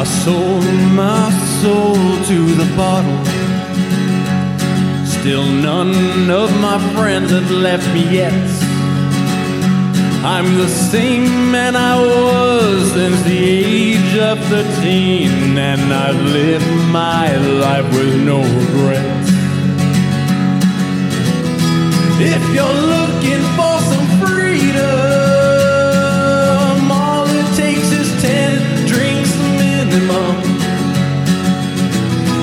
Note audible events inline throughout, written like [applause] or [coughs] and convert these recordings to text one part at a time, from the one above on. I sold my soul to the bottle. Still, none of my friends have left me yet. I'm the same man I was since the age of 13, and I've lived my life with no regrets. If you're looking for some freedom, all it takes is 10 drinks minimum.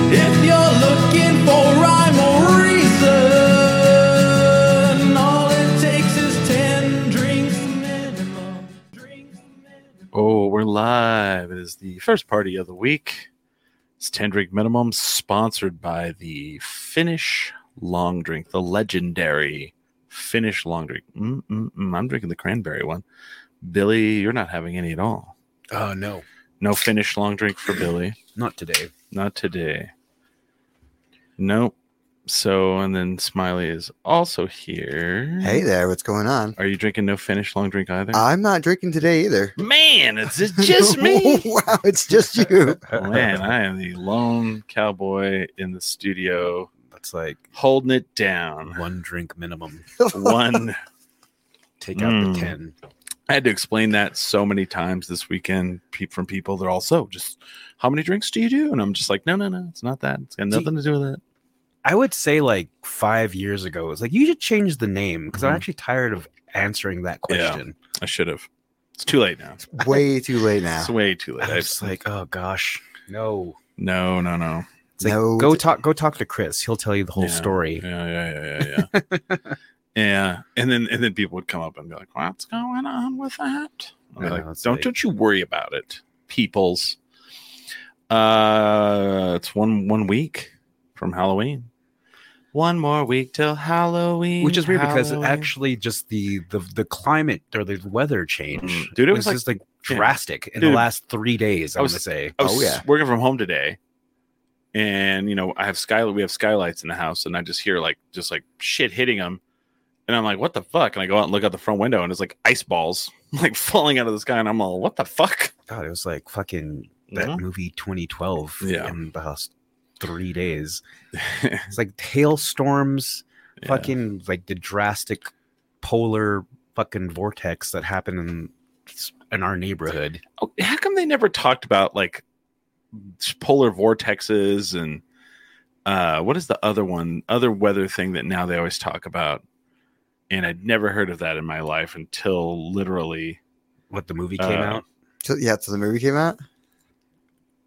If you're looking for rhyme or reason, all it takes is 10 drinks minimum. Drinks minimum. Oh, we're live. It is the first party of the week. It's 10 drink minimum, sponsored by the Finnish long drink, the legendary Finnish long drink. Mm-mm-mm, I'm drinking the cranberry one. Billy, you're not having any at all. Oh no, No Finnish long drink for Billy. [clears throat] not today. Not today. Nope. So, and then Smiley is also here. Hey Mm-hmm. there, what's going on? Are you drinking no Finnish long drink either? Uh, I'm not drinking today either. [laughs] Man, it's [laughs] it's just me. wow, it's just you. Man, I am the lone cowboy in the studio That's like holding it down. one drink minimum. One, Take out Mm. the ten. I had to explain that so many times this weekend pe- from people. They're all so just, how many drinks do you do? And I'm just like, no, no, no, it's not that. It's got Do- nothing to do with it. I would say like five years ago, it was like you should change the name because I'm Mhm. actually tired of answering that Yeah. question. I should have. It's too late now. Way too late Ah. now. It's way too late. I I, was like, oh gosh, no. no, no, no. It's like, No, go it's- talk, go talk to Chris. He'll tell you the whole Yeah. story. Yeah, yeah, yeah, yeah, [laughs] yeah. yeah. And then and then people would come up and be like, What's going on with that? I'd be I like, know, it's don't like- don't you worry about it, peoples. Uh it's one one week from Halloween. One more week till Halloween. Which is weird because Halloween. actually, just the the the climate or the weather change, Mhm. Dude, it was like- just like yeah. drastic in Dude. the last three days. I, I was was- to say, I was Oh, yeah. working from home today, and you know I have sky we have skylights in the house, and I just hear like just like shit hitting them, and I'm like, what the fuck? And I go out and look out the front window, and it's like ice balls [laughs] like falling out of the sky, and I'm all, what the fuck? God, it was like fucking that Mhm. movie 2012 Yeah. in the last three [laughs] days. It's like hailstorms, Yeah. fucking like the drastic polar fucking vortex that happened in in our neighborhood. Oh, how come they never talked about like polar vortexes and uh what is the other one other weather thing that now they always talk about and i'd never heard of that in my life until literally What the movie came Uh, out? So- yeah, so the movie came out.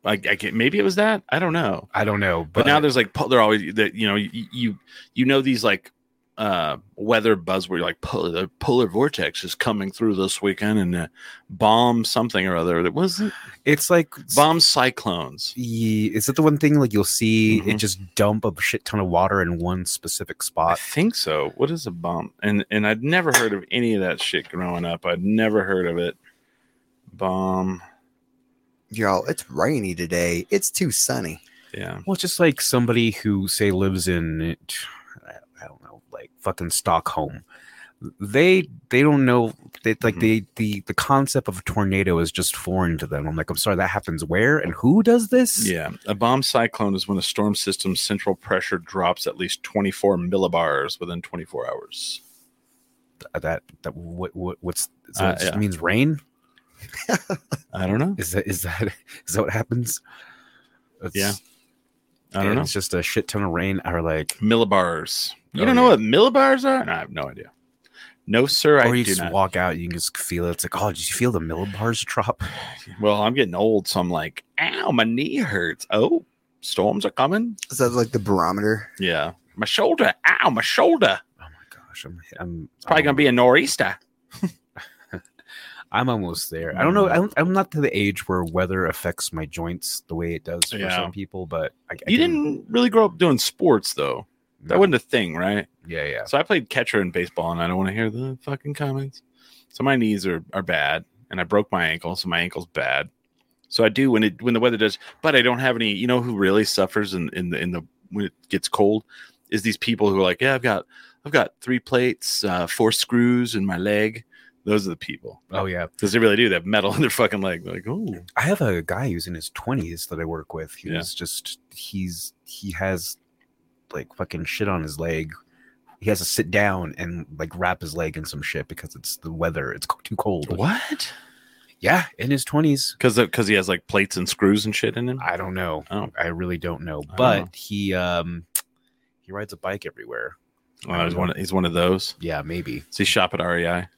like i get maybe it was that i don't know I don't know, but, but, now there's like po- they're always that you know you, you you know these like uh weather buzzword like polar, the polar vortex is coming through this weekend and uh, bomb something or other that was it? it's like bomb cyclones Ye- is it the one thing like you'll see it Mhm. just dump a shit ton of water in one specific i spot? think so what is a bomb and and i'd never heard of any of that shit growing up i'd never heard of it bomb Y'all, it's rainy today. It's too sunny. yeah Well, it's just like somebody who say lives in it, I I don't know, like fucking Stockholm. They they don't know that like Mhm. they the the concept of a tornado is just foreign to them. I'm like, I'm sorry, that happens where and who does this? yeah a bomb cyclone is when a storm system's central pressure drops at least 24 millibars within 24 hours Uh, that that what, what what's so Uh, it just yeah. means rain? i don't know Is that is that [laughs] is that what happens? It's, Yeah. i don't and know It's just a shit ton of rain or like millibars. You Oh, don't know yeah. what millibars are? No, I have no idea. No, sir, I or you do just not. walk out, you can just feel it. It's like, oh, did you feel the millibars drop? [laughs] well, I'm getting old, so I'm like, ow, my knee hurts. Oh, storms are coming. Is that like the barometer? Yeah, my shoulder. Ow, my shoulder. Oh my gosh, I'm I'm It's probably gonna be a nor'easter. I'm almost there. I don't Mm. know. I don't, I'm not to the age where weather affects my joints the way it does for Yeah. some people, but I, I You can- didn't really grow up doing sports, though. That wasn't a thing, right? Yeah, yeah. So I played catcher in baseball, and I don't want to hear the fucking comments. So my knees are are bad, and I broke my ankle, so my ankle's bad. So I do when it when the weather does, but I don't have any. You know who really suffers in in the in the when it gets cold is these people who are like, yeah, I've got I've got three plates, uh, four screws in my leg. Those are the people. Oh yeah, Because they really do. They have metal [laughs] in their fucking leg. They're like, oh, I have a guy who's in his twenties that I work with. He Yeah. was just he's he has like fucking shit on his leg. He has to sit down and like wrap his leg in some shit because it's the weather. It's [laughs] co- too cold. what? Yeah, in his twenties. Because because he has like plates and screws and shit in him. I don't know. Oh. I really don't know. don't but know. he um he rides a bike everywhere. Oh, he's one. Of, he's one of those. Yeah, maybe. Does he shop at E REI?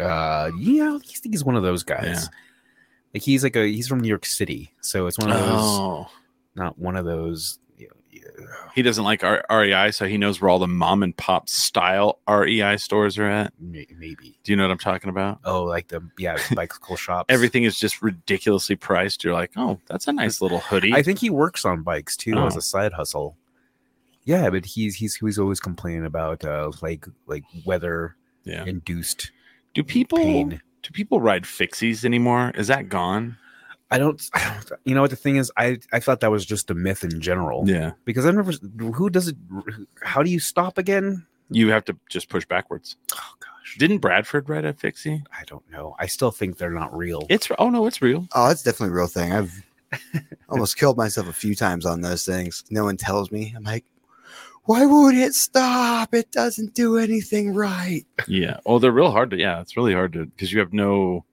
Uh yeah, I think he's one of those guys. Yeah. Like he's like a he's from New York City, so it's one of those Oh, not one of those. you know, yeah, he doesn't like R- REI, so he knows where all the mom and pop style REI stores are at. may- Maybe. Do you know what I'm talking about? Oh, like the [laughs] yeah bicycle shops. Everything is just ridiculously priced. You're like, oh, that's a nice little hoodie. I think he works on bikes too as Oh. a side hustle. Yeah, but he's he's he's always complaining about uh like like weather yeah. induced Do people pain. do people ride fixies anymore? Is that gone? I don't, I don't. You know what the thing is? I I thought that was just a myth in general. Yeah. Because I've never. Who does it? How do you stop again? You have to just push backwards. Oh gosh, Didn't Bradford ride a fixie? I don't know. I still think they're not real. It's oh no, it's real. Oh, that's definitely a real thing. I've [laughs] almost killed myself a few times on those things. No one tells me. I'm like, why won't it stop? It doesn't do anything right. Yeah. Oh, they're real hard to. Yeah, it's really hard to because you have no.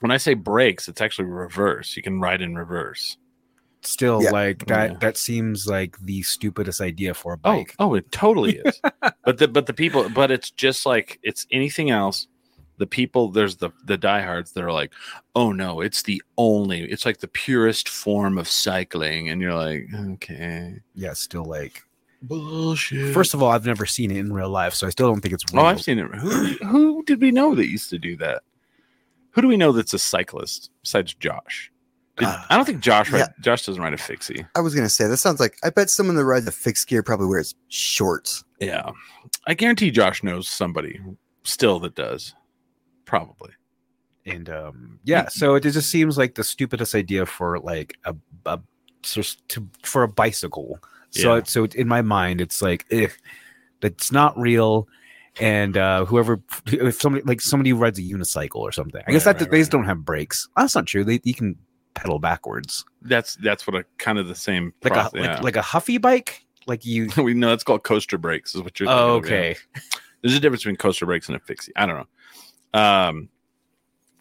When I say brakes, it's actually reverse. You can ride in reverse. still Yeah. like that. Oh, Yeah. That seems like the stupidest idea for a Oh, bike. oh, it totally [laughs] is. but the but the people, but it's just like it's anything else. The people, there's the the diehards that are like, oh no, it's the only, it's like the purest form of cycling, and you're like, okay, Yeah, still like. bullshit. First of all, I've never seen it in real life, so I still don't think it's real. oh, I've seen it. Who who did we know that used to do that? Who do we know that's a cyclist besides Josh? Did- Uh, I don't think Josh. Ride, yeah. Josh doesn't ride a fixie. I was gonna say that sounds like I bet someone that rides a fixed gear probably wears shorts. Yeah, I guarantee Josh knows somebody still that does. Probably. and um yeah so it just seems like the stupidest idea for like a, a so s- to, for a bicycle so Yeah. it, so in my mind it's like if that's not real and uh whoever if somebody like somebody who rides a unicycle or something i guess Right, that right, they just right. don't have brakes that's not true they you can pedal backwards That's that's what a kind of the same. like proce- a like, yeah. like a huffy bike [laughs] like you we know that's called coaster brakes. Is what you're. thinking oh, of, yeah. okay There's a difference between coaster brakes and a fixie. I don't know. Um,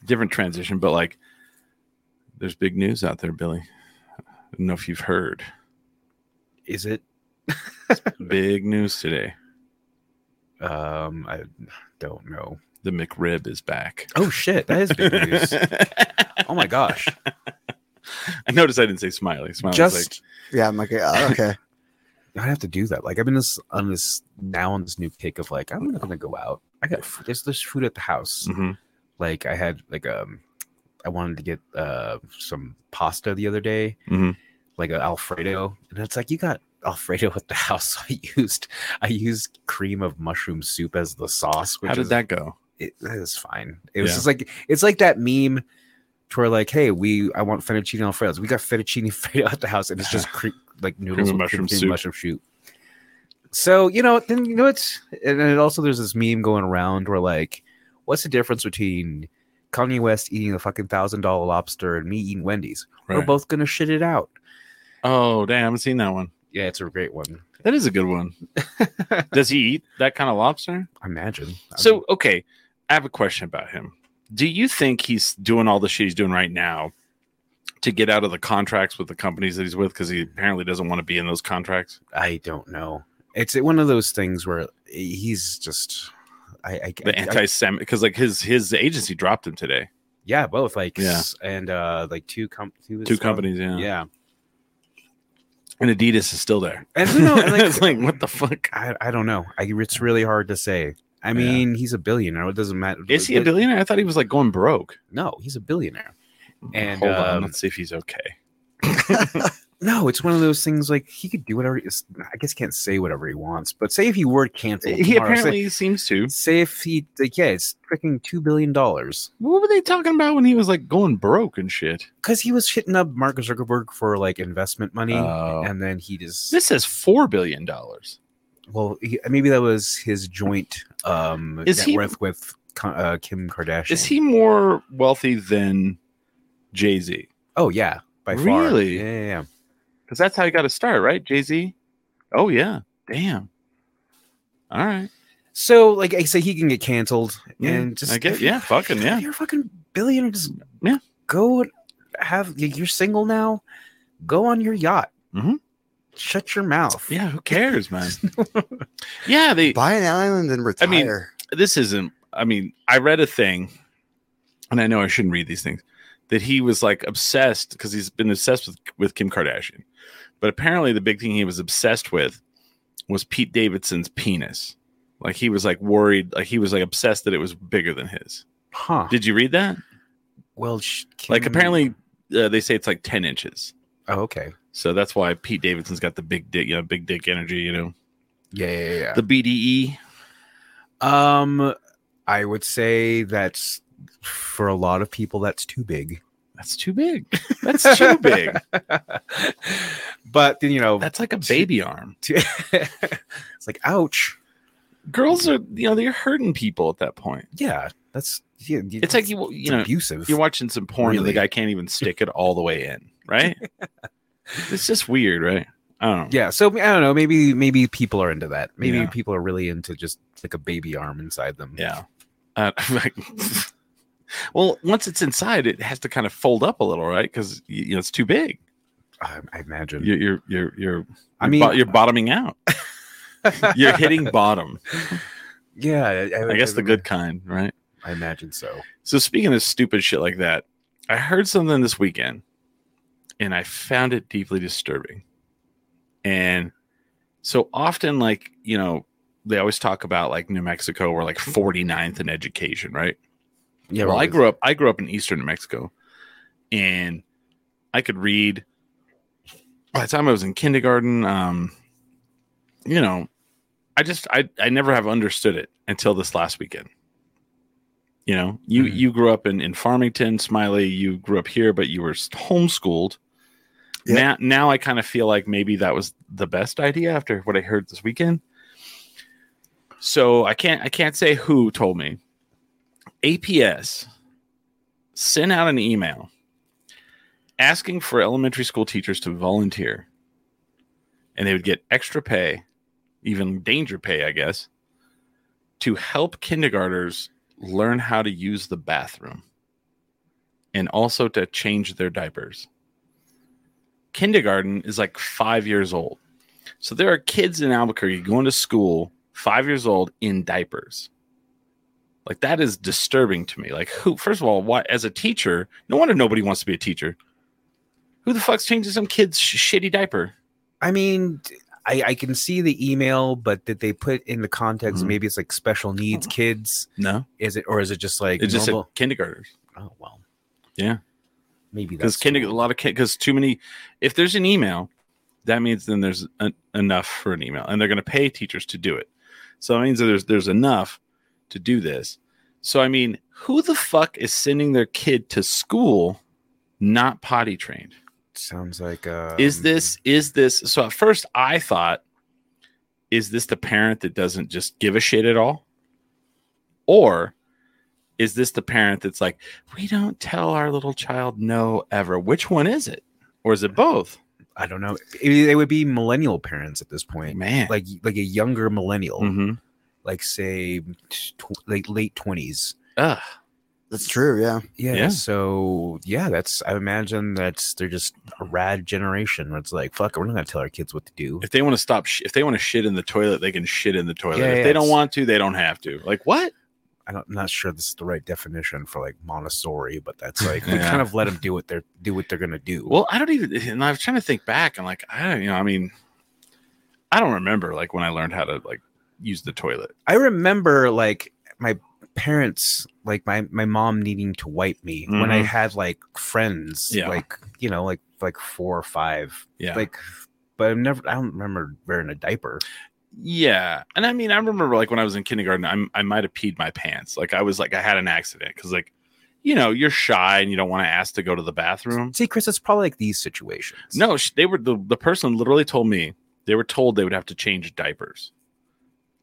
different transition, but like, there's big news out there, Billy. I don't know if you've [laughs] heard. is it big news today. um i don't know The McRib is back. oh shit that is [laughs] [laughs] big news oh my gosh I noticed I didn't say Smiley. Smiley's just Yeah, I'm like, "Yeah, okay. I have to do that. Like I've been this on this now on this new kick of like I'm not gonna go out. I got f- there's there's food at the house. like, Mhm. Like I had like um I wanted to get uh some pasta the other day, Mhm. like an Alfredo, and it's like you got Alfredo [laughs] at the house. So I used I used cream of mushroom soup as the sauce. Which how did is, that go? It, it was fine. It was Yeah. just like it's like that meme. to Where like, hey, we I want fettuccine alfredo. We got fettuccine [laughs] alfredo at the house, and [sighs] it's just cre- like noodles and with mushroom cream soup. mushroom soup. So you know, then you know it's and then also there's this meme going around where like, what's the difference between Kanye West eating a fucking thousand dollar lobster and me eating Wendy's? We're Right. both gonna shit it out. Oh, damn! I haven't seen that one. Yeah, it's a great one. That is a good [laughs] one. Does he eat that kind of lobster? I imagine. I mean, So, okay, I have a question about him. Do you think he's doing all the shit he's doing right now to get out of the contracts with the companies that he's with? Because he apparently doesn't want to be in those contracts. I don't know. It's one of those things where he's just. I, I, The I- anti Semitic, because like his his agency dropped him today. Yeah, both like Yeah. s- and uh like two com two, Two some- companies, yeah. Yeah. And Adidas is still there. And [laughs] who knows, and, like- it's like what the fuck? I, I don't know. I, it's really hard to say. I mean, he's a billionaire. It doesn't matter. Is he a but- billionaire? I thought he was like going broke. No, he's a billionaire. And, hold on, um, let's see if he's okay. No, it's one of those things like he could do whatever. It's, I guess can't say whatever he wants. But say if he were canceled, He tomorrow, say- apparently seems to. say if he like yeah, it's freaking two billion dollars What were they talking about when he was like going broke and shit? because he was hitting up Mark Zuckerberg for like investment money, Oh. and then he just This says four billion dollars. well he, maybe that was his joint um Is net he- worth with Ka- uh, Kim Kardashian. Is he more wealthy than Jay Z? Oh yeah, by far. Really? Yeah, yeah, yeah. Because that's how he got to start, right? Jay Z. Oh yeah. Damn. All right. So like I say, he can get canceled Yeah, and just I get. Yeah. Fucking yeah. You're a fucking billionaire. Just Yeah. Go and have you're single now. Go on your yacht. Mhm. Shut your mouth. Yeah. Who cares, man? yeah. They. Buy an island and retire. mean, this isn't i mean i read a thing and i know i shouldn't read these things that he was like obsessed because he's been obsessed with, with kim kardashian but apparently the big thing he was obsessed with was pete davidson's penis like he was like worried like he was like obsessed that it was bigger than his Huh. did you read that well, sh- like Kim- apparently uh, they say it's like 10 inches Oh, okay. so that's why pete davidson's got the big dick you know big dick energy you know Yeah, yeah, yeah. the E? bde yeah. Um, I would say that's for a lot of people that's too big. that's too big that's too big [laughs] but then you know, that's like a baby arm it's like ouch. girls are you know they're hurting people at that point Yeah, that's yeah, you- it's like you you it's know abusive. you're watching some porn and the Really? guy can't even stick it all the way in [laughs] right it's just weird right i don't know yeah, so I don't know. Maybe maybe people are into that. Maybe Yeah. people are really into just like a baby arm inside them. yeah, Uh, [laughs] well once it's inside it has to kind of fold up a little right because you know it's too big I, I imagine. you're you're you're, you're I mean, bo- you're bottoming out [laughs] you're hitting bottom yeah. i guess the good kind right I imagine so. So speaking of stupid shit like that, I heard something this weekend and I found it deeply disturbing. And so often like, you know, they always talk about like New Mexico we're like 49th in education, right? Yeah. well, I always. grew up I grew up in eastern New Mexico and I could read by the time I was in kindergarten, um, you know, I just I I never have understood it until this last weekend. You know, you Mhm. you grew up in in Farmington, Smiley, you grew up here, but you were s- homeschooled. Yep. Now now I kind of feel like maybe that was the best idea after what I heard this weekend. So I can't I can't say who told me. APS sent out an email asking for elementary school teachers to volunteer and they would get extra pay, even danger pay, I guess, to help kindergartners learn how to use the bathroom and also to change their diapers. Kindergarten is like five years old. So there are kids in Albuquerque going to school five years old in diapers. Like that is disturbing to me. Like who first of all, why as a teacher, no wonder nobody wants to be a teacher. Who the fuck's changing some kid's sh- shitty diaper? I mean, I, I can see the email, but did they put in the context? Mhm. Maybe it's like special needs kids. No. Is it or is it just like It's just normal? at kindergartners oh well. Yeah. Maybe because that's kinder a lot of because too many. If there's an email, that means then there's en- enough for an email, and they're going to pay teachers to do it. So that means that there's there's enough to do this. So I mean, who the fuck is sending their kid to school not potty trained? sounds like. Um, is this is this so at first i thought is this the parent that doesn't just give a shit at all or is this the parent that's like we don't tell our little child no ever which one is it or is it both I don't know. It, they would be millennial parents at this point, man like Mm-hmm. like a younger millennial, Mhm. like say, tw- like late twenties. Ugh. That's true. Yeah. Yeah, Yeah. So yeah, that's I imagine that's they're just a rad generation where it's like, fuck, we're not gonna tell our kids what to do. if they want to stop sh- if they want to shit in the toilet they can shit in the toilet Yeah, if yeah, they don't it's- want to they don't have to like what I don't, I'm not sure this is the right definition for like Montessori, but that's like we Yeah. kind of let them do what they're do what they're gonna do. Well, I don't even. And I was trying to think back. I'm like, I don't, you know, I mean, I don't remember like when I learned how to like use the toilet. I remember like my parents, like my my mom needing to wipe me when I Mhm. had like friends, Yeah. like you know, like like four or five, Yeah. like. But I've never, I don't remember wearing a diaper. yeah. And I mean, I remember like when I was in kindergarten, I'm, I might have peed my pants. Like I was like, I had an accident because like, you know, you're shy and you don't want to ask to go to the bathroom. See, Chris, it's probably like these situations. No, sh- they were the, the person literally told me they were told they would have to change diapers.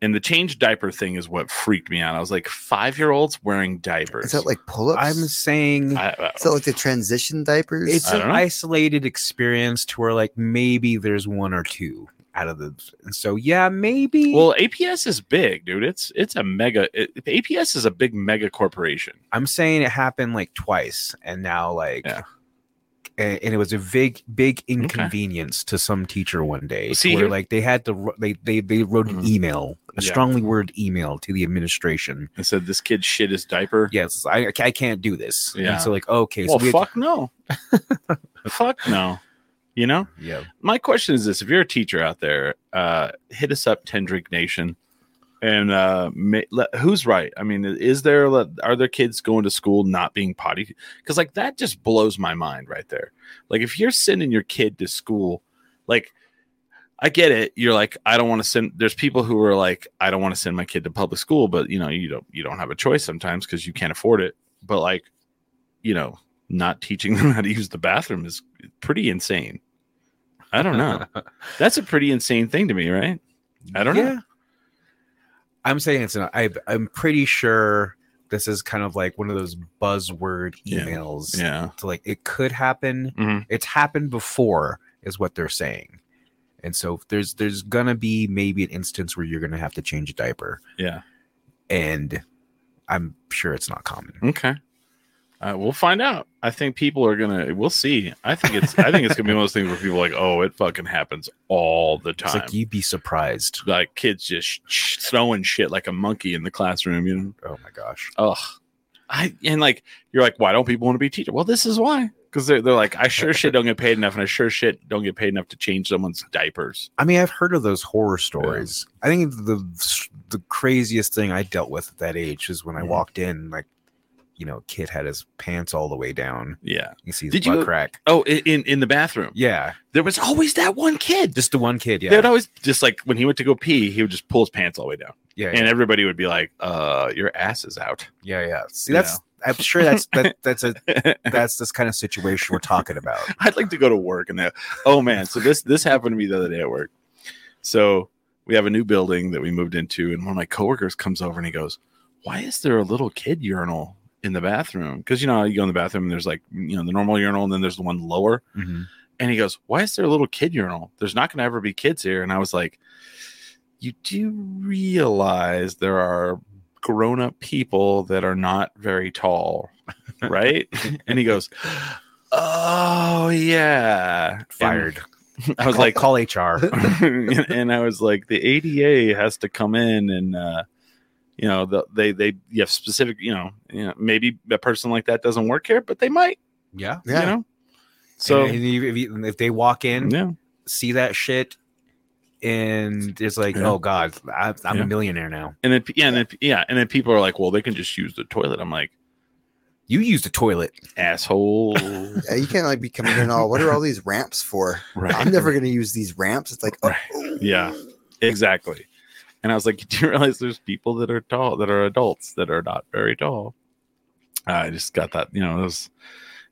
And the change diaper thing is what freaked me out. I was like, five year olds wearing diapers. Is that like pull-ups? I'm is saying I- uh, I- that like the transition diapers? it's I an don't know. isolated experience to where like maybe there's one or two out of the. And so yeah, maybe. well, APS is big, dude. It's it's a mega. It, APS is a big mega corporation. I'm saying it happened like twice, and now like, Yeah. a- and, it was a big, big inconvenience to some teacher one day. to See, where here- like they had to, wr- they they they wrote an Mhm. email, a Yeah. strongly worded email to the administration. And said this kid shit his diaper. Yes, I I ca- I can't do this. And Yeah. so like, okay, Well, so we had- fuck no. fuck no. You know. yeah, my question is this if you're a teacher out there uh hit us up tendrick nation and uh ma- le- who's right i mean is there le- are there kids going to school not being potty because like that just blows my mind right there like if you're sending your kid to school like i get it you're like i don't want to send there's people who are like i don't want to send my kid to public school but you know you don't you don't have a choice sometimes because you can't afford it but like you know not teaching [laughs] them how to use the bathroom is pretty insane i don't know that's a pretty insane thing to me, right? I don't know. I'm saying it's an. I, I'm pretty sure this is kind of like one of those buzzword Yeah. emails. Yeah. So like, it could happen. Mhm. it's happened before is what they're saying and so there's there's gonna be maybe an instance where you're gonna have to change a diaper Yeah. and i'm sure it's not common Okay. Uh, we'll find out. I think people are gonna. We'll see. I think it's. I think it's gonna be one of those things where people are like, oh, it fucking happens all the it's time. like Like, you'd be surprised kids just sh- sh- throwing shit like a monkey in the classroom. You know. oh my gosh Ugh. I and like you're like, why don't people want to be teacher? Well, this is why. Because they're, they're like, I sure shit don't get paid enough, and I sure shit don't get paid enough to change someone's diapers. i mean i've heard of those horror stories i think the the craziest thing i dealt with at that age is when i Mhm. walked in like you know kid had his pants all the way down Yeah. you see his Did butt you- crack Oh, i- in in the bathroom, yeah there was always that one kid. just the one kid yeah They'd always just like when he went to go pee, he would just pull his pants all the way down, yeah and everybody would be like, "Uh, your ass is out." [laughs] yeah yeah see Yeah. that's i'm sure that's that, that's a that's this kind of situation we're talking [laughs] about. I'd like to go to work and that. Oh man, so this this happened to me the other day at work. So we have a new building that we moved into, and one of my coworkers comes over and he goes, "Why is there a little kid urinal in the bathroom?" Because you know how you go in the bathroom and there's like you know the normal urinal, and then there's the one lower. Mm-hmm. And he goes, Why is there a little kid urinal? There's not going to ever be kids here. And I was like, You do realize there are grown up people that are not very [laughs] tall, right? and he goes, Oh, yeah. And Fired. I was Call- like, call [laughs] HR. [laughs] and I was like, the ADA has to come in and, uh, you know, the, they, they, you have specific, you know, you know, maybe a person like that doesn't work here, but they might, yeah. yeah. you know? So So, if, you- if they walk in, yeah. see that shit, and it's like, Yeah. oh god, I, I'm Yeah. a millionaire now. And then, yeah, and then, yeah, and then people are like, "Well, they can just use the toilet." I'm like, You used a toilet. "Asshole!" Yeah, you can't like be coming in and all. What are all these ramps for? I'm never gonna use these ramps. It's like, oh, yeah, exactly. And I was like, [laughs] "Do you realize there's people that are tall, that are adults, that are not very tall?" I just got that, you know, it was,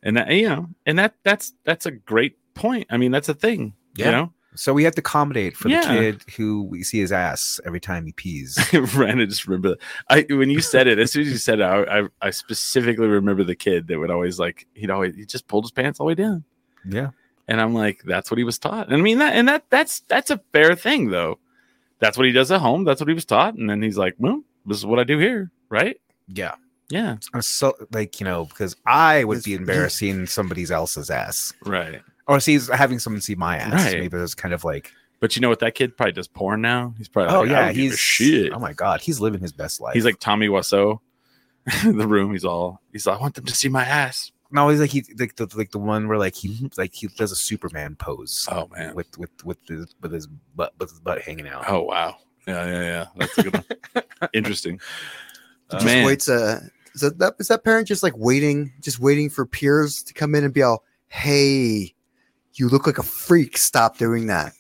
and that, you know, and that that's that's a great point. I mean, that's a thing, Yeah. you know, [laughs] So we have to accommodate for Yeah. the kid who we see his ass every time he pees. Ren, I just remember that. I when you said it, as soon as you said it, I, I I specifically remember the kid that would always like he'd always he just pulled his pants all the way down. yeah. And I'm like, that's what he was taught. And I mean that and that that's that's a fair thing though. That's what he does at home. That's what he was taught. And then he's like, well, this is what I do here, right? Yeah. Yeah. I'm so like you know because I would This- be embarrassed seeing somebody else's ass Right. or sees having someone see my ass. Right. Maybe that's kind of like, But you know what? That kid probably does porn now. He's probably oh like, I yeah, don't give a he's shit. Oh my god, he's living his best life. he's like Tommy Wiseau. [laughs] the room. He's all he's like, I want them to see my ass. No, he's like he like the like the one where like he like he does a Superman pose Oh man. with with with his with his butt with his butt hanging out. Oh wow. Yeah, yeah, yeah. That's a good one. [laughs] Interesting. just man. waits. Uh, is that- that is that parent just like waiting, just waiting for peers to come in and be all, hey, you look like a freak. Stop doing that.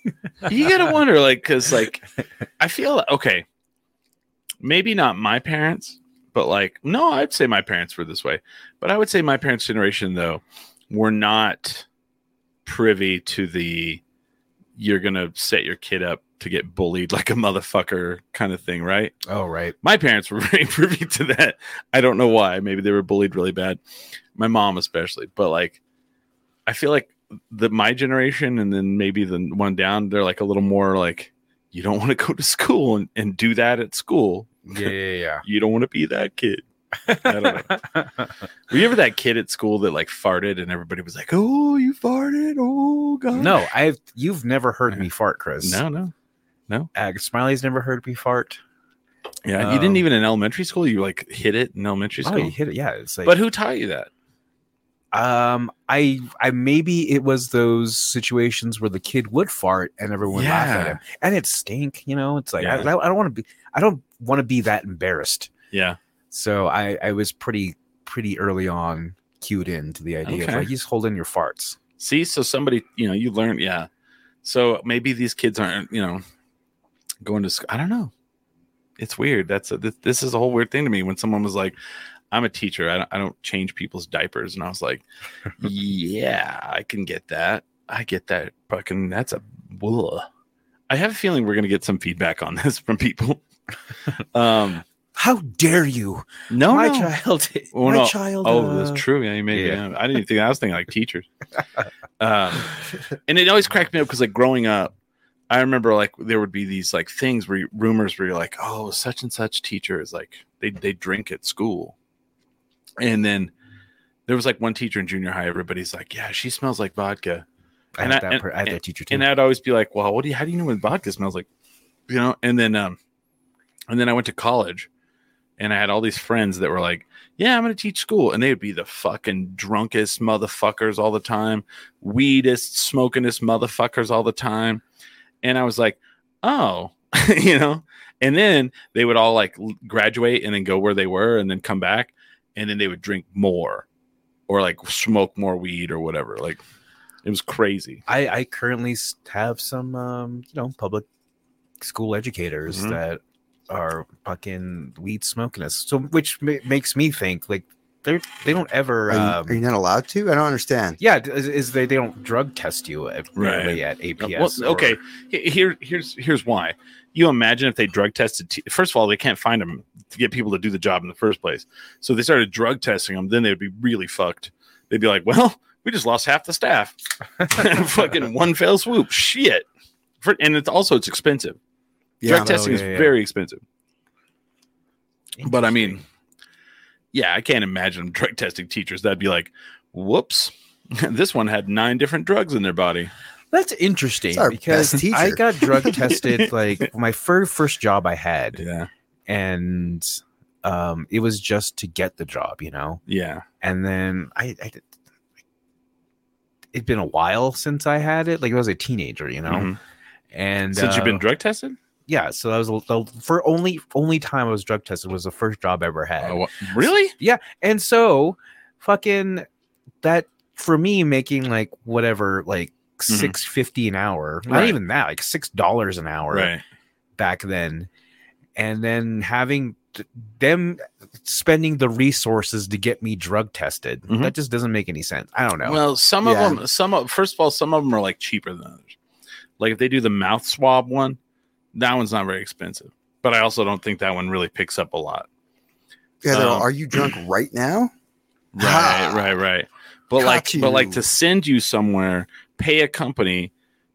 you gotta wonder like because like i feel okay maybe not my parents but like no i'd say my parents were this way but i would say my parents generation though were not privy to the you're gonna set your kid up to get bullied [laughs] like a motherfucker kind of thing, right? Oh, right. My parents were [laughs] very privy to that. I don't know why. Maybe they were bullied really bad. My mom especially, but like I feel like the my generation and then maybe the one down, they're like a little more like you don't want to go to school and, and do that at school. Yeah, yeah, You don't want to be that kid. [laughs] yeah. I don't know. [laughs] Were you ever that kid at school that like farted and everybody was like, "Oh, you farted! Oh God!" no, I've you've never heard me fart, Chris. no, no. Uh, Smiley's never heard me fart. Yeah, you didn't Um, even in elementary school. You like hit it in elementary Oh, school. you hit it. Yeah, it's like. but who taught you that? Um, I, I maybe it was those situations where the kid would fart and everyone laughed at Yeah. him, and it stink. You know, it's like I, Yeah. I don't want to be, I don't want to be that embarrassed. Yeah, So I, I was pretty, pretty early on cued into the idea Okay. of like you just hold in your farts. See, so somebody, you know, you learn, yeah. So maybe these kids aren't, you know, going to school. I don't know. It's weird. That's a, this, this is a whole weird thing to me. When someone was like, "I'm a teacher. I don't, I don't change people's diapers," and I was like, "Yeah, I can get that. I get that. Fucking, that's a." Ugh. I have a feeling we're gonna get some feedback on this from people. um, How dare you, no, my no. child? [laughs] Oh, my no. child. Oh, that's uh, true. Yeah, you made yeah. yeah. I didn't think I was thinking like teachers. Um, and it always cracked me up because like growing up, I remember like there would be these like things where you- rumors where you're like, oh, such and such teacher is like they they drink at school, and then there was like one teacher in junior high. Everybody's like, yeah, she smells like vodka, I and had I- that. and- per- I had that teacher too. and I'd always be like, well, what do you? How do you know when vodka smells like? You know, and then um, and then I went to college, and I had all these friends that were like, yeah, I'm gonna teach school, and they would be the fucking drunkest motherfuckers all the time, weedest, smokingest motherfuckers all the time, and I was like, oh, [laughs] you know, and then they would all like l- graduate and then go where they were and then come back, and then they would drink more, or like smoke more weed or whatever, like. It was crazy. I, I currently s- have some, um, you know, public school educators Mm-hmm. Mhm. that are fucking weed smoking us. So, which ma- makes me think like they they don't ever. Are you, um, are you not allowed to? I don't understand. yeah, d- is, is they they don't drug test you Right. apparently at Uh, APS. well, or- okay, he- here here's here's why. You imagine if they drug tested. Te- First of all, they can't find them to get people to do the job in the first place. So they started drug testing them. Then they'd be really fucked. They'd be like, "Well, we just lost half the [laughs] staff. [laughs] Fucking one fell swoop. Shit." For, and it's also it's expensive. Yeah, drug testing Oh, is yeah, yeah. very expensive. But I mean, yeah, I can't imagine [laughs] them drug testing teachers. That'd be like, "Whoops, [laughs] this one had nine different drugs in their body." that's interesting It's our because best teacher. I got drug [laughs] tested like my first first job I had, Yeah, and um, it was just to get the job, you know. yeah. and then I, I did- it'd been a while since I had it. Like I was a teenager, you know. Mhm. And Since you've uh, been drug tested. yeah. So that was the for only only time I was drug tested was the first job I ever had. Oh, wha- really? And so, fucking that for me making like whatever like six fifty an hour, not Mm-hmm. Right. even that, like six dollars an hour back then, and then having. t- Them spending the resources to get me drug tested. Mhm. That just doesn't make any sense. I don't know. Well, some of Yeah. them, some of, first of all, some of them are like cheaper than others. Like if they do the mouth swab one, that one's not very expensive. But I also don't think that one really picks up a lot. Yeah, they're all, Um, are you drunk right now? Right, Ah. right, right. But Got like, but like you. to send you somewhere, pay a company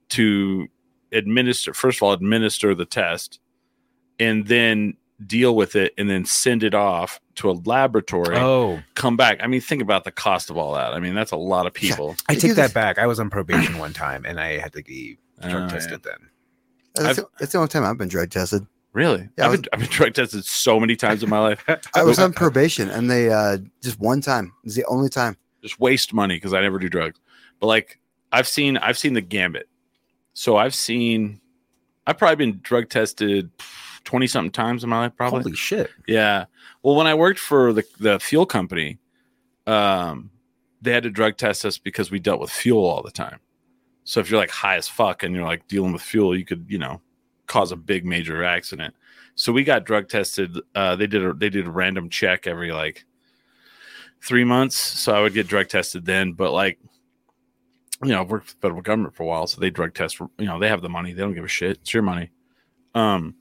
to administer. First of all, administer the test, and then deal with it, and then send it off to a laboratory. Oh, Come back. I mean, think about the cost of all that. I mean, that's a lot of people. I They do take that this- back. I was on [clears throat] probation one time and I had to be drug Uh, tested then. [clears throat] That's I've- the, that's the only time I've been drug tested. Really? Yeah, I I've, was- been, I've been drug tested so many times in my life. [laughs] I was on probation, and they uh, just one time. It's the only time. Just waste money because I never do drugs. But like I've seen I've seen the gambit. So I've seen I've probably been drug tested 20 something times in my life probably. Holy shit. Yeah. Well, when I worked for the the fuel company, um they had to drug test us because we dealt with fuel all the time. So if you're like high as fuck and you're like dealing with fuel, you could, you know, cause a big major accident. So we got drug tested. Uh, they did a they did a random check every like three months. So I would get drug tested then. But like you know, I've worked for the federal government for a while, so they drug test. You know, they have the money; they don't give a shit. It's your money. Um,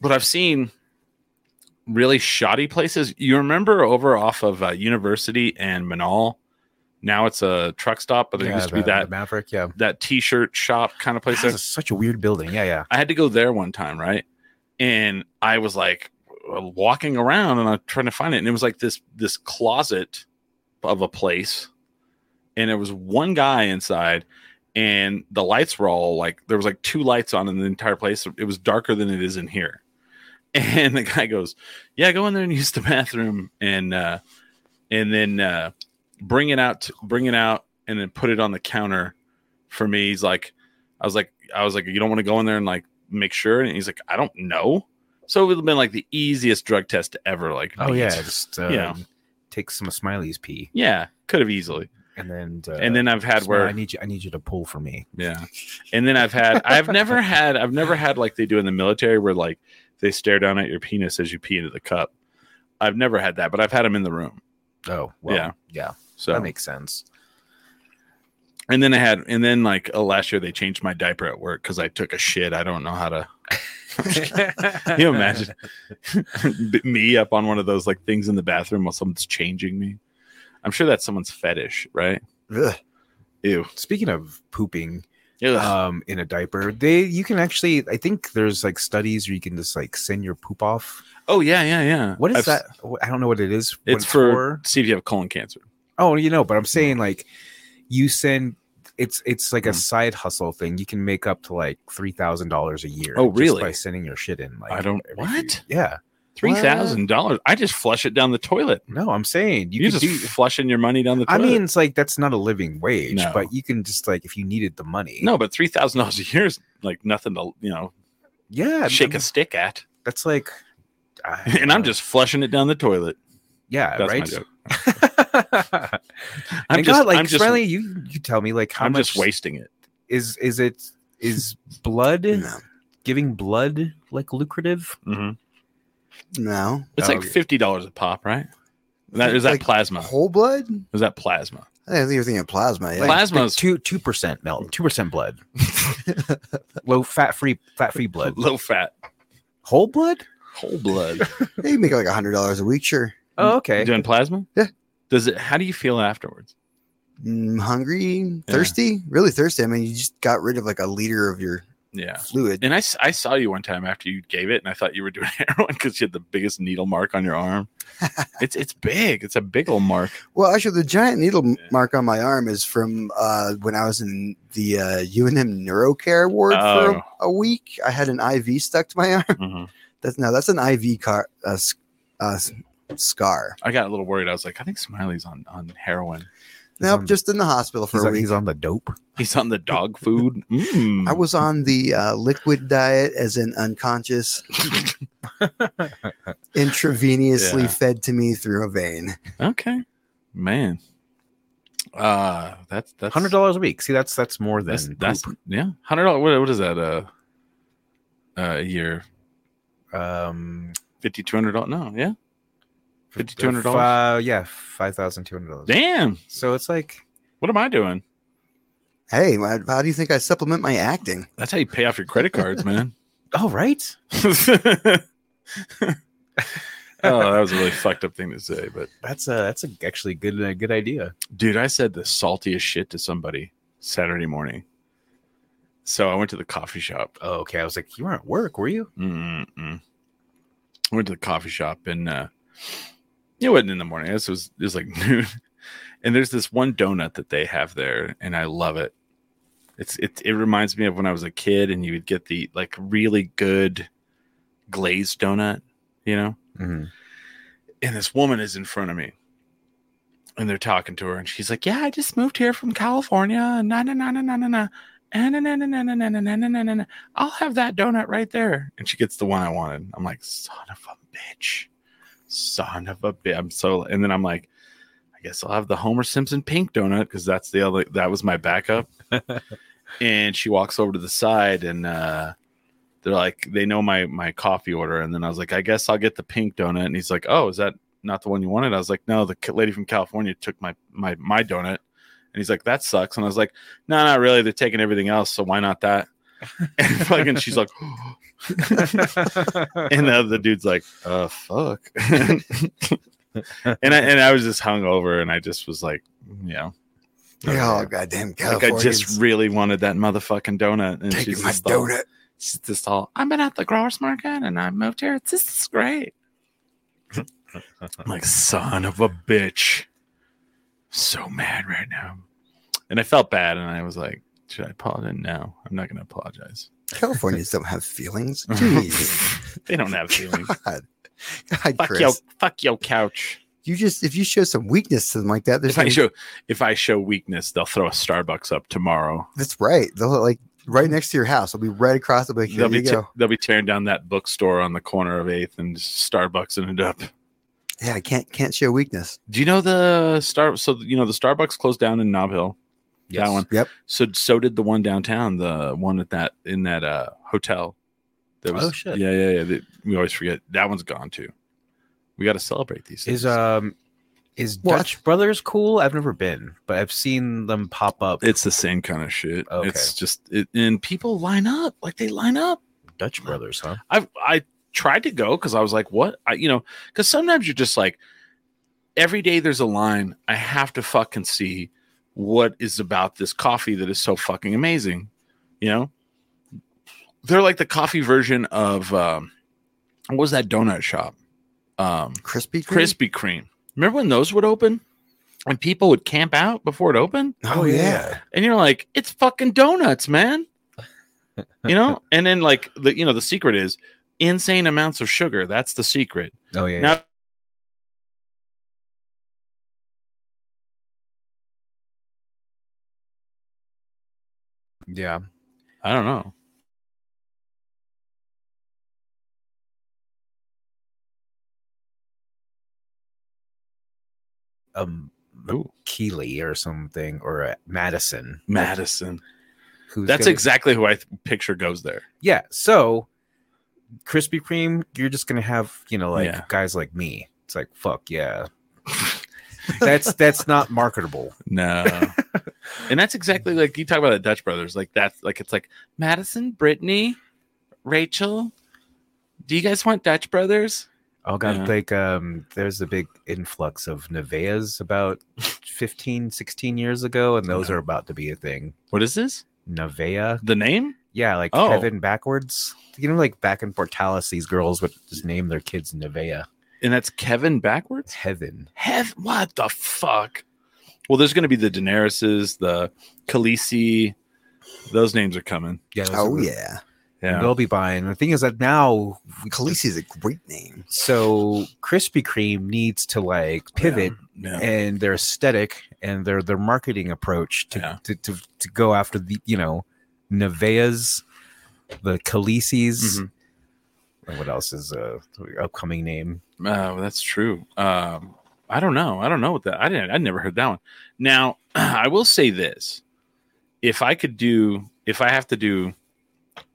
but I've seen really shoddy places. You remember over off of uh, University and Manal? Now it's a truck stop, but there used to be that Maverick. Yeah, that T-shirt shop kind of place. this there. is such a weird building. Yeah, yeah. I had to go there one time, right? And I was like walking around and I'm trying to find it, and it was like this this closet of a place, and there was one guy inside, and the lights were all like there was like two lights on in the entire place. It was darker than it is in here, [laughs] and the guy goes, "Yeah, go in there and use the bathroom, and uh, and then uh, bring it out, bring it out, and then put it on the counter for me." He's like, I was like, I was like, you don't want to go in there and like make sure. And he's like, I don't know. So it would have been like the easiest drug test to ever. Like, Oh make. yeah, just uh, Yeah. take some of Smiley's pee, yeah, could have easily. and then uh, and then I've had Smiley, where, I need you. I need you to pull for me. yeah, and then I've had, I've never had, I've never had like they do in the military where like they stare down at your penis as you pee into the cup. I've never had that, but I've had them in the room. Oh, well, Yeah. yeah, So that makes sense. And then I had, and then like uh, last year they changed my diaper at work because I took a shit. I don't know how [laughs] to. [laughs] Can you imagine [laughs] B- me up on one of those like things in the bathroom while someone's changing me? I'm sure that's someone's fetish, right? Ugh. Ew. Speaking of pooping, Ugh. um, in a diaper, they you can actually. I think there's like studies where you can just like send your poop off. oh yeah, yeah, yeah. What is I've- that? I don't know what it is. what It's for, see if you have colon cancer. Oh, you know, but I'm saying like you send it's it's Mm-hmm. like a side hustle thing. You can make up to like three thousand dollars a year. Oh, just really? by sending your shit in. Like I don't. every few- What? Yeah. Three thousand dollars? I just flush it down the toilet. No, I'm saying You, you, can just do. flushing your money down the I toilet. mean, it's like that's not a living wage, No. but you can just like if you needed the money. no, but three thousand dollars a year is like nothing to you know Yeah. shake I a mean, stick [laughs] at. That's like. I don't [laughs] And I'm know. just flushing it down the toilet. yeah That's my right. joke. [laughs] I'm I'm just, just, like I'm just, Riley, you you tell me like how I'm much Oh, just wasting it. is is it [laughs] is blood No, giving blood like lucrative? no. It's Oh, like okay. fifty dollars a pop, right? That is that Like, plasma? Whole blood? Is that plasma? I think you're thinking of plasma. Yeah. Like- Plasma's- two two percent milk, two percent blood, [laughs] low fat free fat free blood, Low fat, whole blood. whole [laughs] blood. They make like a hundred dollars a week, sure. Mm-hmm. Oh, okay. Doing plasma? Yeah. Does it? How do you feel afterwards? Mm, hungry, thirsty, really thirsty. I mean, you just got rid of like a liter of your Yeah. fluid. And I, s- I saw you one time after you gave it, and I thought you were doing [laughs] heroin because you had the biggest needle mark on your [laughs] arm. it's it's big. It's a big old mark. Well, actually, the giant needle m Yeah. mark on my arm is from uh, when I was in the uh, UNM NeuroCare ward for Oh. a, a week. I had an IV stuck to my [laughs] arm. Mhm. That's no, that's an IV car, uh, s- uh, s- scar. I got a little worried. I was like, I think Smiley's on on heroin. Nope, Mm-hmm. on- just in the hospital for He's, a on, week. he's on the dope. He's on the dog [laughs] food. Mm. I was on the uh, liquid diet, as in [laughs] unconscious, intravenously Yeah. fed to me through a vein. okay, man. Uh that's that's Hundred dollars a week. See, that's that's more than That's, poop. that's yeah, hundred dollars. What, what is that? Uh, uh, a year um fifty two hundred dollars. No, yeah, fifty two hundred dollars. fi- Yeah, five thousand two hundred dollars. Damn, So it's like what am I doing? Hey, wha- how do you think I supplement my acting? That's how you pay off your credit cards, man. oh right. oh, that was a really fucked up thing to say, but That's a that's a actually good a good idea. dude, I said the saltiest shit to somebody Saturday morning. So I went to the coffee shop. Oh, okay, I was like, you weren't at work, were you? Mm-mm. I went to the coffee shop and uh, it wasn't in the morning. This was it was like [laughs] noon. And there's this one donut that they have there, and I love it. It's it it reminds me of when I was a kid, and you would get the like really good glazed donut, you know. Mm-hmm. And this woman is in front of me, and they're talking to her, and she's like, "Yeah, I just moved here from California. Na na na na na na na." "Ah, na, na, na, na, na, na, na, na, na, na, na, na. I'll have that donut right there. And she gets the one I wanted. I'm like, son of a bitch. Son of a bitch. I'm so and then I'm like, I guess I'll have the Homer Simpson pink donut because that's the other that was my backup. and she walks over to the side and uh they're like, they know my my coffee order. And then I was like, I guess I'll get the pink donut. And he's like, Oh, is that not the one you wanted? I was like, No, the ca- lady from California took my my my donut And he's like, that sucks. And I was like, no, not really. They're taking everything else. So why not [laughs] that? And fucking she's like, [gasps] and the other dude's like, uh, fuck. [laughs] and I, and I was just hungover and I just was like, you know, Yeah, oh, goddamn like I Californians. just really wanted that motherfucking donut. And taking she's my just all- donut. She's just all, I've been at the growers market and I moved here. It's, this is great. I'm like, son of a bitch. So mad right now. And I felt bad and I was like, should I apologize? No, I'm not going to apologize. Californians don't have [laughs] feelings. Jeez. They don't have [laughs] feelings. God. God, fuck Chris. your, fuck your couch. You just if you show some weakness to them like that, there's If I no- show, if I show weakness, they'll throw a Starbucks up tomorrow. that's right. They'll like right next to your house. They'll be right across the like, here They'll you be, te- go. they'll be tearing down that bookstore on the corner of Eighth and just Starbucksing it up. yeah, I can't can't show weakness. Do you know the Star? So you know the Starbucks closed down in Nob Hill. [laughs] Yes. That one. Yep. So so did the one downtown, the one at that in that uh hotel. That Oh, shit. Yeah, yeah, yeah. that- we always forget that one's gone too. We got to celebrate these. Is things. um is What? Dutch Brothers cool? I've never been, but I've seen them pop up. it's the same kind of shit. Okay. It's just it, and people line up like they line up. Dutch Brothers, huh? I I tried to go because I was like, what? I you know because sometimes you're just like every day there's a line. I have to fucking see what is about this coffee that is so fucking amazing. You know, they're like the coffee version of um, what was that donut shop? Um, Crispy Krispy Kreme. Remember when those would open? And people would camp out before it opened, Oh, yeah. and you're like, "It's fucking donuts, man." You know, and then like the you know the secret is insane amounts of sugar. That's the secret. Oh yeah. Now- yeah. I don't know. Um Ooh, Keeley or something or uh, Madison. Madison. Who's That's gonna- exactly who I th- picture goes there. Yeah. So Krispy Kreme, you're just gonna have, you know, like Yeah. guys like me. It's like, fuck [laughs] yeah. that's that's not marketable. [laughs] No. and that's exactly like you talk about the Dutch brothers. Like that's like it's like Madison, Brittany, Rachel. Do you guys want Dutch brothers? Oh god, Yeah. like um there's a big influx of Neveas about 15, 16 years ago, and those are about to be a thing. What is this? Nevea. The name? Yeah, like Oh. Kevin backwards. You know, like back in Portalis, these girls would just name their kids Nevea. And that's Kevin backwards? It's heaven. Hev what the fuck? Well, there's gonna be the Daenerys's, the Khaleesi. Those names are coming. Yeah. those Oh are- yeah. They'll be buying. The thing is that now we- Khaleesi is a great name. so Krispy Kreme needs to like pivot Oh, Yeah. and their aesthetic and their their marketing approach to Yeah. to, to, to go after the you know Neveas, the Khaleesi's, Mhm. and what else is uh upcoming name? Uh, that's true. Um, I don't know. I don't know what that. I didn't. I never heard that one. Now, [clears throat] I will say this: if I could do, if I have to do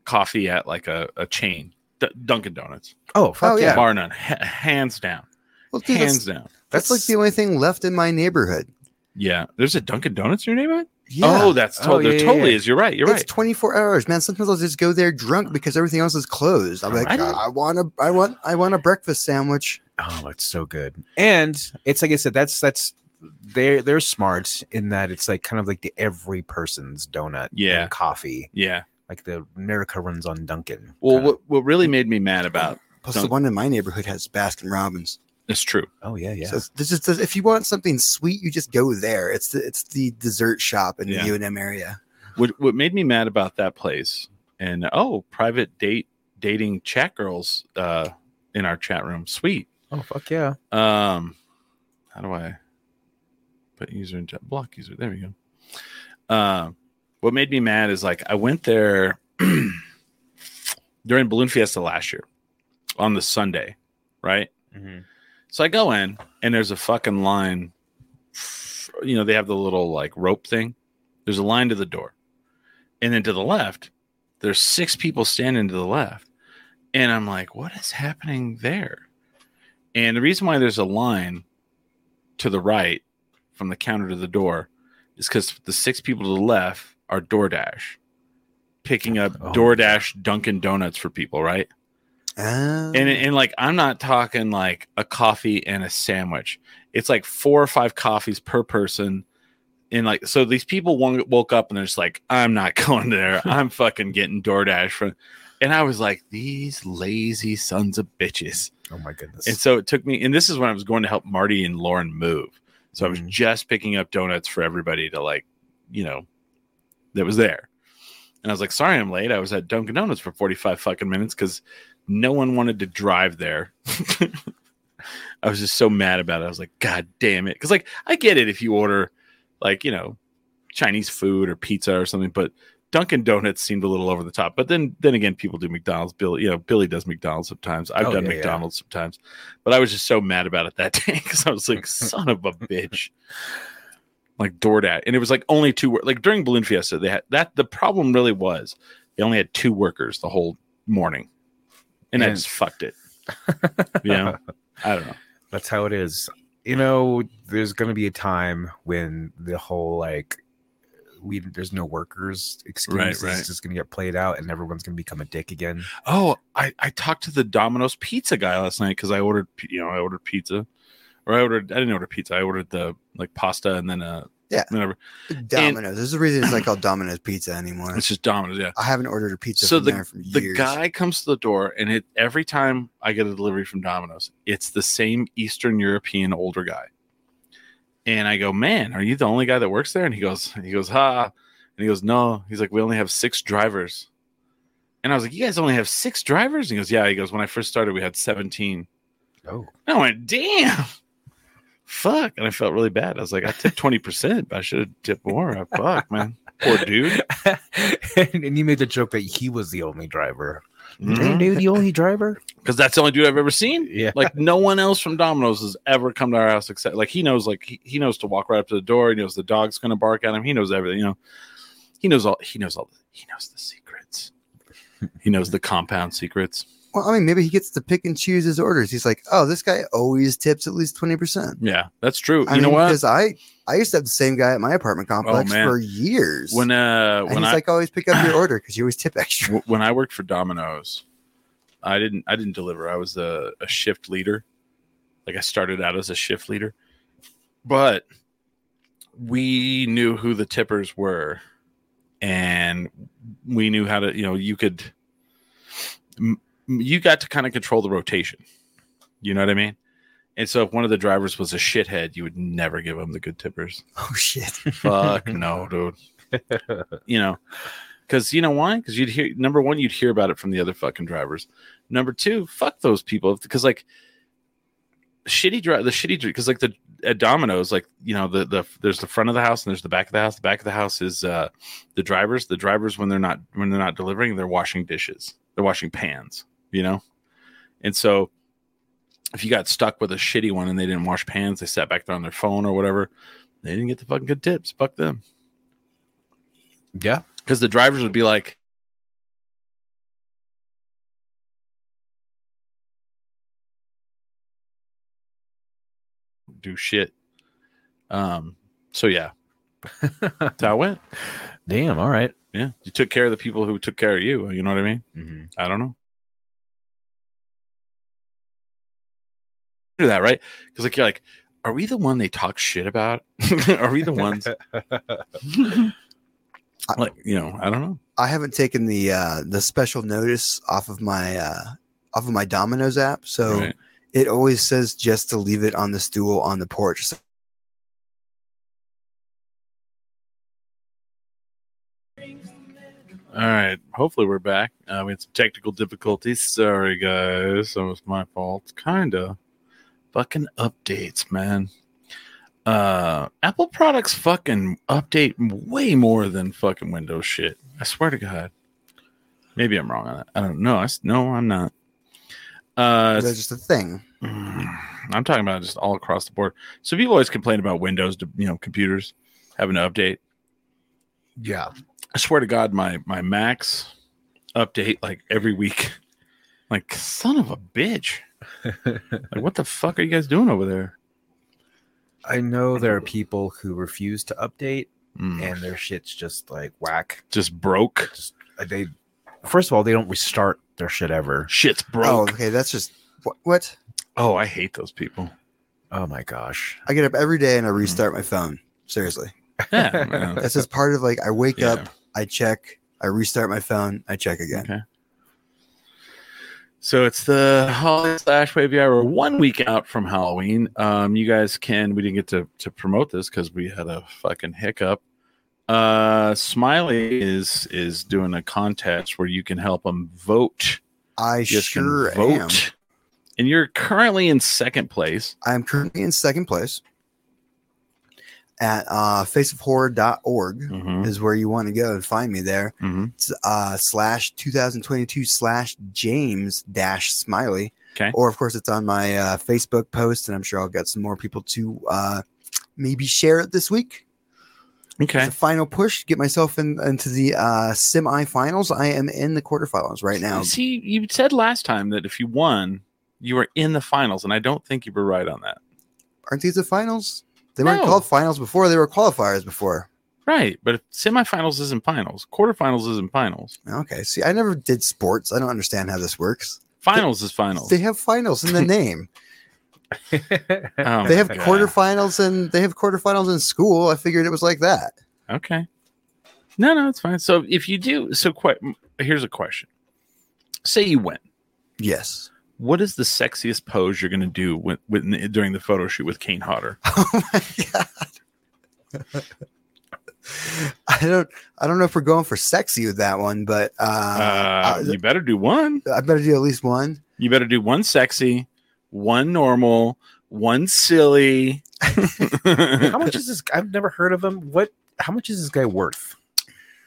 coffee at like a, a chain, D- Dunkin' Donuts, Oh, fuck Oh, yeah. yeah. bar none, ha- hands down, Well, dude, hands that's, down. that's like the only thing left in my neighborhood. Yeah, there's a Dunkin' Donuts in your neighborhood. Yeah. Oh, that's Oh, totally. yeah, there yeah, totally yeah. is. You're right. You're it's right. 24 hours, man. Sometimes I'll just go there drunk because everything else is closed. I'm like, I I, don't- want a, I want, I want a breakfast sandwich. Oh, it's so good. And it's like I said, that's that's they're they're smart in that it's like kind of like the every person's donut and Yeah. coffee. yeah. Like the America runs on Dunkin'. Well, kinda. what what really made me mad about Plus, Don't- the one in my neighborhood has Baskin Robbins. it's true. oh yeah, yeah. So this is the, if you want something sweet, you just go there. It's the, it's the dessert shop in Yeah. the UNM area. what what made me mad about that place and oh private date dating chat girls uh in our chat room sweet oh fuck yeah. um how do i put user in chat block user there we go um what made me mad is like i went there during balloon fiesta last year on the sunday right so I go in, and there's a fucking line. You know, they have the little like rope thing. There's a line to the door. And then to the left, there's six people standing to the left. And I'm like, what is happening there? And the reason why there's a line to the right from the counter to the door is because the six people to the left are DoorDash, picking up Oh. DoorDash Dunkin' Donuts for people, right? Ah. And and like I'm not talking like a coffee and a sandwich. It's like four or five coffees per person. And like so these people wo- woke up and they're just like, I'm not [laughs] going there. I'm fucking getting DoorDash from and I was like, these lazy sons of bitches. Oh my goodness. And so it took me, and this is when I was going to help Marty and Lauren move. So I was Mhm. just picking up donuts for everybody to like, you know, that was there. And I was like, sorry, I'm late. I was at Dunkin' Donuts for 45 fucking minutes because no one wanted to drive [laughs] there. I was just so mad about it. I was like, God damn it. Cause like I get it if you order like, you know, Chinese food or pizza or something, but Dunkin' Donuts seemed a little over the top. But then then again, people do McDonald's. Bill, you know, Billy does McDonald's sometimes. I've Oh, done yeah, yeah. McDonald's sometimes. But I was just so mad about it that [laughs] day because I was [laughs] like, son of a bitch. Like DoorDash. And it was like only two wor- like during Balloon Fiesta, they had that the problem really was they only had two workers the whole morning. And I And- just fucked [laughs] it. you know? I don't know. That's how it is. You know, there's going to be a time when the whole like we there's no workers excuse Right, right. is just going to get played out and everyone's going to become a dick again. [laughs] Oh, I, I talked to the Domino's pizza guy last night because I ordered p- you know I ordered pizza, or I ordered I didn't order pizza. I ordered the like pasta and then uh Yeah. then I- Domino's. There's a reason it's not called Domino's Pizza anymore. it's just Domino's. Yeah. I haven't ordered a pizza So from there for The years. guy comes to the door and it every time I get a delivery from Domino's, it's the same Eastern European older guy, and I go, man, are you the only guy that works there? And he goes, he goes, ha, and he goes, no. He's like, we only have six drivers, and I was like, you guys only have six drivers? And he goes, yeah. He goes, when I first started, we had seventeen. Oh, And I went, damn. Fuck. And I felt really bad. I was like, I tipped 20%, but I should have tipped more. I fuck, man. Poor dude. and, and you made the joke that he was the only driver. Because They knew the [laughs] only driver. Mm-hmm. that's the only dude I've ever seen. Yeah, Like no one else from Domino's has ever come to our house except like he knows like he, he knows to walk right up to the door. He knows the dog's gonna bark at him. He knows everything. You know, he knows all. He knows all. He knows the secrets. he knows the compound secrets. Well, I mean, maybe he gets to pick and choose his orders. He's like, oh, this guy always tips at least twenty percent. Yeah, that's true. [laughs] I you know mean, what? Oh, Because I I used to have the same guy at my apartment complex man. for years. When uh, and when he's I like, always pick [coughs] up your order because you always [laughs] tip extra. w- when I worked for Domino's, I didn't I didn't deliver. I was a, a shift leader. Like I started out as a shift leader. But we knew who the tippers were and we knew how to, you know, you could m- you got to kind of control the rotation. You know what I mean? And so if one of the drivers was a shithead, you would never give them the good tippers. Oh shit! Fuck no, dude. you know, because you know why? Because you'd hear number one, you'd hear about it from the other fucking drivers. Number two, fuck those people because like shitty drive the shitty because like the at Domino's like you know the the there's the front of the house and there's the back of the house. The back of the house is uh the drivers. The drivers when they're not when they're not delivering, they're washing dishes. They're washing pans. You know, and so. If you got stuck with a shitty one and they didn't wash pans, they sat back there on their phone or whatever they didn't get the fucking good tips. Fuck them. yeah. Because the drivers would be like, do shit. Um, so yeah, that's how it went. Damn. All right. Yeah. You took care of the people who took care of you. You know what I mean? Mhm. I don't know. Do that, right? Because like you're like, are we the one they talk shit about? [laughs] are we the ones like you know, I don't know. I haven't taken the uh, the special notice off of my uh, off of my Domino's app, so Right. it always says just to leave it on the stool on the porch. So All right. Hopefully we're back. Uh, we had some technical difficulties. Sorry, guys. That was my fault. Kinda. Fucking updates, man. Uh, Apple products fucking update way more than fucking Windows shit. I swear to God. Maybe I'm wrong on that. I don't know. I s- no, I'm not. Uh, that's just a thing. [sighs] I'm talking about just all across the board. So people always complain about Windows, you know, computers having to update. [laughs] Yeah. I swear to God, my my Max update like every week. [laughs] Like son of a bitch! Like what the fuck are you guys doing over there? I know there are people who refuse to update Mm. and their shit's just like whack. Just broke. Uh, They first of all, they don't restart their shit ever. Shit's Oh, broke. okay. That's just what, what Oh, I hate those people. Oh my gosh. I get up every day Mm-hmm. and I restart my phone. Seriously, Yeah, man. [laughs] that's just part of like I wake Yeah. up, I check, I restart my phone, I check again. Okay. So it's the Holiday Slash Wavy Hour, one week out from Halloween. Um, you guys can we didn't get to to promote this because we had a fucking hiccup. Uh, Smiley is is doing a contest where you can help them vote. I You guys can sure am. and you're currently in second place. I'm currently in second place at uh, faceofhorror.org Mhm, is where you want to go and find me there. mhm. It's, uh, slash 2022 slash James dash Smiley. 'Kay. Or of course it's on my uh, Facebook post, and I'm sure I'll get some more people to uh, maybe share it this week. Okay, It's a final push, get myself in, into the uh, semi-finals. I am in the quarterfinals right now. see, you said last time that if you won, you were in the finals, and I don't think you were right on that. Aren't these the finals? They weren't No. called finals before; they were qualifiers before. Right, but if semifinals isn't finals, quarterfinals isn't finals. Okay. See, I never did sports. I don't understand how this works. Finals is finals. They have [laughs] finals in the name. Oh they have my God. quarterfinals and they have quarterfinals in school. I figured it was like that. Okay. No, no, it's fine. So if you do, so quite, here's a question. Say you win. Yes. What is the sexiest pose you're going to do when, when, during the photo shoot with Kane Hodder? Oh my god. [laughs] I don't I don't know if we're going for sexy with that one, but [sighs] uh, Uh, I, you better do one. I better do at least one. You better do one sexy, one normal, one [laughs] silly. how much is this? I've never heard of him. What? How much is this guy worth?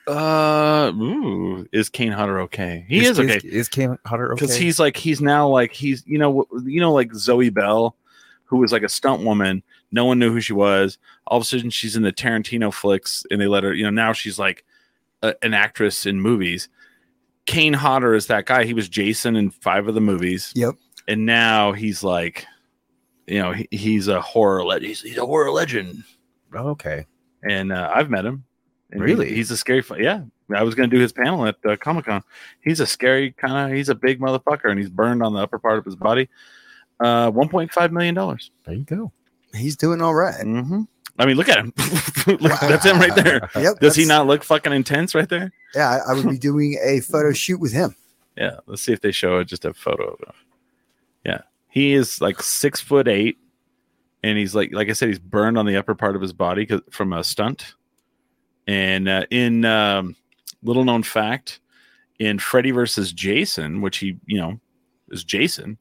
uh, ooh, is Kane Hodder okay? He is okay. Is, is Cam Hutter okay? because he's like he's now like he's you know wh- you know like Zoe Bell, who was like a stunt woman. No one knew who she was. All of a sudden, she's in the Tarantino flicks, and they let her. You know, now she's like a, an actress in movies. Kane Hodder is that guy. He was Jason in five of the movies. Yep. And now he's like, you know, he, he's a horror legend. He's, he's a horror legend. Oh, okay. And uh, I've met him. And he- Really? he's a scary. fu- Yeah. I was going to do his panel at uh, Comic Con. He's a scary kind of. He's a big motherfucker, and he's burned on the upper part of his body. Uh, one point five million dollars. There you go. He's doing all [laughs] right. hmm I mean, look at him. [laughs] Look, that's him right there. Yep. Does he that's- not look fucking intense right there? Yeah, I, I would [laughs] be doing a photo shoot with him. Yeah. Let's see if they show just a photo of him. Yeah, he is like six foot eight, and he's like, like I said, he's burned on the upper part of his body 'cause- from a stunt. And uh, in um, little known fact, in Freddy versus Jason, which he you know is Jason,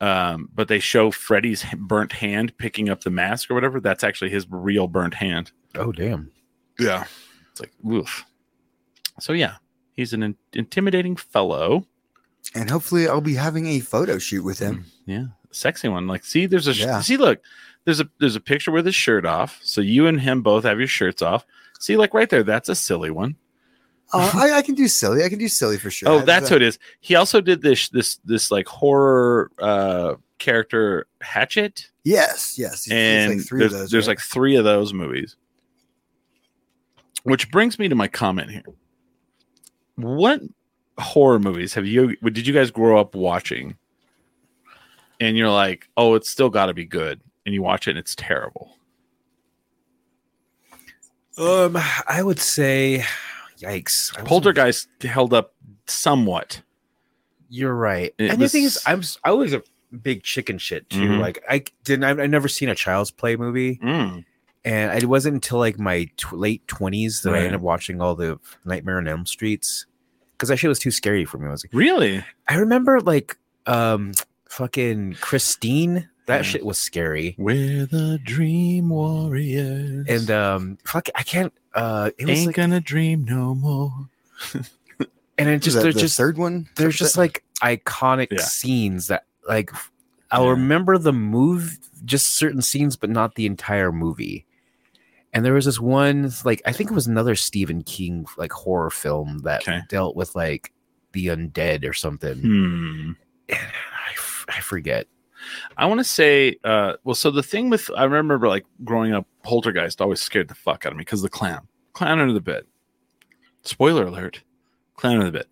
um, but they show Freddy's h- burnt hand picking up the mask or whatever. That's actually his real burnt hand. Oh damn. Yeah. It's like, oof. So, yeah, he's an in- intimidating fellow. And hopefully I'll be having a photo shoot with him. Yeah. Sexy one. Like, see, there's a, sh- Yeah. see, look, there's a, there's a picture with his shirt off. So you and him both have your shirts off. See, like right there, that's a silly one. [laughs] Uh, I, I can do silly. I can do silly for sure. Oh, that's what it is. He also did this, this, this like horror, uh, character Hatchet. Yes, yes. He's- he's and there's, there's right? like three of those movies which brings me to my comment here what horror movies have you what did you guys grow up watching and you're like oh it's still got to be good and you watch it and it's terrible Um, I would say, yikes. I wasn't- poltergeist held up somewhat You're right. It and the thing is, was- I'm s- I was a big chicken shit too. Mhm. Like I didn't. I, I never seen a child's play movie. Mm. and it wasn't until like my tw- late twenties that I Right. ended up watching all the Nightmare on Elm Streets because that shit was too scary for me. I was like, really I remember like um fucking Christine. That Yeah. shit was scary. we're the dream warriors And um fuck, I can't. Uh, it was ain't like, gonna dream no more and it Is just that they're the just third one. there's just like iconic Yeah. scenes that like I'll Yeah. remember the move just certain scenes but not the entire movie. And there was this one like I think it was another Stephen King like horror film that Okay. dealt with like the undead or something. hmm And [sighs] I, f- I forget. I want to say, uh, well, so the thing with I remember like growing up poltergeist always scared the fuck out of me because the clown, clown under the bed. Spoiler alert, clown under the bed.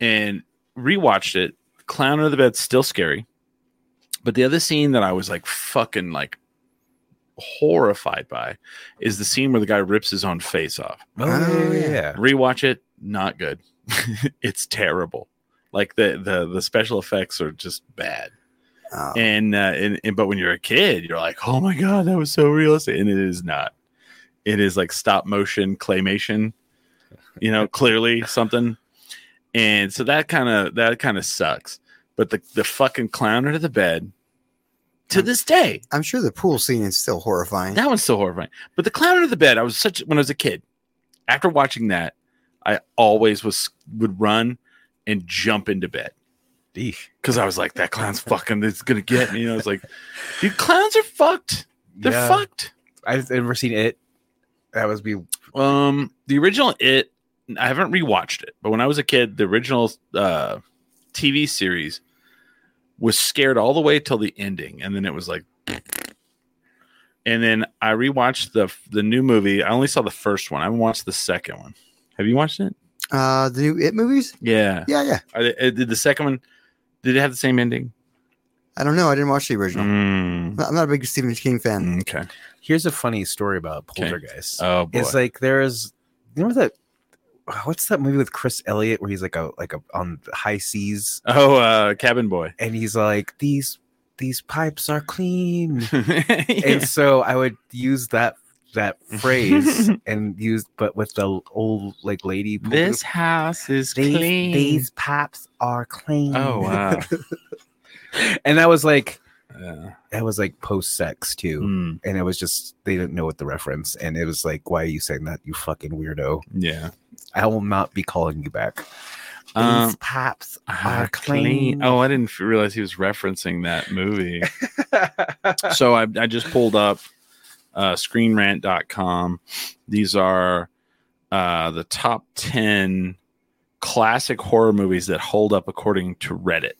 And rewatched it. Clown under the bed's still scary, but the other scene that I was like fucking like horrified by is the scene where the guy rips his own face off. Oh, yeah. Rewatch it, not [laughs] good. it's terrible. Like the the the special effects are just bad. Oh, And, uh, and and but when you're a kid, you're like, oh my god, that was so realistic, and it is not. It is like stop motion claymation, you know, clearly something. And so that kind of that kind of sucks. But the the fucking clown under the bed, to this day, I'm sure the pool scene is still horrifying. that one's so horrifying. But the clown under the bed, I was such when I was a kid. After watching that, I always was would run and jump into bed Eesh. because I was like, that clown's fucking. It's gonna get me. You know, it's like, dude, clowns are fucked. They're Yeah. fucked. I've never seen it. That was be Um, the original It, I haven't rewatched it, but when I was a kid, the original uh, TV series was scared all the way till the ending, and then it was like. And then I rewatched the the new movie. I only saw the first one. I haven't watched the second one. Have you watched it? Uh, the new It movies? Yeah. Yeah, yeah. Are they- uh, did the second one? Did it have the same ending? I don't know. I didn't watch the original. Mm, I'm not a big Stephen King fan. okay. Here's a funny story about Okay. Poltergeist. Oh boy. it's like there is you know that what's that movie with Chris Elliott where he's like a like a on high seas oh, uh, Cabin [laughs] Boy. and he's like these these pipes are [laughs] clean. Yeah. And so I would use that that [laughs] phrase and use but with the old like lady This house is these, clean. these pipes are clean. Oh [laughs] wow. and that was like Yeah. that was like post sex too. Mm, and it was just they didn't know what the reference and it was like why are you saying that you fucking weirdo yeah. i will not be calling you back Um, these paps ah, are clean. clean, Oh, I didn't f- realize he was referencing that movie. so I, I just pulled up uh, screenrant.com. These are uh, the top 10 classic horror movies that hold up according to Reddit.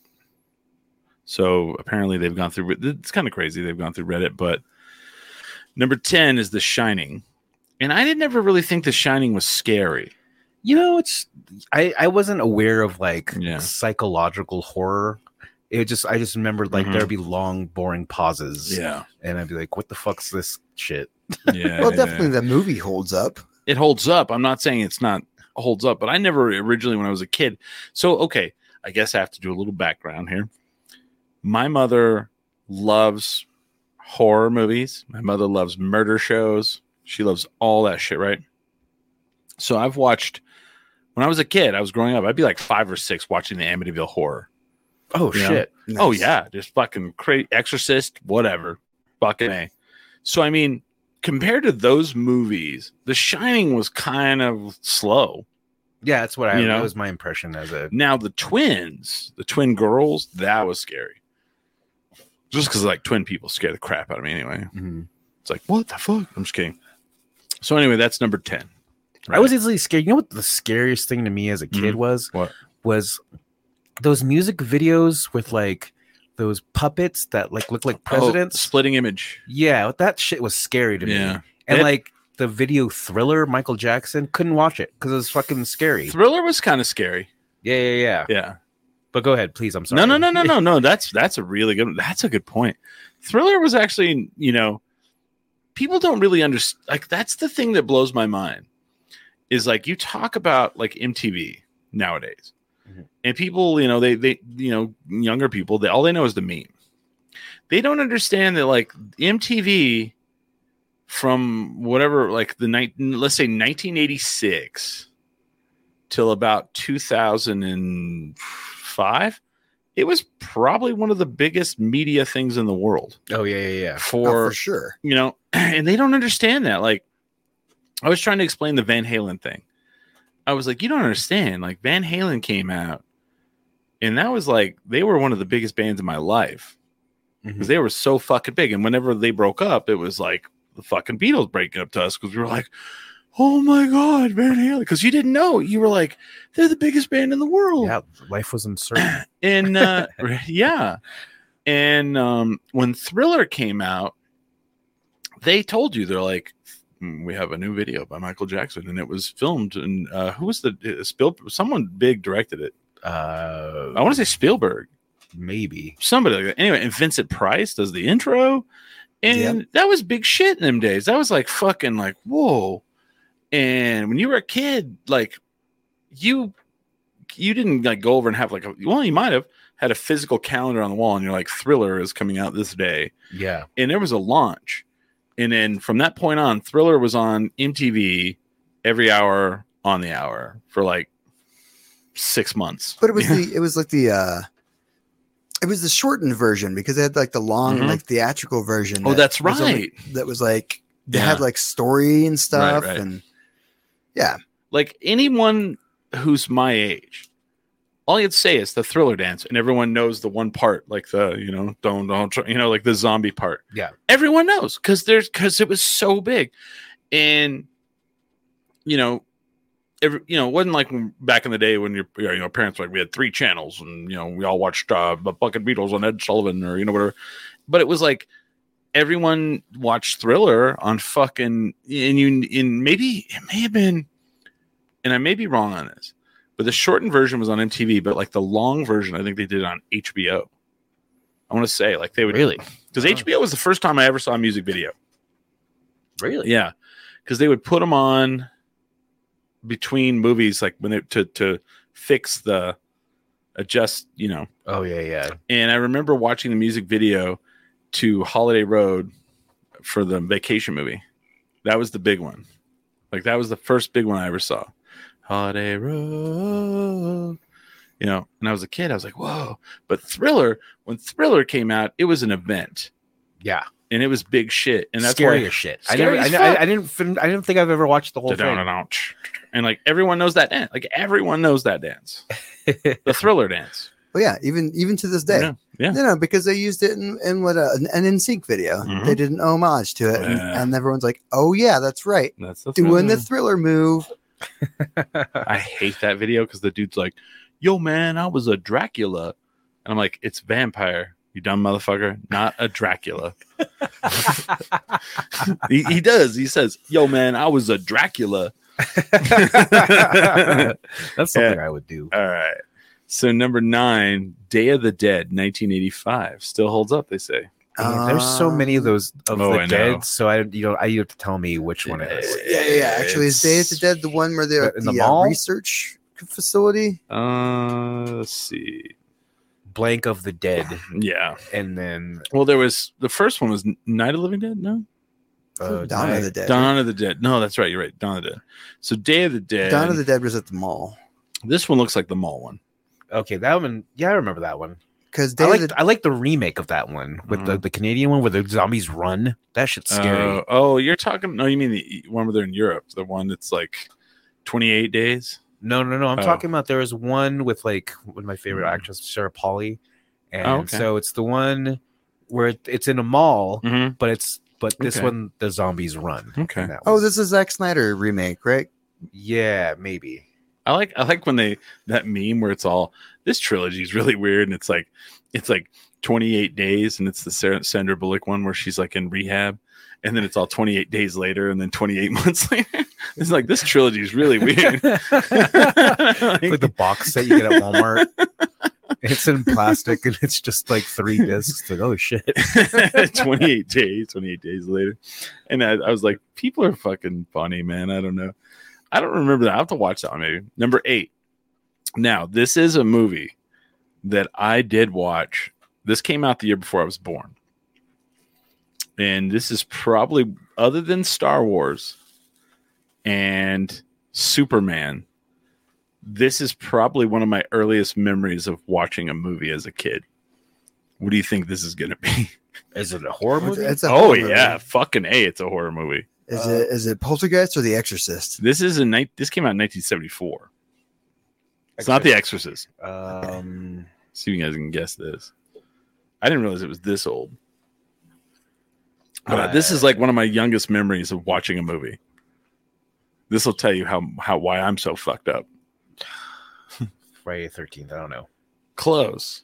So apparently they've gone through, it's kind of crazy. They've gone through Reddit, but number 10 is The Shining. And I didn't ever really think The Shining was scary. you know it's i i wasn't aware of like Yeah. psychological horror it just i just remembered like Mhm. there'd be long boring pauses Yeah. [laughs] and i'd be like what the fuck's this shit Mm. Yeah. Well, definitely the movie holds up. it holds up. I'm not saying it's not holds up, but I never originally when I was a kid. So okay, I guess I have to do a little background here. My mother loves horror movies. My mother loves murder shows. She loves all that shit, right? So I've watched when I was a kid, I was growing up, I'd be like 5 or 6 watching the Amityville horror. oh Yeah. shit Oh Nice. yeah, just fucking crazy Exorcist, whatever, fucking a. So I mean, compared to those movies, The Shining was kind of slow. yeah that's what i You know? that was my impression as a Now the twins, the twin girls, that was scary. Just because like twin people scare the crap out of me anyway. It's like what the fuck? I'm just kidding. So anyway, that's number ten. I was easily scared. You know what the scariest thing to me as a kid was? Mm-hmm. What? was those music videos with like those puppets that like look like Oh, presidents? splitting image. Yeah, that shit was scary to Yeah. me. And It- like the video Thriller, Michael Jackson couldn't watch it because it was fucking scary. Thriller was kind of scary. Yeah, yeah, yeah. Yeah. But go ahead, please. I'm No, sorry. no, no, no, no, no. That's that's a really good. That's a good point. Thriller was actually, you know, people don't really understand. Like that's the thing that blows my mind is like you talk about like MTV nowadays, Mhm. and people, you know, they they you know younger people, they all they know is the meme. They don't understand that like MTV from whatever like the night let's say 1986 till about 2005 it was probably one of the biggest media things in the world [laughs] Oh yeah, yeah, yeah. Oh, for for sure. you know [clears throat] and they don't understand that like i was trying to explain the van halen thing i was like you don't understand like van halen came out and that was like they were one of the biggest bands in my life Mm-hmm. because they Mhm. were so fucking big and whenever they broke up it was like the fucking beatles breaking up to us because we were like oh my god van halen because you didn't know you were like they're the biggest band in the world Yeah, life was uncertain. [clears throat] and uh, yeah and um, when thriller came out they told you they're like "Hmm, we have a new video by michael jackson and it was filmed and uh who was the uh, Spielberg, someone big directed it Uh, i want to say spielberg maybe. somebody like that anyway and vincent price does the intro and that was big shit in them days that was like fucking like whoa and when you were a kid like you you didn't like go over and have like a well you might have had a physical calendar on the wall and you're like thriller is coming out this day Yeah. and there was a launch. And then from that point on, Thriller was on MTV every hour on the hour for like six months. But it was the it was like the uh it was the shortened version because they had like the long Mhm. like theatrical version. [laughs] Oh, that that's was only- right. that was like they Yeah. had like story and stuff right. and Like anyone who's my age, all you'd say is the Thriller dance, and everyone knows the one part, like the you know don't don't try, you know like the zombie part. Yeah. everyone knows because there's because it was so big, and you know every, you know, it wasn't like when- back in the day when your you know parents were like we had three channels and you know we all watched uh, the fucking Beatles on Ed Sullivan or you know whatever, but it was like everyone watched Thriller on fucking and you in maybe it may have been, and I may be wrong on this, but the shortened version was on MTV, but like the long version I think they did on HBO. I want to say like they would Really? because Oh. HBO was the first time I ever saw a music video. Really? Yeah, because they would put them on between movies, like when it to to fix the adjust, you know. Oh yeah, yeah. And I remember watching the music video to Holiday Road for the Vacation movie. That was the big one. Like that was the first big one I ever saw. Holiday Road. You know, and I was a kid, I was like, whoa. But Thriller, when Thriller came out, it was an event Yeah. and it was big shit. And that's scary why as shit. Scary I as never. I, fuck. I, I didn't. Fin- I didn't think I've ever watched the whole thing. Da-da-da-da-ch. and like everyone knows that dance. Like everyone knows that dance, [laughs] [laughs] the thriller dance. well yeah, even even to this day. Yeah, yeah. No, no, because they used it in, in what uh, an- an in sync video. Mhm. They did an homage to it, and, Yeah. and everyone's like, "Oh yeah, that's right, That's the doing Thriller. the thriller move." I hate that video because the dude's like, "Yo, man, I was a Dracula," and I'm like, "It's vampire, you dumb motherfucker, not a Dracula." he, he does. He says, "Yo, man, I was a Dracula." That's something I would do. All right. So number nine, Day of the Dead, 1985, still holds up. They say. Man, There's so um, many of those of Oh, the I know. dead, so I you know I you have to tell me which one it is. Yeah, yeah. yeah. Actually, is Day of the Dead the one where they're at In the, the uh, mall? research facility? Uh, let's see. Blank of the dead, Yeah. and then Well, there was the first one was Night of the Living Dead. No, uh, Dawn Night- of the Dead. Oh, Dawn of the Dead. No, that's right. You're right. Dawn of the Dead. So Day of the Dead. Dawn of the Dead was at the mall This one looks like the mall one. Okay, that one. Yeah, I remember that one. because I Day like of the I like the remake of that one with the, Mhm. the Canadian one where the zombies run. That shit's scary. Uh, oh, you're talking. No, you mean the e, one where they're in Europe. The one that's like 28 days. no, no, no. I'm oh. talking about there was one with like one of my favorite Mhm. actress, Sarah Polly, and Oh, okay. so it's the one where it, it's in a mall, Mm-hmm. but it's but this Okay. one the zombies run. Okay. in that Oh, one. this is Zack Snyder remake, right? yeah, maybe. I like I like when they that meme where it's all this trilogy is really weird and it's like it's like 28 days and it's the Sarah, Sandra Bullock one where she's like in rehab and then it's all 28 days later and then 28 [laughs] months later. It's like this trilogy is really weird. Like the box set you get [laughs] at Walmart. it's in plastic and it's just like three discs. Like, oh shit. [laughs] 28 days, 28 days later. And I, I was like, people are fucking funny, man. I don't know. I don't remember that. I'll have to watch that one maybe. Number eight. Now, this is a movie that I did watch. This came out the year before I was born. And this is probably, other than Star Wars and Superman, this is probably one of my earliest memories of watching a movie as a kid. What do you think this is going to be? Is it a horror movie? It's a Oh horror yeah, movie. fucking a! It's a horror movie. Is it is it Poltergeist or The Exorcist? This is a night. This came out in 1974. It's not The Exorcist. Um, See if you guys can guess this. I didn't realize it was this old. But uh, this is like one of my youngest memories of watching a movie. This will tell you how how why I'm so fucked up. Friday Thirteenth. I don't know. Close.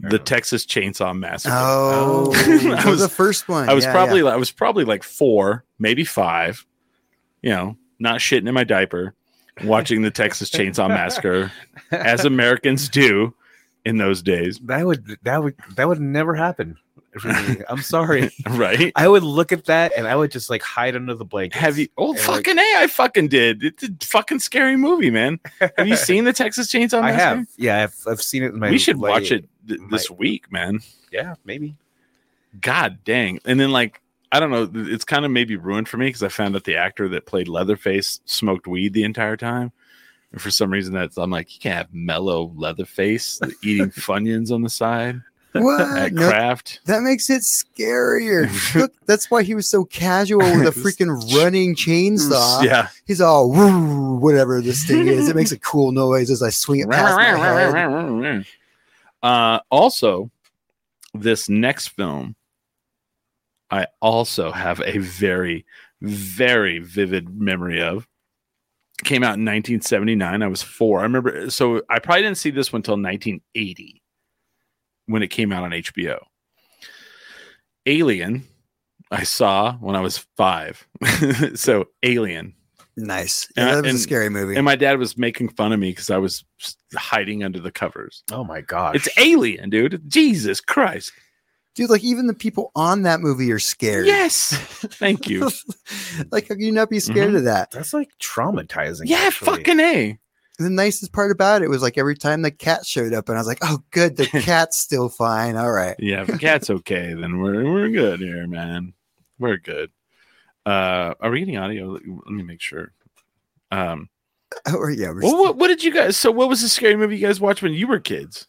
the Texas Chainsaw Massacre. Oh, [laughs] I that was was- the first one. I was Yeah, probably yeah. I was probably like four, maybe five. You know, not shitting in my diaper, watching the Texas [laughs] Chainsaw Massacre as Americans do in those days, that would that would that would never happen. for me. I'm sorry. right? I would look at that and I would just like hide under the blanket. Have you? Oh, And, like- fucking a! I fucking did. It's a fucking scary movie, man. Have you seen the Texas Chainsaw [laughs] I Massacre? have. Yeah, I've, I've seen it. In my we should like- watch it th- this my- week, man. Yeah, maybe. God dang! And then like I don't know, th- it's kind of maybe ruined for me because I found out the actor that played Leatherface smoked weed the entire time, and for some reason that's I'm like you can't have mellow Leatherface eating Funyuns on the side What? at No, Kraft. that makes [laughs] it scarier. Look, that's why he was so casual with a freaking running [laughs] chainsaw. Yeah, He's all "Woo," whatever this thing is. It [laughs] makes a cool noise as I swing it past my head. Uh, also, this next film, I also have a very, very vivid memory of. Came out in 1979. I was four. I remember. So I probably didn't see this one until 1980 when it came out on HBO. Alien, I saw when I was five. [laughs] so Alien, Nice. And Yeah, I- that was and- a scary movie. and my dad was making fun of me because I was hiding under the covers. Oh my gosh. It's Alien, dude. Jesus Christ. Dude, like even the people on that movie are scared. [laughs] Yes. Thank you. like, how can you not be scared Mm-hmm. of that? that's like traumatizing. yeah, actually. fucking A. The nicest part about it was like every time the cat showed up, and I was like, oh, [laughs] good, the cat's still fine. All right. Yeah, if the cat's okay, then we're we're good here, man. We're good. Uh are we getting audio? Let let me make sure. Um [laughs] Or yeah, we're well, what, what did you guys so what was the scary movie you guys watched when you were kids?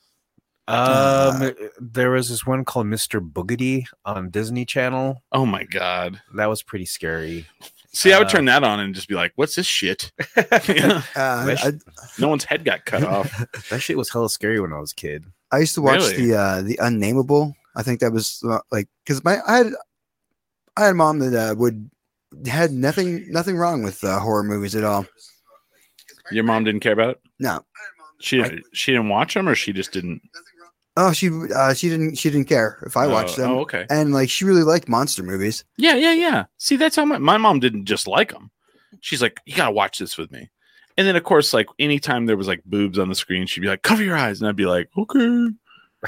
Um, there was this one called Mr. Boogedy on Disney Channel. Oh my god. That was pretty scary. See, I would Uh, turn that on and just be like, what's this shit? [laughs] Uh, Wish- I, no one's head got cut off. That shit was hella scary when I was a kid. I used to watch Really? the uh, the Unnameable. I think that was uh, like because my I had I had a mom that uh, would had nothing nothing wrong with uh, horror movies at all. Your mom didn't care about it? No, She I- she didn't watch them or she just didn't oh she uh, she didn't she didn't care if I Oh, watched them, Oh, okay. and like she really liked monster movies. Yeah, yeah, yeah. See, that's how my, my mom didn't just like them. She's like, you gotta watch this with me. And then, of course, like anytime there was like boobs on the screen, she'd be like, cover your eyes. And I'd be like, okay,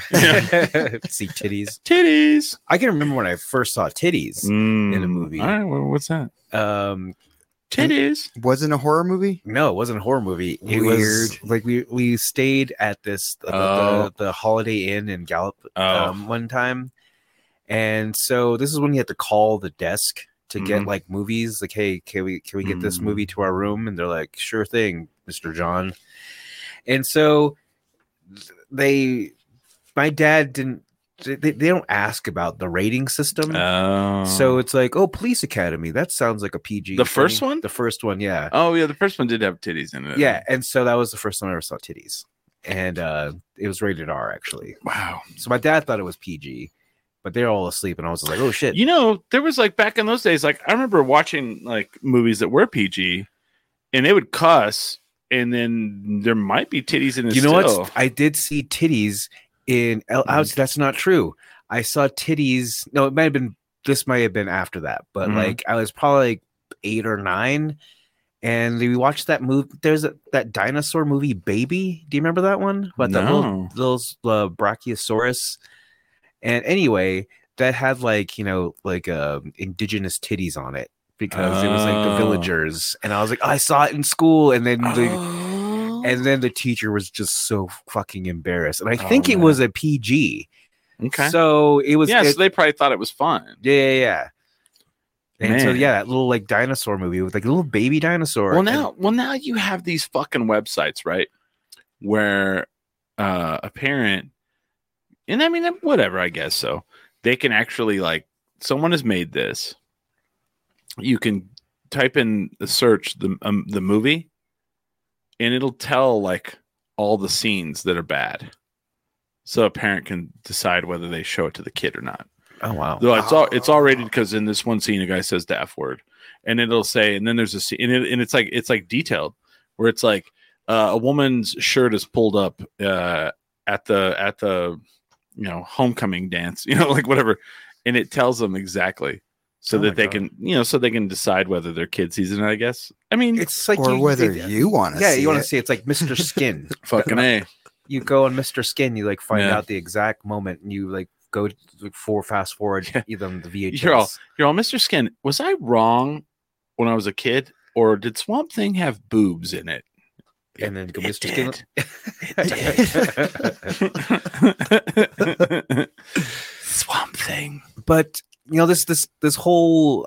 [laughs] See titties. titties. I can remember when I first saw titties. Mm, a movie. All right, well, what's that? Um, Titties. Wasn't a horror movie. no, it wasn't a horror movie. It was Weird. like we we stayed at this the, Oh. the, the Holiday Inn in Gallup Oh, um, one time, and so this is when you had to call the desk to get Mhm. like movies. Like, hey, can we can we get this Mm. movie to our room? And they're like, sure thing, Mister John. And so th- they, my dad didn't. They, they they don't ask about the rating system. oh. So it's like, oh, Police Academy. That sounds like a PG. The first thing. one? The first one, yeah, oh yeah, the first one did have titties in it. yeah. And so that was the first time I ever saw titties, and uh, it was rated R actually. Wow. So my dad thought it was PG, but they're all asleep, and I was just like, oh shit. You know, there was like back in those days, like I remember watching like movies that were PG, and they would cuss, and then there might be titties in it. you know still. what? I did see titties in El Mhm. Ouch, That's not true. I saw titties. No, it might have been this might have been after that, but Mhm. like I was probably like eight or nine, and we watched that movie. There's a, that dinosaur movie, Baby. Do you remember that one? About the No. little, little uh, brachiosaurus. And anyway, that had like you know like uh, indigenous titties on it because it was like the Oh. villagers, and I was like, "Oh, I saw it in school, and then the, Oh. and then the teacher was just so fucking embarrassed. And I Oh, think it man. was a PG. okay. So it was. yeah, it- so they probably thought it was fun. yeah, yeah, yeah. And so Man. yeah, that little like dinosaur movie with like a little baby dinosaur. Well, and- now, well, now you have these fucking websites, right? Where uh, a parent, and I mean, eh, whatever, I guess so. They can actually like someone has made this. You can type in the search the um, the movie, and it'll tell like all the scenes that are bad, so a parent can decide whether they show it to the kid or not. oh wow. No, it's all it's all rated because in this one scene a guy says the f word, and it'll say, and then there's a scene, and, it, and it's like it's like detailed where it's like uh, a woman's shirt is pulled up uh, at the at the you know, homecoming dance, [laughs] you know, like whatever. And it tells them exactly so Oh my that they God. can, you know, so they can decide whether their kid sees it, I guess. I mean, it's It's like or whether it- you want to yeah, see you want it. to see it's like Mr. Skin. [laughs] fucking A. you go on Mr. Skin, you like find Yeah. out the exact moment, and you like go to, like, for fast forward Yeah. either on the VHS. You're all- You're all, Mr. Skin, was I wrong when I was a kid or did Swamp Thing have boobs in it? and then go It Mr. Skin. did. [laughs] [laughs] It [laughs] Swamp Thing. but you know this this this whole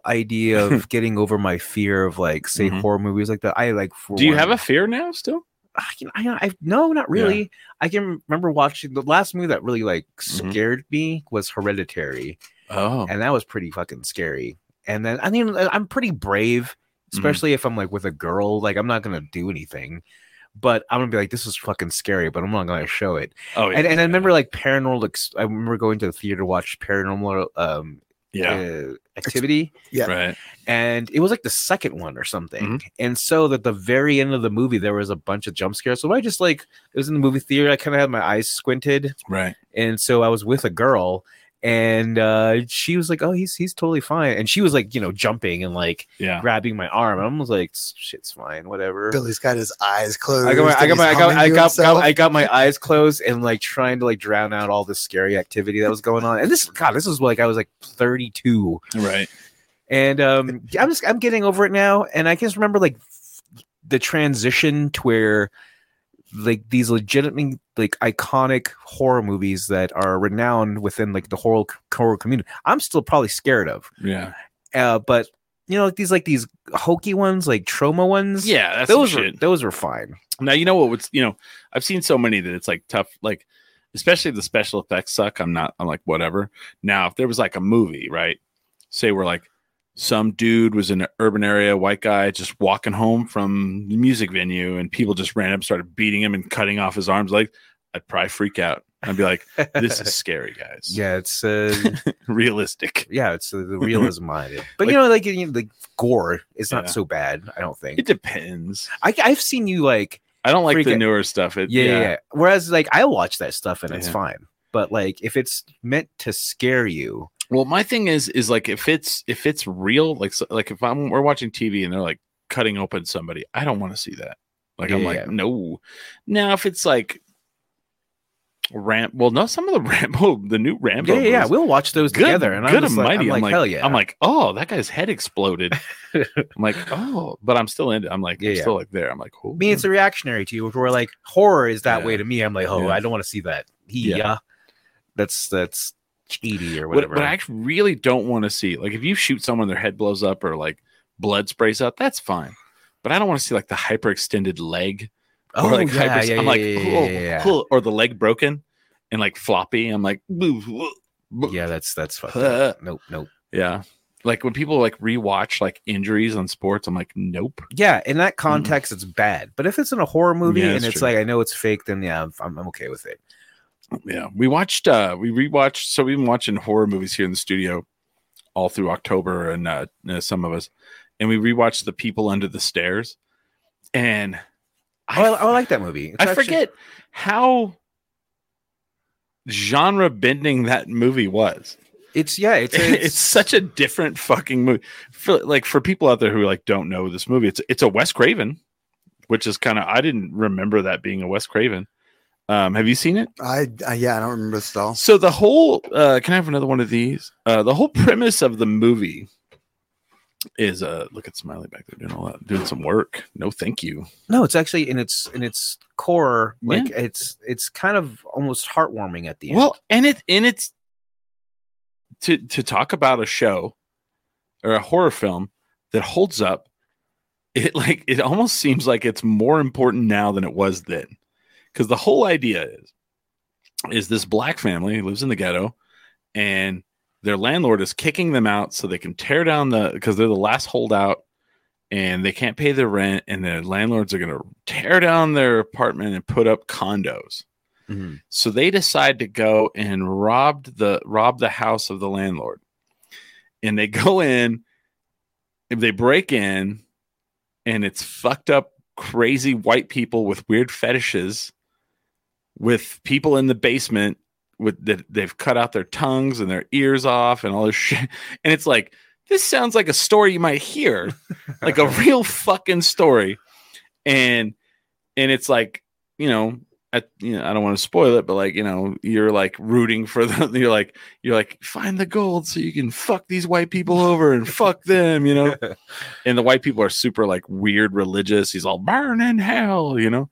[laughs] idea of getting over my fear of like say Mhm. horror movies like that. I like. For Do you one- have a fear now still? I, can- I, I no, not Yeah. really. I can remember watching the last movie that really like Mhm. scared me was Hereditary, Oh. and that was pretty fucking scary. And then I mean, I- I'm pretty brave, Mm-hmm. especially if I'm like with a girl. Like I'm not gonna do anything, but I'm gonna be like, this is fucking scary, but I'm not gonna show it. oh, yeah. and, and I yeah, remember like paranormal. Ex- I remember going to the theater to watch paranormal um Yeah. uh, activity Yeah. Right. and it was like the second one or something. Mm-hmm. And so that the very end of the movie, there was a bunch of jump scares. So I just like it was in the movie theater. I kind of had my eyes squinted, Right. and so I was with a girl, and uh, she was like, "Oh, he's he's totally fine," and she was like, you know, jumping and like Yeah. grabbing my arm. I was like, "Shit's fine, whatever." Billy's got his eyes closed. I got my, I and got my, I he's got, humming I to got, himself. I got my eyes closed and like trying to like drown out all the scary activity that was going on. And this, God, this was like I was like 32 Right. and um i'm just i'm getting over it now and i can just remember like the transition to where like these legitimate like iconic horror movies that are renowned within like the horror horror community i'm still probably scared of Yeah. uh but you know like these like these hokey ones like trauma ones Yeah. That's those some were shit. those were fine [laughs] Now you know what was you know, I've seen so many that it's like tough, like especially if the special effects suck. I'm not I'm like whatever. Now, if there was like a movie, right? Say we're like some dude was in an urban area, white guy just walking home from the music venue and people just ran up and started beating him and cutting off his arms like I'd probably freak out. I'd be like, this [laughs] is scary, guys. yeah [laughs] it's uh Realistic. yeah it's uh, the realism behind it but Like- you know like you know, like gore is not Yeah. so bad i don't think It depends. I, i've seen you like I don't like Freak the it. newer stuff. It, yeah, yeah. yeah. Whereas like I watch that stuff and it's Yeah. fine. But like if it's meant to scare you, Well, my thing is, is like if it's if it's real, like so, like if I'm we're watching TV and they're like cutting open somebody, I don't want to see that. Like I'm Yeah, like yeah. no. Now if it's like Ram, well, no, some of the [laughs] Rambo, the new Rambo, yeah, yeah, yeah, movies, we'll watch those good, together. And good I'm, just like, almighty, I'm like, hell yeah, I'm like, oh, that guy's head [laughs] exploded. I'm like, oh, but I'm still in it. I'm like, Yeah, I'm yeah. still like there. I'm like, oh, me, it's a reactionary to you, where like horror is that Yeah. way to me. I'm like, oh, Yeah. I don't want to see that. Yeah. Yeah, that's that's cheaty or what, whatever. what I actually really don't want to see. Like if you shoot someone, their head blows up or like blood sprays out, that's fine. But I don't want to see like the hyperextended leg oh, or like yeah, hyper, yeah, I'm like, yeah, yeah, "Oh, yeah, yeah, cool," or the leg broken and like floppy. I'm like, "Boo, woo, yeah. boo." Yeah, [laughs] that's that's fucked Uh, up. Nope, nope. yeah. Like when people like rewatch like injuries on sports, I'm like, nope. Yeah, in that context, it's bad. But if it's in a horror movie Mm-hmm. Yeah, and that's it's true. like I know it's fake, then yeah, I'm, I'm I'm okay with it. Yeah, we watched. uh We rewatched. So we've been watching horror movies here in the studio all through October, and uh, uh, some of us, and we rewatched The People Under the Stairs, and Oh, I, I like that movie. It's I actually- forget how genre bending that movie was. [laughs] It's yeah, it's it's, such a different fucking movie. For, like for people out there who like don't know this movie, it's it's a Wes Craven, which is kind of I didn't remember that being a Wes Craven. Um, have you seen it? I, I- yeah, I don't remember this at all. So the whole uh, can I have another one of these? Uh, the whole premise of the movie is uh look at Smiley back there doing all that doing some work. No, thank you. No, it's actually in its in its core, Yeah. like it's it's kind of almost heartwarming at the end. Well, and it and it's to to talk about a show or a horror film that holds up. It [laughs] like it almost seems like it's more important now than it was then, because the whole idea is is this black family lives in the ghetto, and their landlord is kicking them out so they can tear down the because they're the last holdout and they can't pay their rent and their landlords are going to tear down their apartment and put up condos Mhm. so they decide to go and robbed the rob the house of the landlord. And they [laughs] go in, if they break in, and it's fucked up, crazy white people with weird fetishes, with people in the basement with that they've cut out their tongues and their ears off and all this [laughs] shit. And it's like this sounds like a story you might [laughs] hear, like a real fucking story. And and it's like you know. I, you know, I don't want to spoil it, but like you know, you're like rooting for [laughs] them. You're like, you're like, find the gold so you can fuck these white people over and [laughs] fuck them, you know and the white people are super like weird religious. He's all burn in hell, you know.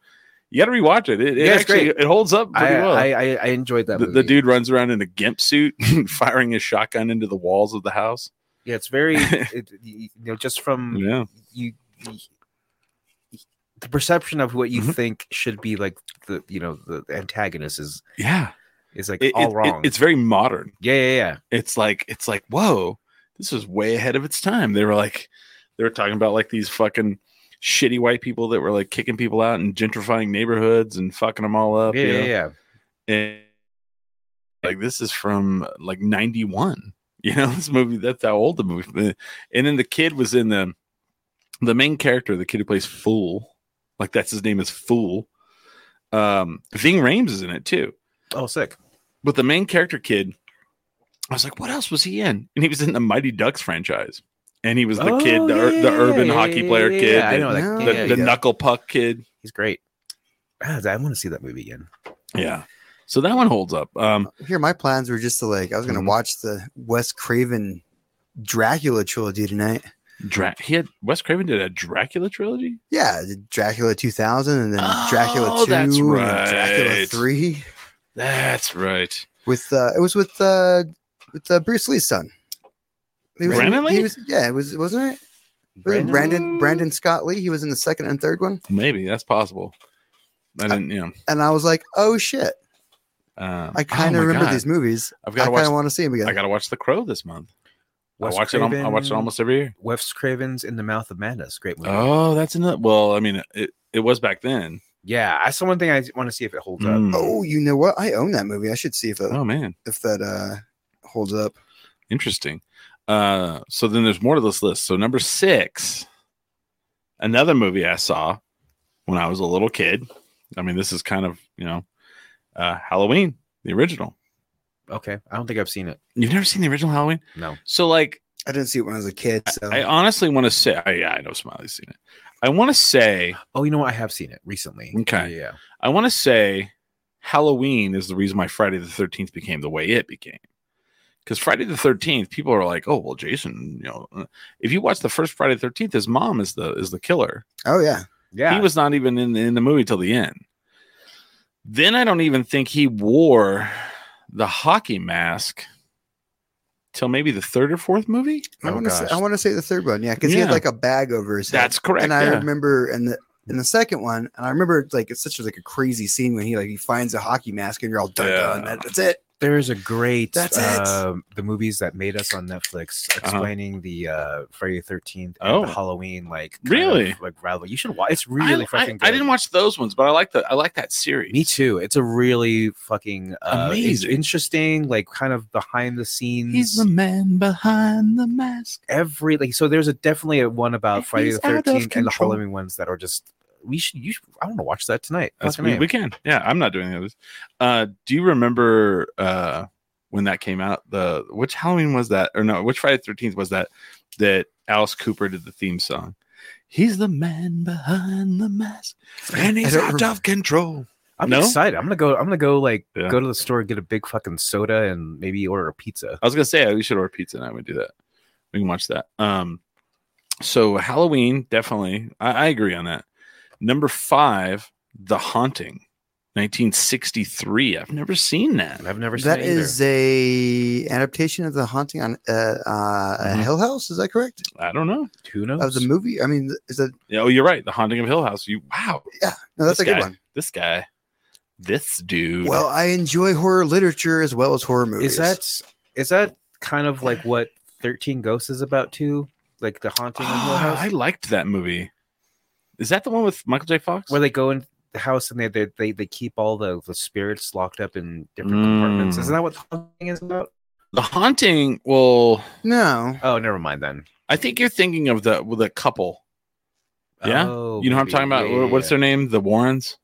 You got to rewatch it. It, it Yeah, it's actually great. it holds up pretty I, well. I, I I enjoyed that. the, movie. the dude runs around in a gimp suit, [laughs] firing his shotgun into the walls of the house. Yeah, [laughs] it's very it, you know just from Yeah, you, you- the perception of what you Mhm. think should be like the you know the antagonist is yeah. is like It- all it- it- wrong. it's very modern. yeah, yeah, yeah. It's like it's like whoa, this is way ahead of its time. They were like, they were talking about like these fucking shitty white people that were like kicking people out and gentrifying neighborhoods and fucking them all up. yeah, you yeah, know? yeah. and like this is from like 91 [laughs] you know this movie that's how old the movie and then the kid was in the the main character the kid who plays fool like that's his name is fool um ving rames is in it too Oh, sick. but the main character kid i was like what else was he in and he was in the mighty ducks franchise and he was the Oh, kid the, ur- the urban hockey player kid I the, know that. that- the, Oh, yeah, yeah, the yeah. knuckle puck kid He's great. God, I want to see that movie again. yeah so that one holds up um Here, my plans were just to like I was gonna Mhm. watch the Wes Craven Dracula trilogy tonight. Dra- he had Wes Craven did a Dracula trilogy. Yeah, the Dracula 2000 and then Dracula Oh, 2 that's and then Dracula right. 3 That's right. with uh it was with uh with uh, Bruce Lee's son. He was, Brandon Lee? he was yeah, it was wasn't it? Was it Brandon Brandon Scott Lee, he was in the second and third one. Maybe that's possible. I didn't, you know. And I was like, "Oh shit. Um, I kind oh my of remember God. these movies. I've I got to kind of watch. want to see them again." I got to watch The Crow this month. Wes I watch it. al- I watch it Craven- almost every year. Wes Craven's In the Mouth of Madness. Great movie. Oh, that's another. Well, I mean, it, it was back then. Yeah, I saw one thing I want to see if it holds up. Mm. oh, you know what? I own that movie. I should see if that oh man, if that uh holds up. interesting. Uh, so then there's more to this list. So number six, another movie I saw when I was a little kid. I mean, this is kind of you know, uh, Halloween, the original. Okay, I don't think I've seen it. You've never seen the original Halloween? No. So like I didn't see it when I was a kid, so I honestly want to say I, yeah, I know Smiley's seen it. I want to say Oh, you know what? I have seen it recently. Okay. Yeah. I want to say Halloween is the reason why Friday the 13th became the way it became. Cuz Friday the 13th people are like, "Oh, well Jason, you know, uh," if you watch the first Friday the 13th his mom is the is the killer. Oh yeah, Yeah. He was not even in in the movie till the end. Then I don't even think he wore the hockey mask till maybe the third or fourth movie. I Oh, want to. Say, I gosh. want to say the third one. Yeah, because he had Yeah. like a bag over his head. That's correct. and I yeah. remember in the in the second one, and I remember like it's such like a crazy scene when he like he finds a hockey mask and you're all done. Yeah. done that, that's it. There is a great That's it. um, the movies that made us on Netflix explaining the uh, Friday the Thirteenth and Uh-huh. Oh. the Halloween like kind Really? of, like rival. You should watch. It's really I, fucking. I, good. I didn't watch those ones, but I like the I like that series. Me too. It's a really fucking uh, in- Amazing. interesting, like kind of behind the scenes. man behind the mask. every like so there's a definitely a one about He's Friday the out of Thirteenth and the control. Halloween ones that are just we should you should, I want to watch that tonight. That's Fucking we, A. we can. Yeah, I'm not doing the others. Uh, do you remember uh, when that came out? The which Halloween was that, or no, which Friday Thirteenth was that? That Alice Cooper did the theme song. He's the man behind the mask, and I he's don't out remember. of control. I'm No? excited. I'm gonna go. I'm gonna go like Yeah. go to the store, get a big fucking soda, and maybe order a pizza. I was gonna say we should order pizza and I would do that. We can watch that. Um, so Halloween definitely, I, I agree on that. Number five, The Haunting, 1963. I've never seen that. And I've never seen That it either. is a adaptation of the haunting on uh, uh, Mm-hmm. Mhm. Hill House. Is that correct? I don't know. Who knows? Of the movie? I mean, is that Yeah, Oh, you're right. The Haunting of Hill House. You wow, yeah? No, that's This a guy. good one. this guy, this dude. Well, I enjoy horror literature as well as horror movies. is that is that kind of like what Thirteen Ghosts is about too? Like the haunting of Hill Ah, I House, liked that movie. Is that the one with Michael J. Fox? where they go in the house and they they they, they keep all the, the spirits locked up in different Mm. compartments. Isn't that what the haunting is about? the Haunting. Well, no? Oh, never mind then. I think you're thinking of the with the couple. Yeah? Oh, you know what I'm maybe. talking about? Yeah, yeah, What's yeah. their name? The Warrens.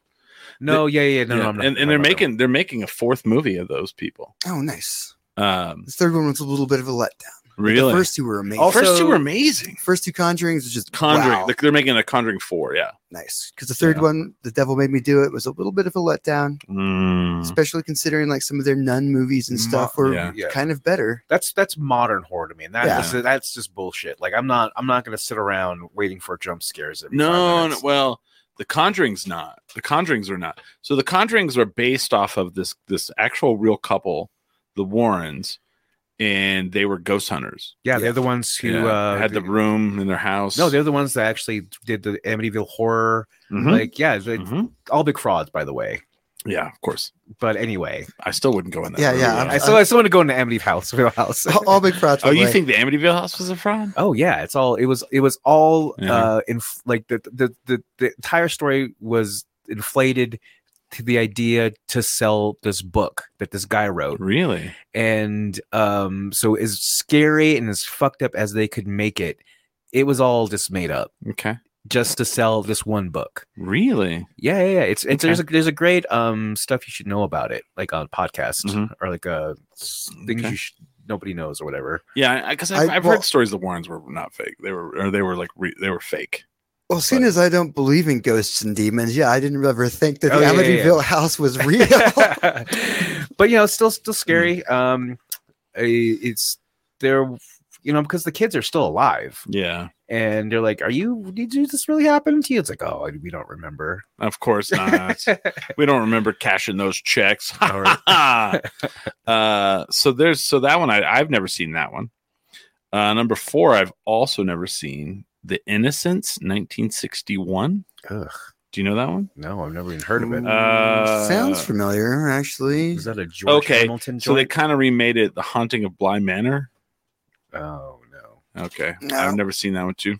No, yeah, yeah, no, Yeah, no, I'm not. and, and no, they're no, no. making they're making a fourth movie of those people. Oh, nice. Um, This third one was a little bit of a letdown. really, The first two were amazing. Oh, first also- two were amazing. first two Conjurings was just Conjuring, wow, like, they're making a Conjuring four. Yeah, nice. Because the third Yeah. one, The Devil Made Me Do It, was a little bit of a letdown, Mm-hmm. Mm, especially considering like some of their nun movies and Mo- stuff were yeah. Mm, Yeah. kind of [laughs] better. that's that's modern horror to me, and that, Yeah. that's that's just bullshit. Like I'm not I'm not gonna sit around waiting for jump scares. Every five No, no, minutes. well, the Conjuring's not. The Conjuring's are not. So the Conjuring's are based off of this this actual real couple, the Warrens, and they were ghost hunters. yeah, they're the ones who Yeah, uh, had the room in their house. no, they're the ones that actually did the Amityville horror. Mm-hmm. Mhm, Like, yeah, it's- it's mhm. all big frauds, by the way. yeah, of course. But anyway, I still wouldn't go in that. Yeah, room, yeah, to be I'm- I honest. still I still want to go into Amityville house. [laughs] Real house. All, all big frauds. oh, were you like- think the Amityville house was a fraud? Oh yeah, it's all it was it was all Yeah. uh in like the, the the the entire story was inflated to the idea to sell this book that this guy wrote Really? and um so as scary and as fucked up as they could make it it was all just made up Okay. just to sell this one book Really? yeah yeah, yeah. it's it's Okay. there's a there's a great um stuff you should know about it like on podcast Mhm. or like uh s- things Okay. you sh- nobody knows [laughs] or whatever Yeah, because I've, I- I've well- heard stories the Warrens were not fake. They were, or they were like re, they were fake. Well, seeing as I don't believe in ghosts and demons, yeah, I didn't ever think that Oh, the yeah, yeah, yeah. Amityville house [laughs] was real. but you know, it's still still scary. Mm. Um, I- it's they're you know because the kids are still alive, Yeah, and they're like, "Are you? Did you, this really happen to you?" It's like, "Oh, we don't remember." of [laughs] course not. we don't remember cashing those checks. [laughs] All right. uh, so there's so that one I, I've never seen that one. Uh, number four, I've also never seen The Innocents, 1961. Ugh. Do you know that one? No, I've never even heard of it. Is [laughs] Mm, Uh, sounds familiar, actually. that a George okay, Hamilton So they joint? kind of remade it, The Haunting of Bly Manor. oh no. Okay, No. I've never seen that one too.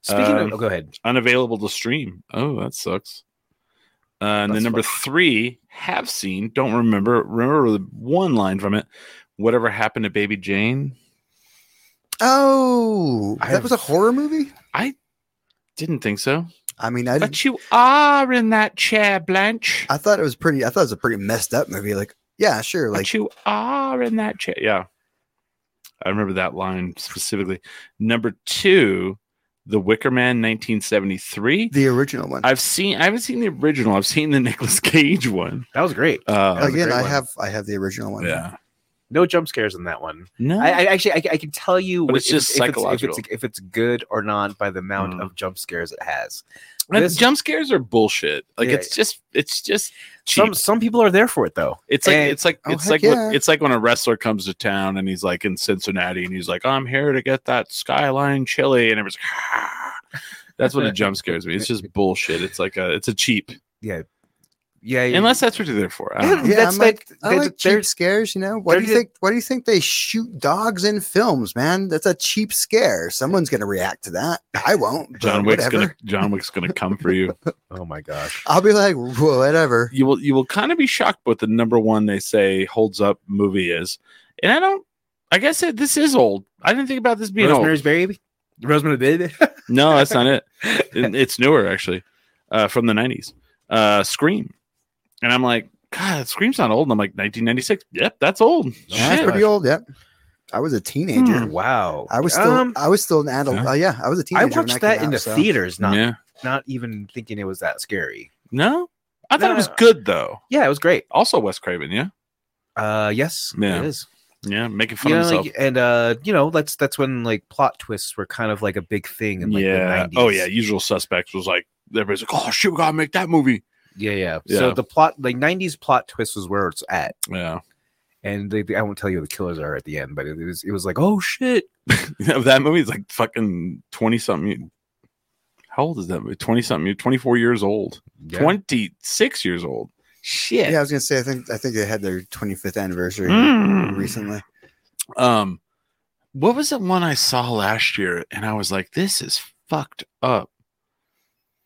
Speaking Um, of, oh, go ahead. unavailable to stream. Oh, that sucks. Uh, and then That's number three, have seen, don't remember. Remember the one line from it. Whatever happened to Baby Jane? Oh, I that was a have- horror movie. Didn't think so. I mean, I didn't, But you are in that chair, Blanche. I thought it was pretty. I thought it was a pretty messed up movie. Like, yeah, sure. Like, but you are in that chair. Yeah. I remember that line specifically. Number two, The Wicker Man, 1973. the original one. I've seen, I haven't seen the original. I've seen the [laughs] Nicolas Cage one. That was great. Uh, was a Again, great I one. have I have the original one. yeah. No jump scares in that one. No. I, I actually I, I can tell you But what- it's if- just if if psychological. it's, if it's good or not by the amount Mm. of jump scares it has. And This- jump scares are bullshit. Like Yeah. it's just it's just cheap. Some some people are there for it though. it's like and- it's like oh, it's like heck when- yeah. it's like when a wrestler comes to town and he's like in Cincinnati and he's like, I'm here to get that skyline chili, and everyone's like, "Ah." that's what a jump scares me. It's just bullshit. It's like a it's a cheap. Yeah. Yeah. Unless that's what you're there for. I don't know. Yeah, That's I'm like, like- I there's- like cheap there's- scares. You know, why do there you did- think? Why do you think they shoot dogs in films, man? That's a cheap scare. Someone's gonna react to that. I won't. [laughs] but John Wick's whatever. gonna John Wick's gonna come for you. oh my gosh. I'll be like, "Whoa, whatever. [laughs] You will you will kind of be shocked what the number one they say holds up movie is, and I don't. I guess it, this is old. I didn't think about this being old. Rosemary's Baby. Rosemary's Baby. [clears throat] [laughs] No, that's not it. It- It's newer actually, uh, from the '90s. Uh, Scream, and I'm like, God, Scream's not old. And I'm like, 1996. Yep, that's old. Yeah, that's Shit. pretty old. Yep. I was a teenager. wow. I was still. Um, I was still an adult. Hmm. yeah. Uh, yeah, I was a I teenager. when watched came that in out, the so- theaters, not yeah. not even thinking it was that scary. No, I thought it was No. good though. Yeah, it was great. Also, Wes Craven. Yeah, Uh, yes, Yeah. it is. yeah, making fun You know, of himself. like, and uh, you know, that's that's when like plot twists were kind of like a big thing in like yeah. the 90s. Oh yeah. Usual Suspects was like everybody's like, oh shoot, we gotta make that movie. yeah, yeah, Yeah. So the plot, like '90s plot twist, was where it's at, Yeah, and they, I won't tell you who the killers are at the end, but it, was it was like, oh shit, Of [laughs] that movie is like fucking twenty something. How old is that movie? Twenty something. Twenty four years old. Yeah. Twenty six years old. Shit. Yeah, I was gonna say. I think. I think they had their 25th anniversary Mm. recently. Um, what was that one I saw last year? And I was like, this is fucked up.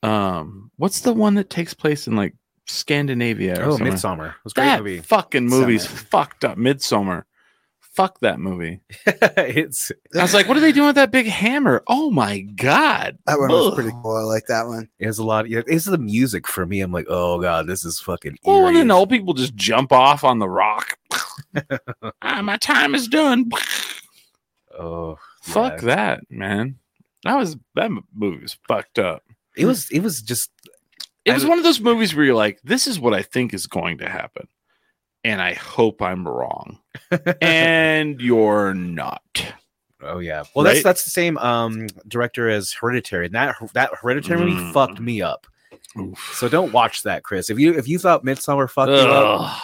Um, what's the one that takes place in like Scandinavia? Or Oh, somewhere? Midsummer was a great That movie. fucking movie's Midsommar. fucked up. Midsummer. fuck that movie. [laughs] it's I was like, what are they doing with that big hammer? Oh my god. That one was Ugh. pretty cool. I like that one. it has a lot. yeah, It's the music for me. I'm like, oh god, this is fucking. Well, and eerie. then old people just jump off on the [laughs] rock. ah, my time is done. Oh, Fuck Yeah. that, man. That was that movie was fucked up. it was. It was just. It I was don't- one of those movies where you're like, this is what I think is going to happen. And I hope I'm [laughs] wrong. and you're not. Oh yeah. Well, that's Right? that's the same um director as Hereditary, and that that Hereditary movie Mm. fucked me up. Oof. So don't watch that, Chris. If you if you thought Midsummer fucked you up, Ugh.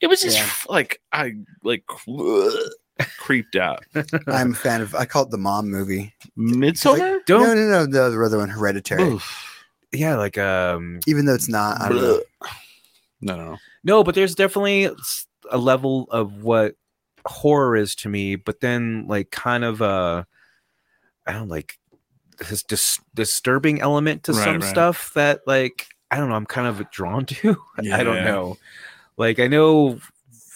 It was just Yeah. f- like I like [laughs] creeped [laughs] out. I'm a fan of. I call it the mom movie. Midsummer? No, don't. no, no, no the other one, Hereditary. Oof. Yeah, like um. Even though it's not, I don't know. No, no, no. No, but there's definitely s- a level of what horror is to me, but then like kind of uh I don't know, like this dis- disturbing element to Right, some right. stuff that like I don't know, I'm kind of drawn [laughs] to. I Yeah. don't know. Like I know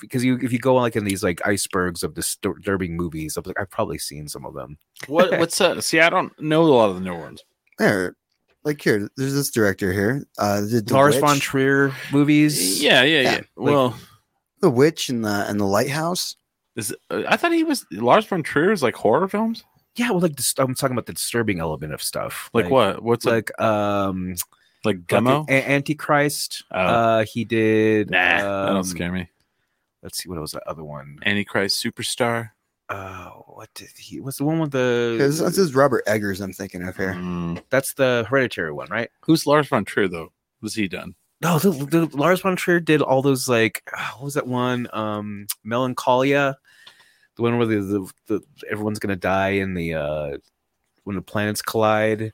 because you if you go like in these like icebergs of distur- disturbing movies, I've, I've probably seen some of them. [laughs] What what's that? See, I don't know a lot of the new ones. There, like here, there's this director here. Uh, did the Lars Witch, von Trier movies. Yeah, yeah, yeah. yeah, well, the witch, and the and the lighthouse. is uh, I thought he was Lars von Trier is like horror films. Yeah, well like dis- I'm talking about the disturbing element of stuff. Like, what? What's like Like um a, like demo? Like, a- Antichrist. Oh. Uh, he did. nah, that um, don't scare me. Let's see what was the other one. Antichrist superstar. Uh, what did he? What's the one with 'Cause This the? is Robert Eggers. I'm thinking of here. Mm. That's the hereditary one, right? Who's Lars von Trier though? What's he done? No, the, the Lars von Trier did all those like ah, what was that one? Um, Melancholia, the one where the, the, the everyone's gonna die in the uh when the planets collide.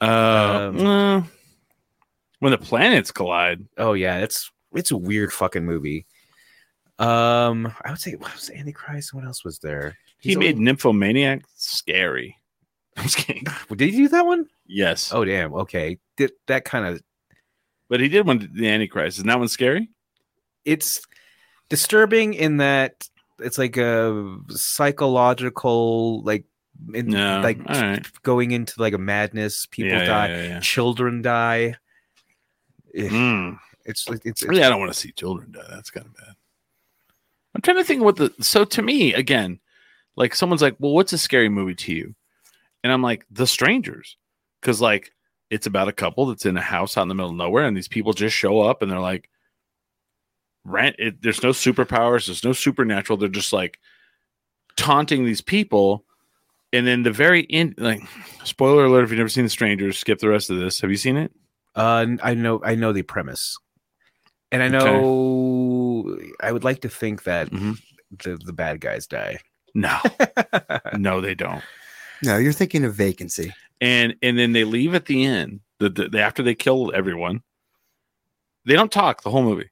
Uh, Um, uh, when the planets collide. Oh yeah, it's it's a weird fucking movie. Um, I would say what was Antichrist? What else was there? He He's made Nymphomaniac scary. [laughs] I'm just kidding. Well, Did you do that one? Yes, Oh damn. Okay. Did that kind of but he did one. The Antichrist isn't that one scary? it's disturbing in that it's like a psychological like in, No, like all right. going into like a madness, people Yeah, yeah, die, yeah, yeah. children die. Eh, Mm. It's like it's, it's Really, I don't want to see children die. That's kind of bad. I'm trying to think what the so to me again, like someone's like, well, what's a scary movie to you? And I'm like, The Strangers, because like it's about a couple that's in a house out in the middle of nowhere, and these people just show up and they're like, rent. It, there's no superpowers. There's no supernatural. They're just like taunting these people. And then the very end, like, spoiler alert: if you've never seen The Strangers, skip the rest of this. Have you seen it? uh n- I know I know the premise. And I Okay. know I would like to think that Mhm. the, the bad guys die. No, no, they don't. No, you're thinking of Vacancy. and and then they leave at the end the, the, the- after they kill everyone they don't talk the whole movie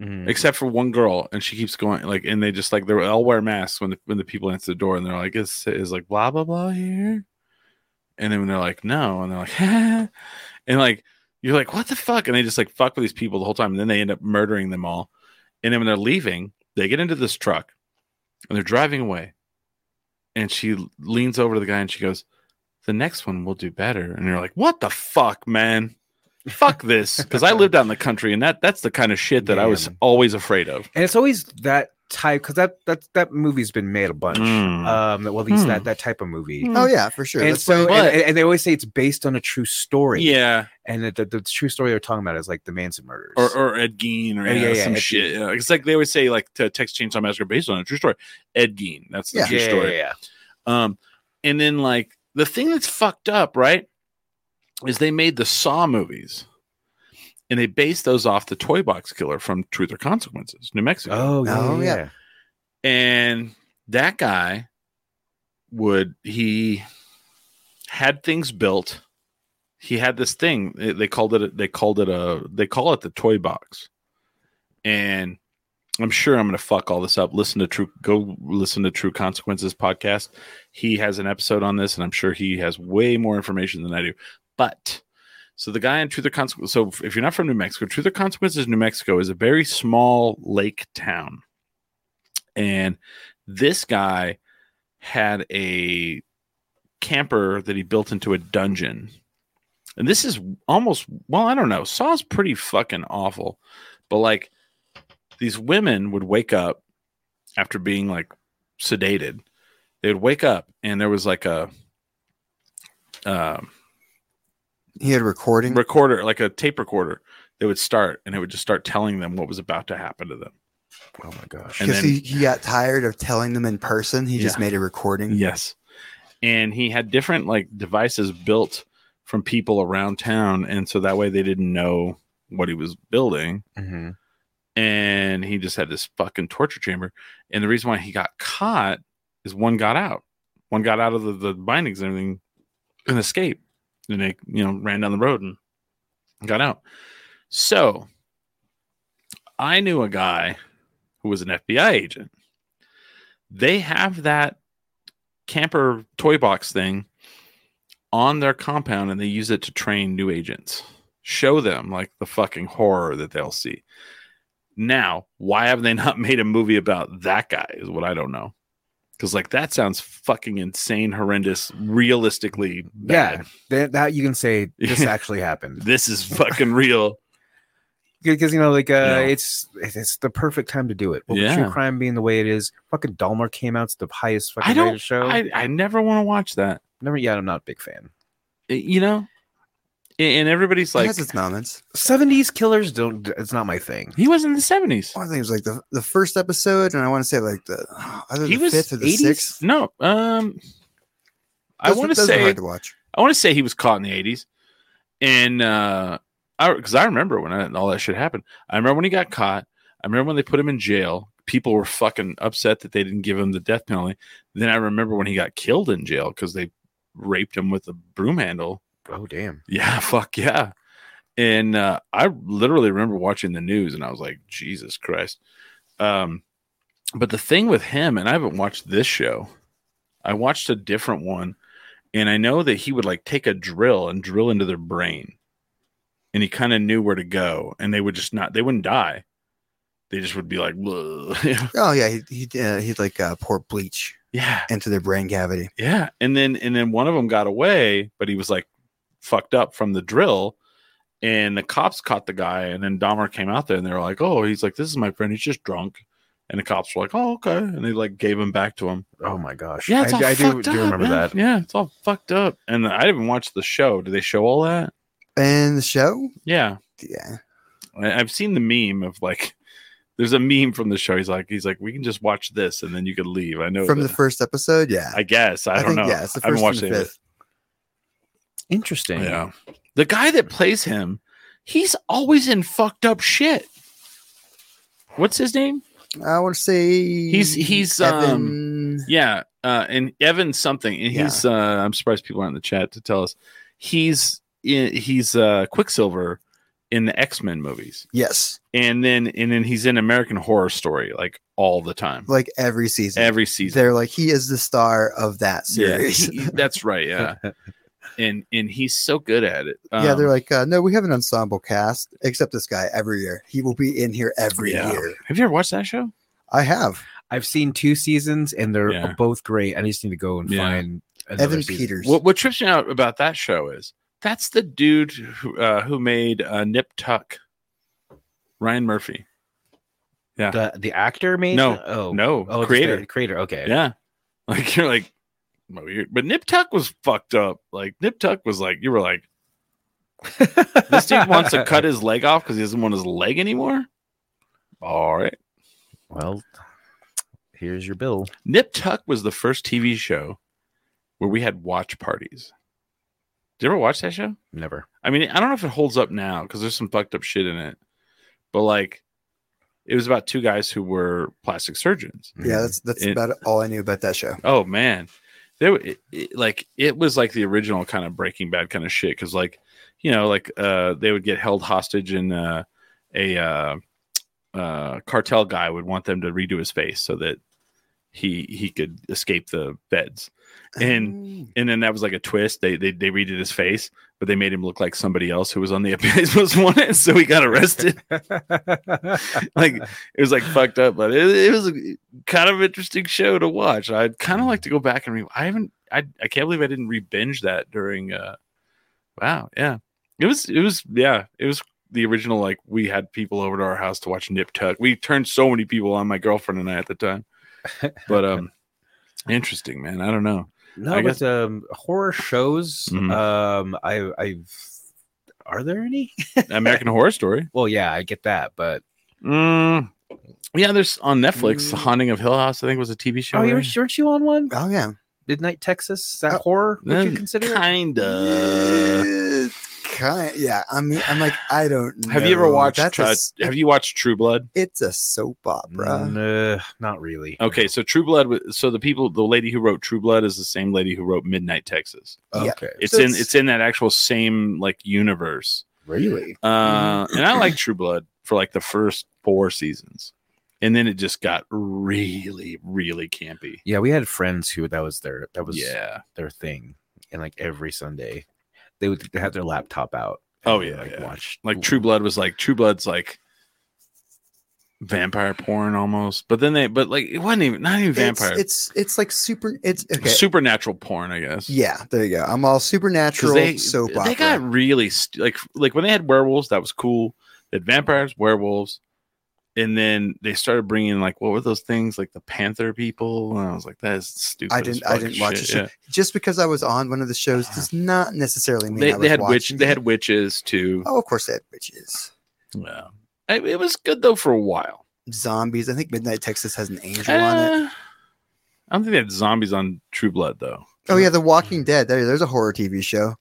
Mhm. except for one girl and she keeps going like and they just like they all wear masks when the, when the people answer the door and they're like is is like blah blah blah here and then when they're like no and they're like [laughs] and like you're like what the fuck and they just like fuck with these people the whole time and then they end up murdering them all and then when they're leaving they get into this truck and they're driving away and she leans over to the guy and she goes the next one will do better and you're like what the fuck man fuck this because i lived out in the country and that that's the kind of shit that i was Damn. always afraid of And it's always that type because that that that movie's been made a bunch. Mm. Um, well, at least Hmm. that that type of movie. Hmm. Oh yeah, for sure. And That's so, why- But- and, and they always say it's based on a true story. yeah and the, the, the true story they're talking about is like the Manson murders. or, or ed gein or Yeah, you know, yeah, yeah, some Ed shit you know, it's like they always say like to text chainsaw massacre based on a true story ed gein that's the Yeah. true yeah, story yeah, yeah. Um, and then like the thing that's fucked up, right, is they made the Saw movies, and they based those off the Toy Box Killer from Truth or Consequences, New Mexico, Oh, yeah, Oh, yeah. yeah. yeah. and that guy would he had things built. He had this thing they they called it. a- They called it a. They call it the toy box, and I'm sure I'm going to fuck all this up. Listen to True, go listen to True Consequences podcast. He has an episode on this, and I'm sure he has way more information than I do. But so the guy in Truth or Consequences, so if you're not from New Mexico, Truth or Consequences, New Mexico is a very small lake town. And this guy had a camper that he built into a dungeon. And this is almost, well, I don't know. Saw's pretty fucking awful. But like these women would wake up after being like sedated. They would wake up and there was like a um, He had a recording. recorder, like a tape recorder. They would start and it would just start telling them what was about to happen to them. Oh my gosh. And Because then, he, he got tired of telling them in person. He just Yeah. made a recording. yes. And he had different like devices built from people around town. And so that way they didn't know what he was building. Mm-hmm. and he just had this fucking torture chamber. And the reason why he got caught is one got out, one got out of the, the bindings and everything and escaped. And they, you know, ran down the road and got out. So I knew a guy who was an FBI agent. They have that camper toy box thing on their compound and they use it to train new agents, show them like the fucking horror that they'll see. Now, why have they not [laughs] made a movie about that guy? Is what I don't know. Because like that sounds fucking insane, horrendous, realistically bad. Yeah, that, that you can say [laughs] this Yeah. actually happened This is fucking real. because you know, like, uh, Yeah. it's it's the perfect time to do it. Well, with Yeah. true crime being the way it is, fucking Dahmer came out. It's the highest fucking I rated don't. show. I, I never want to watch that. Never. Yeah, I'm not a big fan. I- You know, A- and everybody's It like, has its moments. 70s killers don't. It's not my thing. he was in the seventies. One thing was like the, the first episode, and I want to say like the [sighs] either He the was fifth or the 80s? sixth. No, um, I Those were- want to those were say hard to watch. I want to say he was caught in the eighties, and uh, I because I remember when I, all that shit happened. I remember when he got caught. I remember when they put him in jail. People were fucking upset that they didn't give him the death penalty. Then I remember when he got killed in jail because they raped him with a broom handle. Oh damn. Yeah, [laughs] fuck yeah. And uh, I literally remember watching the news and I was like, Jesus Christ. Um, but the thing with him, and I haven't watched this show, I watched a different one, and I know that he would like take a drill and drill into their brain. And he kind of knew where to go, and they would just not, they wouldn't die. They just would be like, "Bleh." [laughs] Oh yeah, he he uh, he'd like uh, pour bleach yeah, into their brain cavity. Yeah, and then and then one of them got away, but he was like fucked up from the drill, and the cops caught the guy. And then Dahmer came out there, and they were like, "Oh, he's like this is my friend. He's just drunk." And the cops were like, "Oh, okay," and they like gave him back to him. Oh my gosh. Yeah, it's all I, I do, fucked do up, remember man. that. Yeah, it's all fucked up. And I didn't watch the show. Did they show all that? And the show, Yeah, yeah, I- I've seen the meme of like. [laughs] There's a meme from the show. He's like, he's like, we can just watch this and then you could leave. I know from the that- first episode, yeah. I guess I, don't think, know. Yeah, it's the I haven't first and watched the any of it. fifth. Interesting. Yeah. The guy that plays him, he's always in fucked up shit. What's his name? I want to say He's- he's, um, Evan- Yeah. Uh, and Evan something. And he's, uh, I'm surprised people aren't in the chat to tell us. He's, in, he's, uh, Quicksilver in the X Men movies. yes, And then, and then he's in American Horror Story like all the time, like every season. every season. They're like he is the star of that Yeah. series. [laughs] He- That's right. Yeah. and, and he's so good at it. yeah, Um, they're like, uh, no, we have an ensemble cast except this guy every year. He will be in here every Yeah. year. have you ever watched that show? I have I've seen two seasons and they're Yeah. both great. I just need to go and Yeah. find another Evan season. Peters. What, what trips me out about that show is that's the dude who, uh, who made uh, Nip Tuck, Ryan Murphy. The the actor made No. it? Oh No, Oh, just the creator. creator. Okay. Yeah, like [laughs] you're like, well, you're- but Nip Tuck was fucked up. Like Nip Tuck was like, you were like, [laughs] this dude wants to cut his leg off because he doesn't want his leg anymore. All right. Well, here's your bill. Nip Tuck was the first TV show where we had watch parties. Did you ever watch that show? Never. I mean, I don't know if it holds up now because there's some fucked up shit in it, but like, it was about two guys who were plastic surgeons. yeah, [laughs] that's that's It- about all I knew about that show. Oh man, there, it, it- like, it was like the original kind of Breaking Bad kind of shit because, like, you know, like uh, they would get held hostage and uh, a uh, uh, cartel guy would want them to redo his face so that he he could escape the beds. And and then that was like a twist. They they they redid his face, but they made him look like somebody else who was on the [laughs] Most Wanted, so he got arrested. like it was like fucked up, but it, it was a kind of interesting show to watch. I'd kind of like to go back and re. I haven't. I I can't believe I didn't re-binge that during. uh Wow. Yeah. It was. It was. Yeah. It was the original. Like we had people over to our house to watch Nip Tuck. We turned so many people on. My girlfriend and I at the [laughs] time. But um, interesting man. I don't know. no, I but guess- um, horror shows. Mhm. Um, I I've are there any? American Horror Story. Well, yeah, I get that, but Mm, yeah, there's on Netflix, The Mm. Haunting of Hill House. I think was a TV show. oh, you right? were, weren't you on one? oh yeah, Midnight Texas? Is that Oh, horror? Would you Mm, consider? it? Kinda. Eh, kind yeah. I mean, I'm like, I don't. Know. Have you ever watched? That's a uh, s- have you watched True Blood? It's a soap Mm, opera. Nah, not really. Okay, so True Blood. wa- So the people, the lady who wrote True Blood is the same lady who wrote Midnight Texas. Yeah. Okay. It's So in it's- it's in that actual same like universe. Really? Uh, Mm-hmm. and I [clears throat] like True Blood for like the first four seasons, and then it just got really, really campy. Yeah, we had friends who that was their that was yeah. their thing, and like every Sunday, they would have their laptop out. and Oh they yeah, would, like yeah. watch like True Blood was like True Blood's like vampire porn almost, but then they but like it wasn't even not even vampire It's, it's it's like super. It's okay. supernatural porn, I guess. yeah, there you go. I'm all 'Cause supernatural they soap they opera. got really st- like like when they had werewolves, that was cool. They had vampires, werewolves, and then they started bringing like what were those things like the panther people, and I was like that is stupid. I as didn't. I fuck didn't watch shit, the show. yeah. Just because I was on one of the shows does not necessarily mean I They, was they had witch. watching They it. had witches too. Oh, of course, they had witches, Yeah, it, it was good though for a while. zombies. I think Midnight Texas has an angel on it. Uh, I don't think they had zombies on True Blood though. Oh yeah, The Walking Dead. There, there's a horror TV show.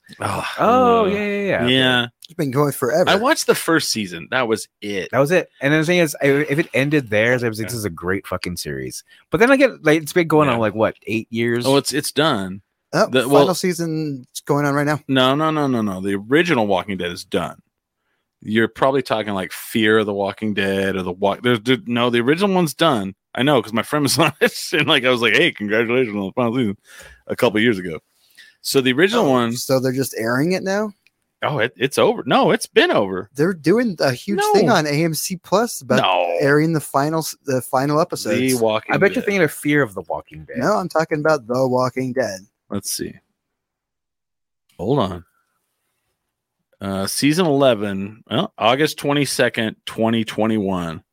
Oh yeah, yeah, yeah. yeah. okay. It's been going forever. I watched the first season. That was it. That was it. And the thing is, I- if it ended there, I was like, this is a great fucking series. But then I get like it's been going Yeah. on like what eight years. Oh, it's it's done. oh, the- final well- season's going on right now. No, no, no, no, no. The original Walking Dead is done. You're probably talking like Fear of the Walking Dead or the Walk. There's there- no the original one's done. I know because my friend was [laughs] on it, and like I was like, "Hey, congratulations on the final season," a couple years ago. So the original Oh, one, So they're just airing it now. oh, it, it's over. No, it's been over. They're doing a huge thing No. on AMC Plus about no, airing the final s- the final the episodes. Walking. I bet you're Dead. thinking of Fear of the Walking Dead. No, I'm talking about The Walking Dead. Let's see. Hold on. Uh, season 11, well, August 22nd, 2021.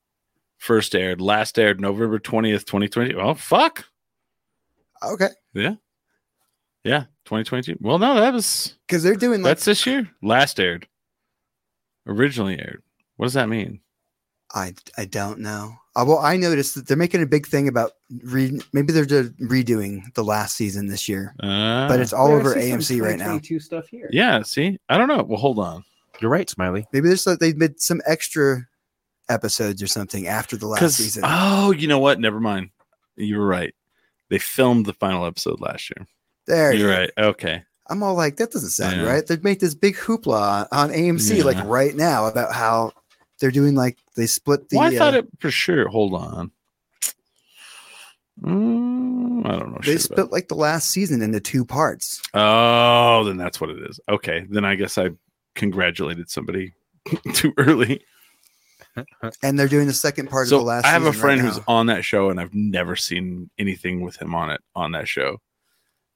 First aired, last aired November 20th, 2020. Oh, fuck. Okay, Yeah, 2022. Well, no, that was because they're doing like that's this year. Last aired. Originally aired. What does that mean? I I don't know. Uh, well, I noticed that they're making a big thing about re- maybe they're just redoing the last season this year, Uh, but it's all over AMC right now. Two stuff here. Yeah, yeah, see, I don't know. Well, hold on. you're right, Smiley. Maybe there's like they did some extra episodes or something after the last 'Cause- season. oh, you know what? Never mind. You were right. They filmed the final episode last year. there, you You're go. right. Okay. I'm all like, that doesn't sound Yeah. right. They'd make this big hoopla on AMC like Yeah. right now about how they're doing like they split the. well, I uh, thought it for sure. Hold on. Mm, I don't know. they shit about split like the last season into two parts. that. oh, then that's what it is. Okay, then I guess I congratulated somebody [laughs] too early. and they're doing the second part so of the last. I have a season friend right who's now. on that show, and I've never seen anything with him on it on that show,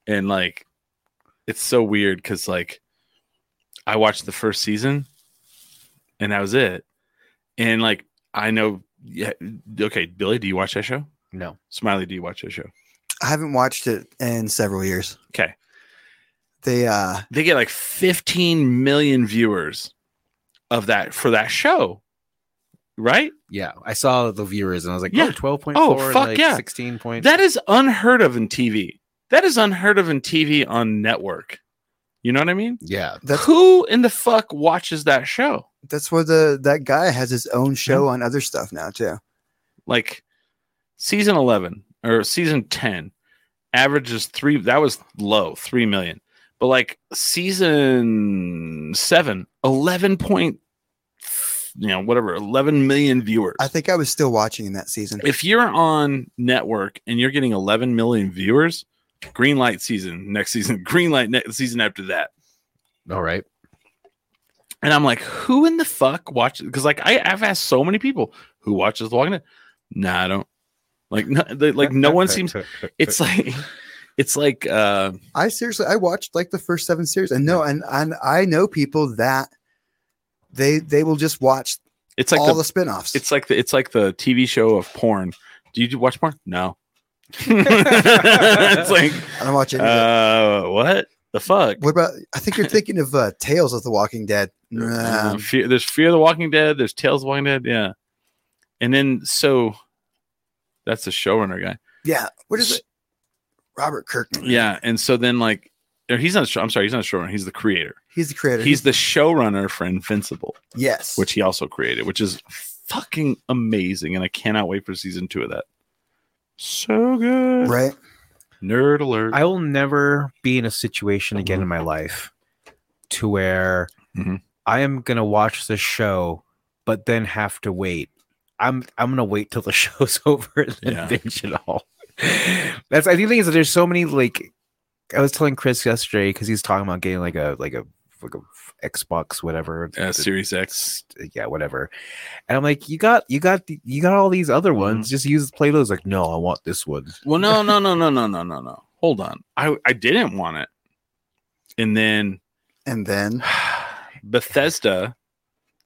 and like, it's so weird because like, I watched the first season, and that was it, and like, I know. Yeah, okay, Billy, do you watch that show? No. Smiley, do you watch that show? I haven't watched it in several years. Okay. They uh, they get like 15 million viewers of that for that show right Yeah, I saw the viewers and I was like, Yeah. oh, 12.4, Oh, fuck like yeah. 16 point. that is unheard of in tv that is unheard of in tv on network you know what i mean yeah. That's- who in the fuck watches that show that's where the that guy has his own show on other stuff now too. like season 11 or season 10 averages three that was low 3 million but like season 7 11.3 you know whatever 11 million viewers I think I was still watching in that season. if you're on network and you're getting 11 million viewers green light season next season [laughs] green light next season after that All right. and i'm like who in the fuck watches because like I, i've asked so many people who watches the walking dead nah i don't like no, they, like no one [laughs] seems it's like it's like uh I seriously, I watched like the first seven series, and no, and and I know people that they they will just watch it's like all the, the, spin-offs. it's like the it's like the tv show of porn do you watch porn no [laughs] it's like I don't watch any. of it. uh what the fuck What about? I think you're thinking of uh, Tales of the Walking [laughs] Dead. Um, Uh, Nah. Fear, there's Fear of the Walking Dead. There's Tales of the Walking Dead. Yeah, and then so that's the showrunner guy. yeah, what is it? Robert Kirkman. Yeah, and so then like or he's not. a show- I'm sorry, he's not a showrunner. He's the creator. He's the creator. He's the showrunner for Invincible, yes. which he also created, which is fucking amazing, and I cannot wait for season two of that. So good. right? Nerd alert. I will never be in a situation again in my life to where Mhm. I am gonna watch this show, but then have to wait. I'm I'm gonna wait till the [laughs] show's over and then Yeah. binge it all. That's I think the thing is that there's so many like I was telling Chris yesterday because he's talking about getting like a like a like a Xbox whatever uh, the- Series X. yeah, whatever. And I'm like, you got, you got, the, you got all these other Mm-hmm. ones. Just use play those. Like, no, I want this one. [sighs] Well, no, no, no, no, no, no, no, no. Hold on. I I didn't want it, and then And then Bethesda,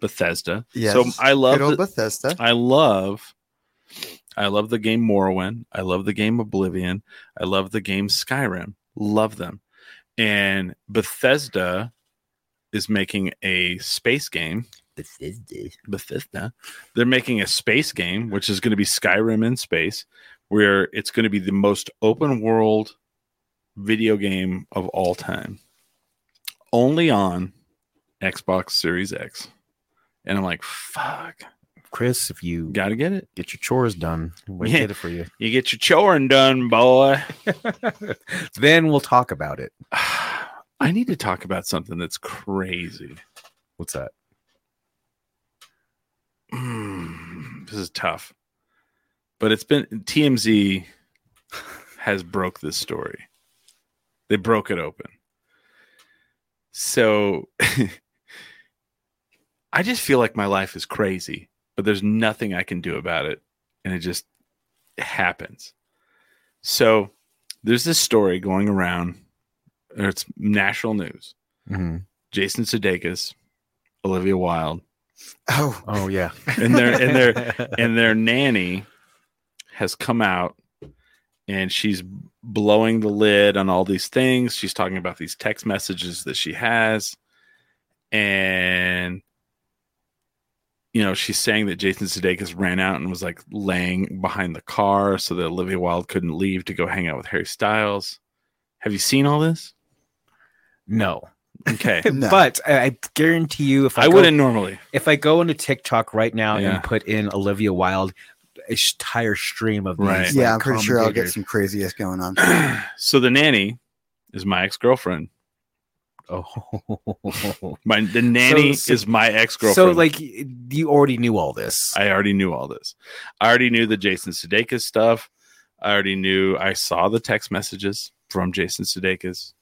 Bethesda. Yes. So I love, good old the, Bethesda. I love, I love the game Morrowind. I love the game Oblivion. I love the game Skyrim. Love them. And Bethesda is making a space game. Bethesda. They're making a space game, which is going to be Skyrim in space, where it's going to be the most open world video game of all time. Only on Xbox Series X. And I'm like, fuck, Chris, if you gotta get it. get your chores done, we Yeah. did it for you. You get your choring done, boy. [laughs] then we'll talk about it. [sighs] I need to talk about something that's crazy. What's that? Mm, this is tough. But it's been TMZ has broke this story. They broke it open. So [laughs] I just feel like my life is crazy, but there's nothing I can do about it and it just happens. So there's this story going around or it's national news. Mhm. Jason Sudeikis, Olivia Wilde, [laughs] Oh, Oh yeah, [laughs] and their and their and their nanny has come out and she's blowing the lid on all these things. She's talking about these text messages that she has. And you know, she's saying that Jason Sudeikis ran out and was like laying behind the car so that Olivia Wilde couldn't leave to go hang out with Harry Styles. Have you seen all this? no. Okay. No. But I, I guarantee you, if I, I go- wouldn't normally. [clears throat] if I go into TikTok right now Yeah. and put in Olivia Wilde, a sh- entire stream of these, Right. like, yeah, I'm pretty sure I'll get commentators- some craziness going [laughs] on. so the nanny is my ex-girlfriend. Oh, My the nanny so- is my ex-girlfriend. so like y- you already knew all this. I already knew all this. I already knew the Jason Sudeikis stuff. I already knew. I saw the text messages from Jason Sudeikis.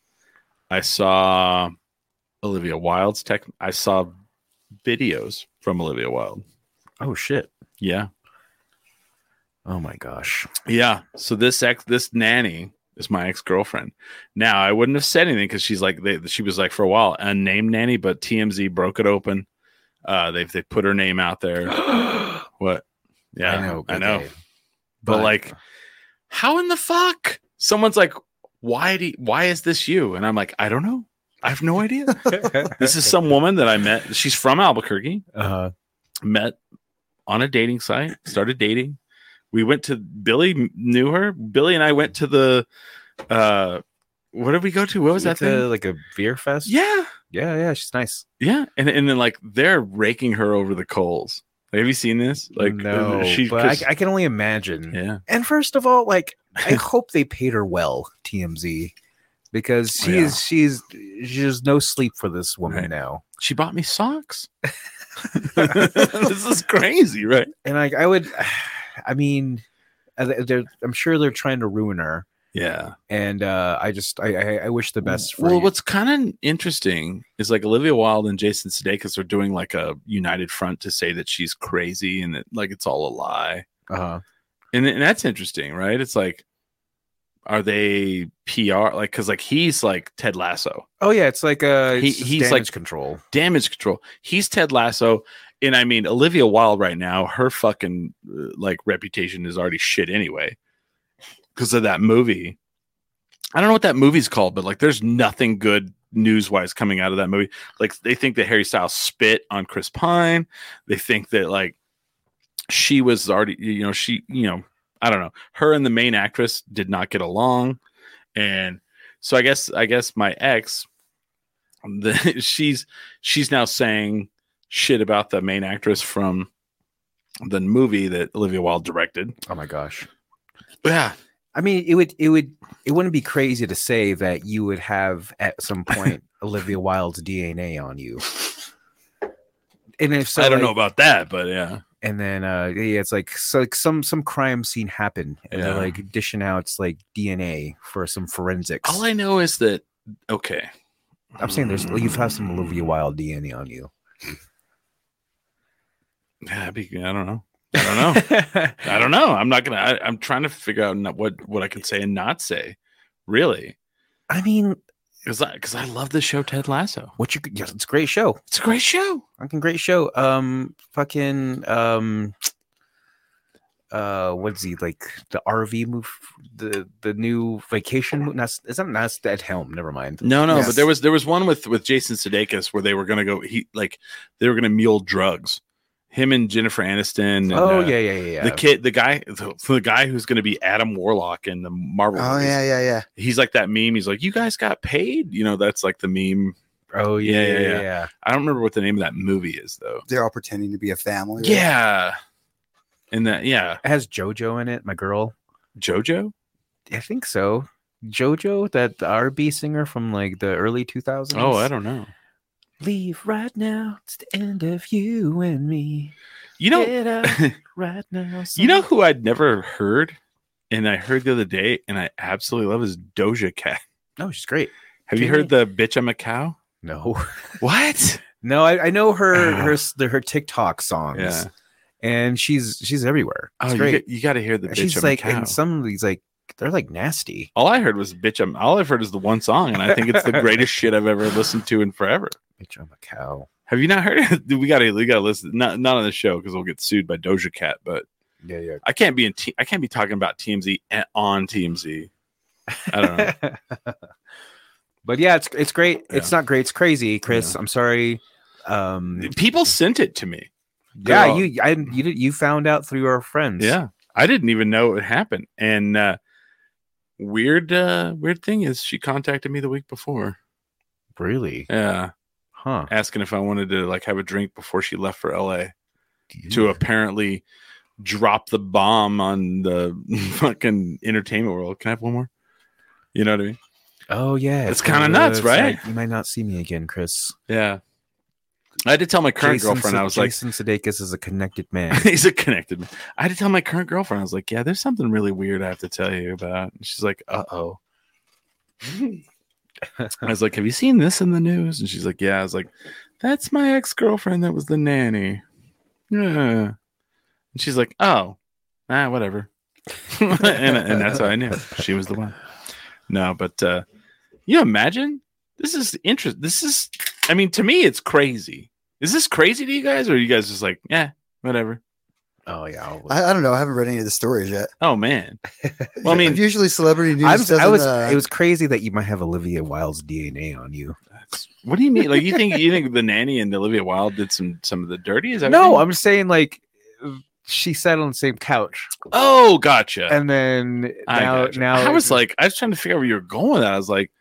I saw Olivia Wilde's tech. I saw videos from Olivia Wilde. oh shit. Yeah, Oh my gosh. yeah. So this ex, this nanny is my ex girlfriend. Now I wouldn't have said anything because she's like they, she was like for a while unnamed nanny, but TMZ broke it open. Uh, they they put her name out there. I What? Yeah, I good know. day. But, like, how in the fuck? Someone's like, why do why is this you? And I'm like, I don't know. I have [laughs] no idea. [laughs] this [laughs] is some woman that I met. She's from Albuquerque. uh, Met on a dating site. Started dating. We went to Billy knew her. Billy and I went to the uh what did we go to? What was that the, thing? like a beer fest? Yeah. yeah, yeah. She's nice. [laughs] Yeah. And and then like they're raking her over the coals. Like, have you seen this? Like no, she but 'cause- I, I can only imagine. yeah. [laughs] And first of all, like I hope they paid her well, TMZ, because she Yeah. is she is there's no sleep for this woman Right. now. She bought me [laughs] socks. [laughs] this is crazy, right? And like I would, [sighs] I mean, uh, they- they're, I'm sure they're trying to ruin her. Yeah. And uh, I just I, I I wish the best for Well, you. what's kind of interesting is like Olivia Wilde and Jason Sudeikis are doing like a united front to say that she's crazy and that like it's all a lie, uh-huh. and and that's interesting, right? It's like, are they PR like because like he's like Ted Lasso, Oh yeah, it's like uh, He- it's just he's like- damage control. damage control. He's Ted Lasso, and I mean Olivia Wilde right now, her fucking uh, like reputation is already shit anyway because of that movie. I don't know what that movie's called, but like there's nothing good news wise coming out of that movie. Like they think that Harry Styles spit on Chris Pine. They think that like she was already, you know, she, you know, I don't know. Her and the main actress did not get along. And so I guess, I guess my ex, [laughs] the, she's, she's now saying shit about the main actress from the movie that Olivia Wilde directed. Oh my gosh. Yeah. I mean, it would it would it wouldn't be crazy to say that you would have at [laughs] some point Olivia Wilde's DNA on you. And if so, I don't like- know about that, but yeah. And then uh yeah, it's like so like some some crime scene happened and Yeah. they're like dishing out it's like DNA for some forensics. All I know is that okay. I'm saying there's you have some Olivia Wilde DNA [laughs] on you. Yeah, I'd be- I don't know. I don't know. I don't know. I'm not gonna. I, I'm trying to figure out not, what what I can say and not say, really, I mean, because I because I love the show Ted Lasso. what you could- yeah, it's a great show. It's a great show. Fucking great show. Um, fucking um, uh, what's he like? The RV move, the the new vacation. Move, not is that not at Helm? Never mind. No, no, but Yes. there was there was one with with Jason Sudeikis where they were gonna go. He like they were gonna mule drugs. Him and Jennifer Aniston. And, oh uh, yeah, yeah, yeah. The kid, the guy, the, the guy who's going to be Adam Warlock in the Marvel. Oh movies. yeah, yeah, yeah. He's like that meme. He's like, "You guys got paid." You know, that's like the meme. oh yeah, Yeah, yeah, yeah, yeah. yeah. I don't remember what the name of that movie is though. They're all pretending to be a family. right? Yeah. And that, yeah, It has JoJo in it. My girl. JoJo. I think so. JoJo, that RB singer from like the early 2000s. Oh, I don't know. Leave right now. It's the end of you and me. You know, [laughs] Get out right now. you know who I'd never heard, and I heard the other day, and I absolutely love is Doja Cat. No, she's great. Have you heard the "Bitch I'm a Cow"? No. What? No, I, I know her Ah. her s- the- her TikTok songs, Yeah. and she's she's everywhere. It's Oh, you, great. got- you got to hear the And "Bitch she's I'm like, a Cow." and some of these like they're like nasty. all I heard was "Bitch I'm." All I've heard is the one song, and I think it's the greatest shit I've ever listened to in forever. Bitch, I'm a cow. Have you not heard? It? [laughs] We got to we got to listen. Not not on the show because we'll get sued by Doja Cat, but Yeah, yeah. I can't be in T- I can't be talking about TMZ a- on TMZ. I don't know. but yeah, it's it's great. It's not great. It's crazy, Chris. I'm sorry. Um, People sent it to me. yeah, Girl. you I you did you found out through our friends. Yeah, I didn't even know it happened. And uh, weird, uh, weird thing is, she contacted me the week before. really, Yeah, huh? asking if I wanted to like have a drink before she left for LA to apparently drop the bomb on the [laughs] fucking entertainment world. Can I have one more? You know what I mean? Oh yeah, It's kinda nuts, it's right? like, you might not see me again, Chris. Yeah. I had to tell my current Jason girlfriend. Su- I was like, Jason Sudeikis is a connected man. [laughs] he's a connected man. I had to tell my current girlfriend, I was like, yeah, there's something really weird I have to tell you about. And she's like, uh oh. I was like, have you seen this in the news? And she's like, yeah. I was like, that's my ex girlfriend that was the nanny. Yeah. And she's like, oh, ah, whatever. [laughs] and, and that's how I knew she was the one. No, but uh, you imagine this is interest. This is, I mean, to me, it's crazy. Is this crazy to you guys, or are you guys just like, yeah, whatever? oh yeah, I'll- I, I don't know. I haven't read any of the stories yet. Oh man. [laughs] Well, I mean, usually celebrity news. I was, I doesn't, was uh, it was crazy that you might have Olivia Wilde's DNA on you. what do you mean? Like you think you think the nanny and Olivia Wilde did some some of the dirty? Is that what you No, mean? I'm saying like she sat on the same couch, oh, gotcha. and then I now gotcha. now I it- was like, I was trying to figure out where you were going. With that. I was like,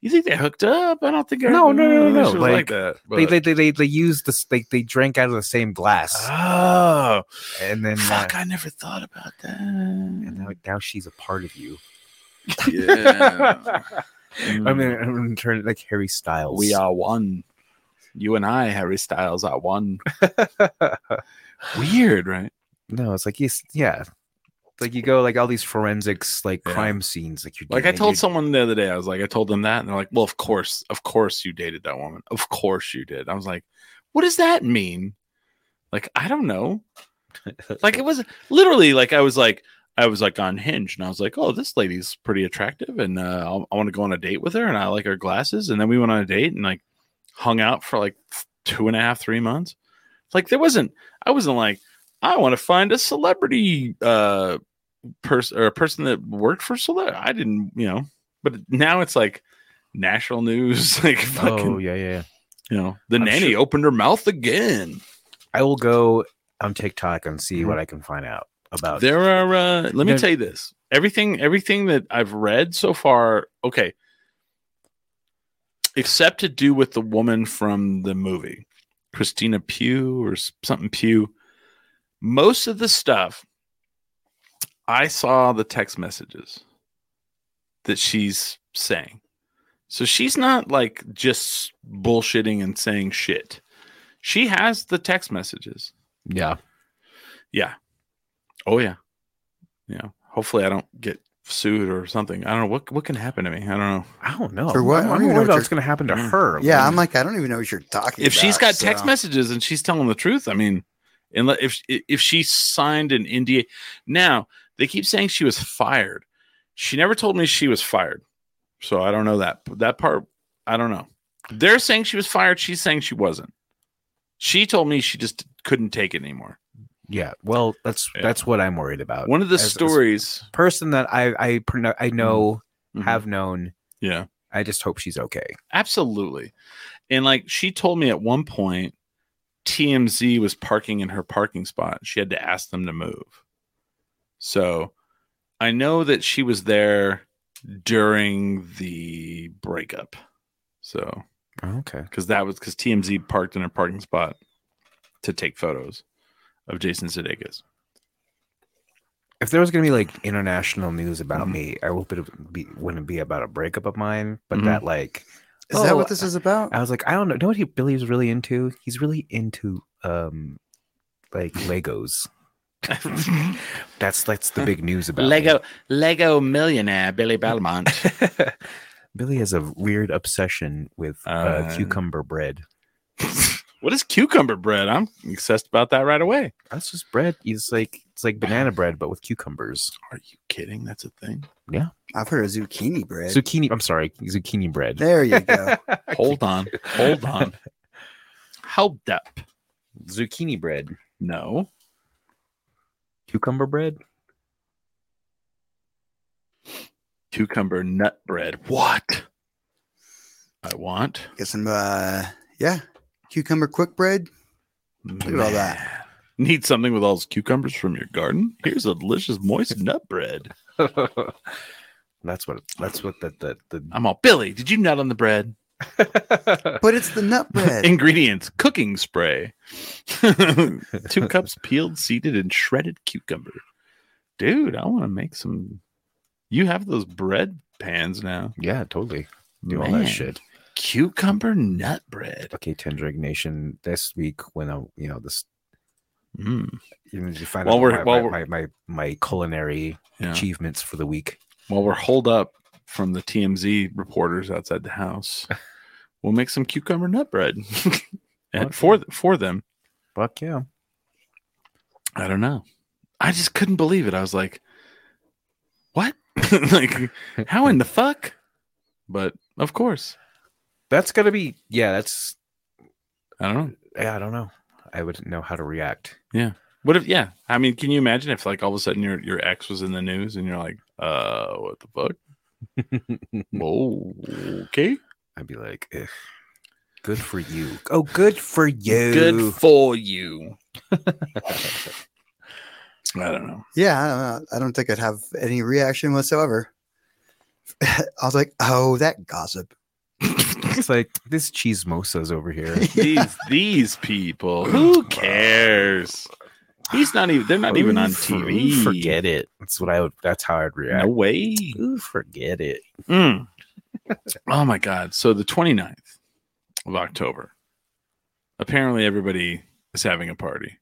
you think they hooked up? I don't think. I- No, no, no, no, I no. should Like, Like, that. they but- they they they, they used this they they drank out of the same glass, oh, and then uh, fuck! I never thought about that. [laughs] and now, now she's a part of you. [laughs] Yeah. Mm. I'm gonna, I'm gonna turn it like Harry Styles. we are one. You and I, Harry Styles, are [laughs] one. Weird, right? No, it's like yes, yeah. Like you go like all these forensics, like Yeah. crime scenes, like you. Like did, I and told you- someone the other day, I was like, I told them that, and they're like, "Well, of course, of course you dated that woman. Of course you did." I was like, "What does that mean?" Like I don't know. Like it was literally like I was like I was like on Hinge, and I was like, "Oh, this lady's pretty attractive, and uh, I'll- I want to go on a date with her, and I like her glasses." And then we went on a date and like hung out for like two and a half, three months. Like there wasn't, I wasn't like, I want to find a celebrity uh person or a person that worked for celebrity. I didn't, you know, but now it's like national news, [laughs] like fucking, Oh yeah, yeah. yeah. you know, the I'm nanny sure- opened her mouth again. I will go on TikTok and see Mm-hmm. what I can find out about. There are. Uh, let me Oh, There- tell you this. Everything, everything that I've read so far. Okay, except to do with the woman from the movie, Christina Pugh or s- something Pugh. Most of the stuff I saw the text messages that she's saying. So she's not like just bullshitting and saying shit. She has the text messages. yeah, Yeah. Oh yeah. Yeah. Hopefully I don't get sued or something. I don't know what what can happen to me. I don't know. I don't know. For what? I I'm, don't I'm even know worried what about what's you're- going to happen to Mm. her. Yeah, Like, I'm like, I don't even know what you're talking If she's about, got text uh, so- messages and she's telling the truth, I mean, unless if if she signed an NDA. Now, they keep saying she was fired. She never told me she was fired. So I don't know that that part I don't know. They're saying she was fired, she's saying she wasn't. She told me she just couldn't take it anymore. yeah. Well, that's Yeah. that's what I'm worried about. One of the As- as- stories person that I I prono- I know Mhm. have known. yeah. I just hope she's okay. Absolutely. And like she told me at one point, TMZ was parking in her parking spot. She had to ask them to move. So I know that she was there during the breakup. So, Oh, Okay. because that was because TMZ parked in her parking spot to take photos of Jason Sudeikis. [laughs] If there was going to be like international news about Mm-hmm. Mhm. me, I hope it would be wouldn't be about a breakup of mine, but Mhm. Mm-hmm. that like Is that Oh, what this is about? I was like, I don't know. Know what he Billy's really into? He's really into um like Legos. That's that's the big news about me. Lego millionaire Billy Belmont. Billy has a weird obsession with uh, Uh, cucumber bread. what is cucumber bread? I'm obsessed about that right away. That's just bread. He's like it's like banana bread, but with cucumbers. Are you kidding? That's a thing. I've heard of zucchini bread. Zucchini. I'm sorry, zucchini bread. there you [laughs] go. Hold on. Hold [laughs] on. Hold up. zucchini bread. No. [laughs] Cucumber bread. Cucumber nut bread. What? I want. Get some, uh, yeah, cucumber quick bread. Look at all that. Need something with all those cucumbers from your garden? Here's a delicious [laughs] moist nut bread. that's what. That's what the the, I'm all Billy. Did you nut on the bread? the... But it's the nut [laughs] [laughs] bread. Ingredients: cooking spray, [laughs] two cups peeled, seeded, and shredded cucumber. Dude, I want to make some. You have those bread pans now. yeah, totally. Do all Man. that shit. cucumber nut bread. Okay, Tendrig Nation. This week, when I, you know this, Mm. you know, you find While out we're- my, while my, we're- my, my my culinary Yeah. achievements for the week. While we're holed up from the TMZ reporters outside the [laughs] house, we'll make some cucumber nut bread [laughs] and for for them. Fuck yeah. I don't know. I just couldn't believe it. I was like, "What? [laughs] like, how in the fuck?" But of course, That's gonna be yeah. That's I don't know. yeah, I don't know. I would know how to react. What if? Yeah, I mean, can you imagine if like all of a sudden your your ex was in the news and you're like, "Uh, what the fuck?" Whoa, okay. I'd be like, "Ugh, good for you. [laughs] Oh, good for you. Good for you. I don't [laughs] know. yeah, I don't, know. I don't think I'd have any reaction whatsoever. [laughs] I was like, oh, that gossip. it's like this cheese mosas over [laughs] here. These these people. Who cares? He's not even. They're not even on Ooh, for- ooh, TV. Forget it. That's what I would. That's how I'd No react. way. Ooh, forget it. Mm. Oh my God. So the 29th of October, apparently everybody is having a party.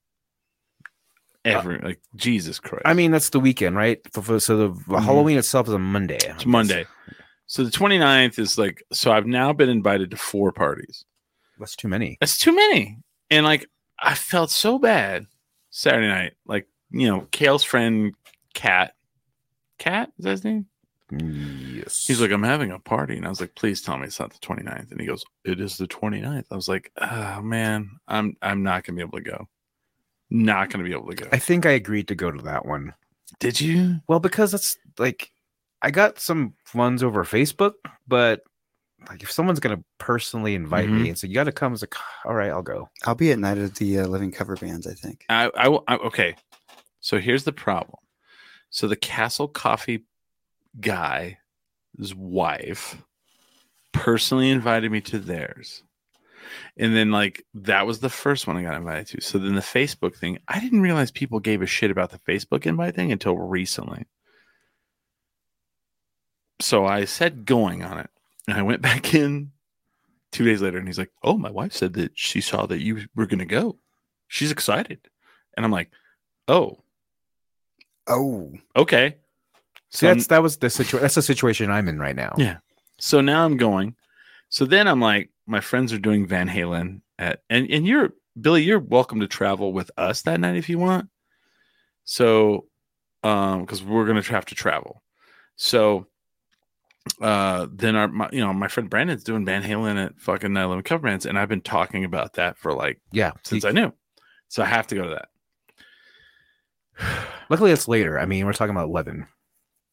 Every, like, Jesus Christ. I mean, that's the weekend, right? For, for- so the Halloween itself is a Monday. I it's guess. Monday. So the 29th is like, so I've now been invited to four parties. That's too many. That's too many. And like, I felt so bad Saturday night. Like, you know, Kale's friend, Cat. Cat? Is that his name? Yes. He's like, I'm having a party. And I was like, please tell me it's not the 29th. And he goes, it is the 29th. I was like, oh man, I'm I'm not gonna be able to go. Not gonna be able to go. I think I agreed to go to that one. Did you? Well, because that's like, I got some funds over Facebook, but like if someone's gonna personally invite me, and so you got to come as like, all right, I'll go. I'll be at Night of the uh, Living Cover Bands, I think. I, I will I, okay. So here's the problem. So the Castle Coffee guy's wife personally invited me to theirs. And then like that was the first one I got invited to. So then the Facebook thing, I didn't realize people gave a shit about the Facebook invite thing until recently. So I said going on it. And I went [laughs] back in two days later and he's like, Oh, my wife said that she saw that you were gonna go. She's excited. And I'm like, Oh, Oh, okay. So So I'm- that's that was the situation. That's the situation I'm in right now. Yeah. So now I'm going. So then I'm like, my friends are doing Van Halen at and and you're Billy, you're welcome to travel with us that night if you want. So um because we're gonna have to travel. So uh then our my, you know my friend Brandon's doing Van Halen at fucking Night Lemon Cover Bands, and I've been talking about that for like yeah. since I knew. So I have to go to that. Luckily, it's later. I mean, we're talking about eleven.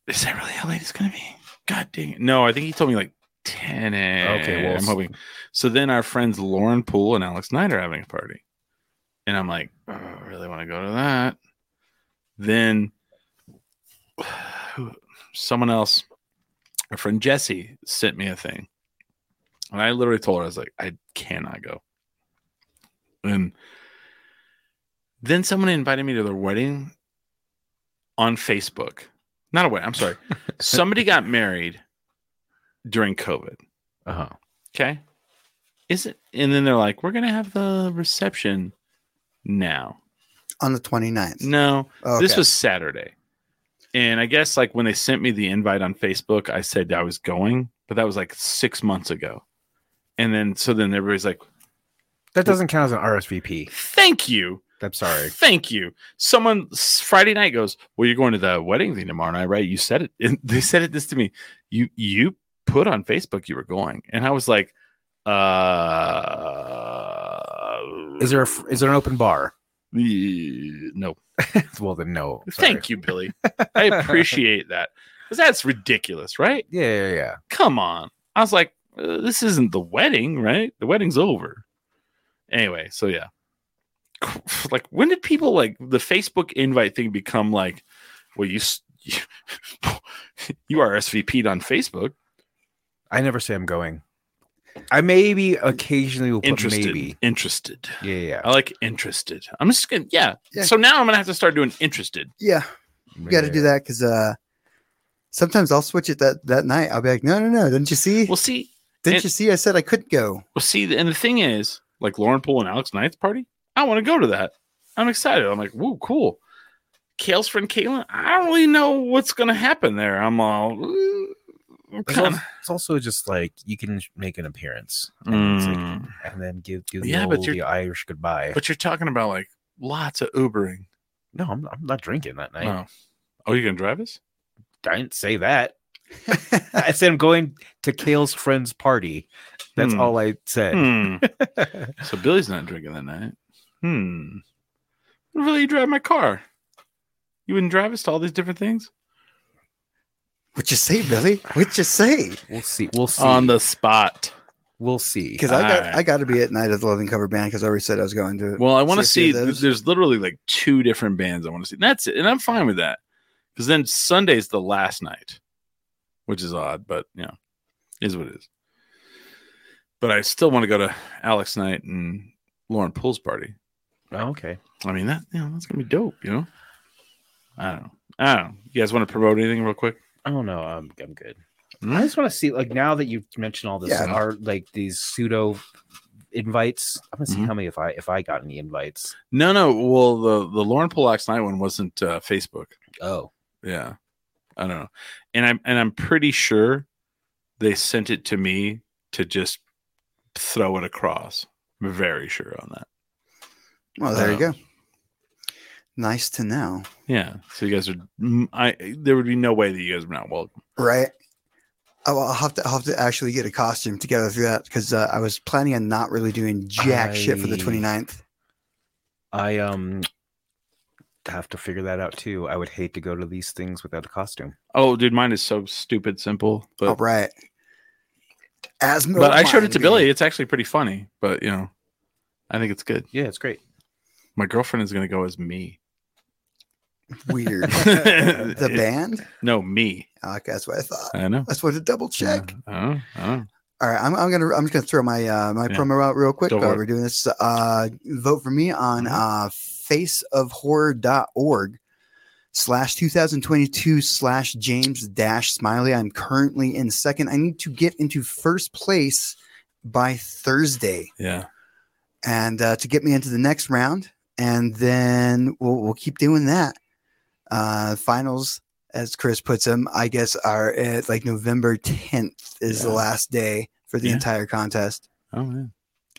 Is that really how late it's gonna be? God dang it. No, I think he told me like 10 Okay, well, well, I'm hoping. So then our friends Lauren Poole and Alex Knight are having a party. And I'm like, oh, I really want to go to that. Then who- someone else, our friend Jesse, sent me a thing. And I literally told her, I was like, I cannot go. And then someone invited me to their wedding on Facebook. Not a wedding, I'm sorry. Somebody got married during COVID. Uh Uh-huh. huh. Okay. Is it? And then they're like, we're going to have the reception now. on the 29th. No, Okay. this was Saturday. And I guess like when they sent me the invite on Facebook, I said I was going, but that was like six months ago. And then, so then everybody's like, That doesn't count as an RSVP. thank you. I'm sorry. Thank you. Someone s- Friday night goes, Well, you're going to the wedding thing tomorrow night, right? You said it. [laughs] And they said it this to me. You you put on Facebook you were going. And I was like, uh Is there a, f- is there an open bar? [laughs] y- no. well, then no. Thank you, Billy. I appreciate that. 'Cause that's ridiculous, right? Yeah, yeah, yeah. come on. I was like, uh, this isn't the wedding, right? The wedding's over. Anyway, so yeah. [sighs] Like, when did people like the Facebook invite thing become like, well, you s- [laughs] you, you are SVP'd on Facebook? I never say I'm going. I maybe occasionally will put Interested, Oh, maybe. interested. Yeah, yeah. I like interested. I'm just gonna, yeah. Yeah. So now I'm gonna have to start doing interested. yeah, you got to do that because uh, sometimes I'll switch it that that night. I'll be like, no, no, no. Didn't you see? We'll see. didn't and- you see? I said I couldn't go. Well, see, and the thing is, like Lauren Poole and Alex Knight's party, I want to go to that. I'm excited. I'm like, woo, cool. Kale's friend Caitlin, I don't really know what's gonna happen there. I'm all "Mm, I'm It's al- kinda-" it's also just like you can sh- make an appearance and, it's like- Mm. and then give, give the, Yeah, but old- you're- the Irish goodbye. But you're talking about like lots of Ubering. no, I'm, I'm not drinking that night. Oh. Oh, you gonna drive us? I didn't say that. I said I'm going to Kale's friend's party. That's Hmm. all I said. Hmm. so Billy's not drinking that night. Hmm. What really you drive my car? You wouldn't drive us to all these different things? What you say, Billy? What [laughs] you say? We'll see. We'll see. On the spot. we'll see. Because I got Alright. I got to be at Night of the Living Cover Band because I already said I was going to. it. Well, I want to see see. a few of those. There's literally like two different bands I want to see. That's it, and I'm fine with that. Because then Sunday's the last night, which is odd, but you know, is what it is. But I still want to go to Alex Knight and Lauren Poole's party. Oh, okay. I mean, that you know, that's gonna be dope. You know, I don't know. I don't know. You guys want to promote anything real quick? I don't know. I'm, I'm good. Hmm? I just want to see, like, now that you've mentioned all this, Yeah. are like these pseudo invites? I'm gonna see Mhm. how many if I if I got any invites. No, no. Well, the the Lauren Polak's night one wasn't uh, Facebook. Oh, Yeah, I don't know, and I'm and I'm pretty sure they sent it to me to just throw it across. I'm very sure on that. Well, there you go. Nice to know. Yeah. So you guys are. mm, I there would be no way that you guys were not welcome. Right. Oh, I'll I'll have to I'll have to actually get a costume together through that because uh, I was planning on not really doing jack shit for the I- 29th. I um have to figure that out too. I would hate to go to these things without a costume. Oh, dude, mine is so stupid simple. But All right. As but I showed it to Billy. It's actually pretty funny. But you know, I think it's good. Yeah, it's great. My girlfriend is gonna go as me. [laughs] Weird. [laughs] the the band. no me. Okay, that's what I thought. I know. That's what to double check. Yeah. Oh, oh. All right, I'm, I'm gonna I'm just gonna throw my uh, my Yeah. promo out real quick. Go for Uh, it. we're doing this. Uh, vote for me on Mhm. uh, faceofhorror.org slash 2022 slash James dash Smiley. I'm currently in second. I need to get into first place by Thursday, Yeah. and uh, to get me into the next round, and then we'll we'll keep doing that. Uh, finals, as Chris puts them, I guess are at like November 10th is the Yeah. last day for the Yeah. entire contest. Oh man.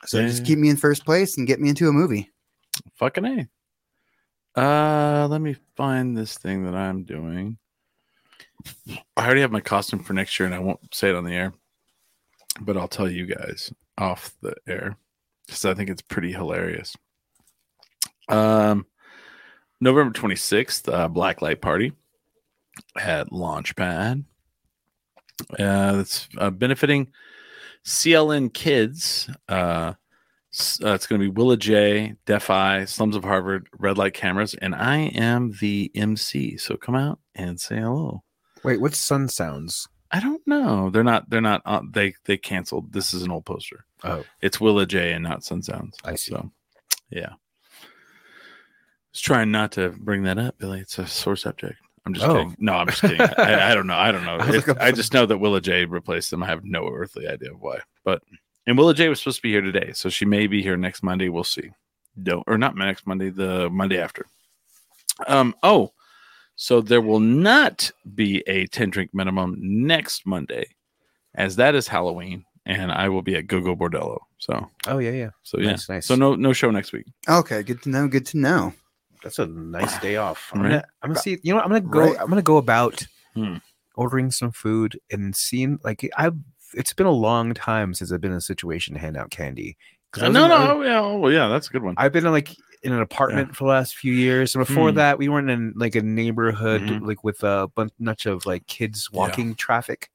So Yeah, just yeah, keep me in first place and get me into a movie. Fucking A. Uh let me find this thing that I'm doing. I already have my costume for next year and I won't say it on the air. But I'll tell you guys off the air because I think it's pretty hilarious. Um November 26th, uh, Blacklight Party at Launchpad. Uh, that's uh, benefiting CLN Kids. Uh, s- uh, it's going to be Willa J, Def I, Slums of Harvard, Red Light Cameras, and I am the MC. So come out and say hello. Wait, what's Sun Sounds? I don't know. They're not. They're not. On, they they canceled. This is an old poster. Oh. it's Willa J and not Sun Sounds. I see. So, yeah. Just trying not to bring that up, Billy. It's a sore subject. I'm just Oh. kidding. No, I'm just kidding. I, I don't know. I don't know. I was It's- like, I just know that Willa J replaced them. I have no earthly idea of why. But and Willa J was supposed to be here today, so she may be here next Monday. We'll see. Don't or not next Monday, the Monday after. Um. Oh, so there will not be a 10 drink minimum next Monday, as that is Halloween, and I will be at Go Go Bordello. So, Oh yeah, yeah. so yeah. Nice, nice. So no, no show next week. Okay, good to know. Good to know. That's a nice [sighs] day off. I'm Right. gonna I'm gonna see. You know, what? I'm gonna go. Right. I'm gonna go about Hmm. ordering some food and seeing like I've. It's been a long time since I've been in a situation to hand out candy. 'Cause I No, was no, in- I was- oh, yeah, oh, well, yeah, that's a good one. I've been in like in an apartment for the last few years, and before Hmm. that, we weren't in like a neighborhood Mhm. like with a bunch of like kids walking traffic.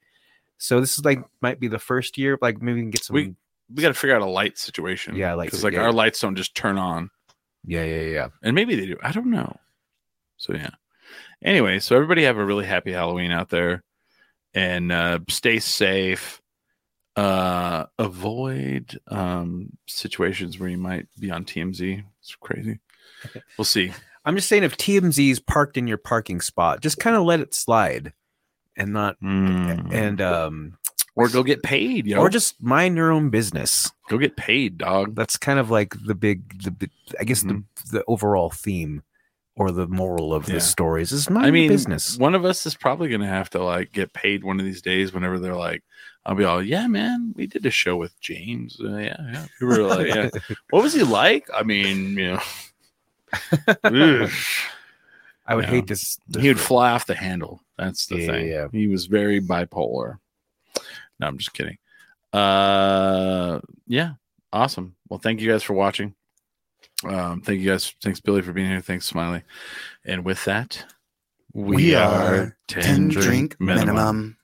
So this is like might be the first year, like maybe we can get some. We- we got to figure out a light situation. Yeah, lights, because like yeah, our yeah. lights don't just turn on, yeah, yeah, yeah. and maybe they do. I don't know. So yeah. Anyway, so everybody have a really happy Halloween out there, and uh, stay safe. Uh, avoid um, situations where you might be on TMZ. It's crazy. We'll see. I'm just saying, if TMZ is parked in your parking spot, just kind of let it slide, and not Mm-hmm. and um or go get Hmm. paid, yo. or just mind your own business. go get paid, dog. That's kind of like the big, the, the I guess the the overall theme or the moral of Mm-hmm. Yeah. the stories is mind I mean, your business. one of us is probably gonna have to like get paid one of these days. Whenever they're like, I'll be all, yeah, man, we did a show with James. Uh, yeah, yeah. We were like, [laughs] yeah. what was he like? I mean, you know, I would yeah. hate this. he would fly off the handle. That's the Yeah, thing. yeah. He was very bipolar. No, I'm just kidding. Uh, yeah, awesome. Well, thank you guys for watching. Um, thank you guys. Thanks, Billy, for being here. Thanks, Smiley. And with that, we, We are, are 10 drink minimum.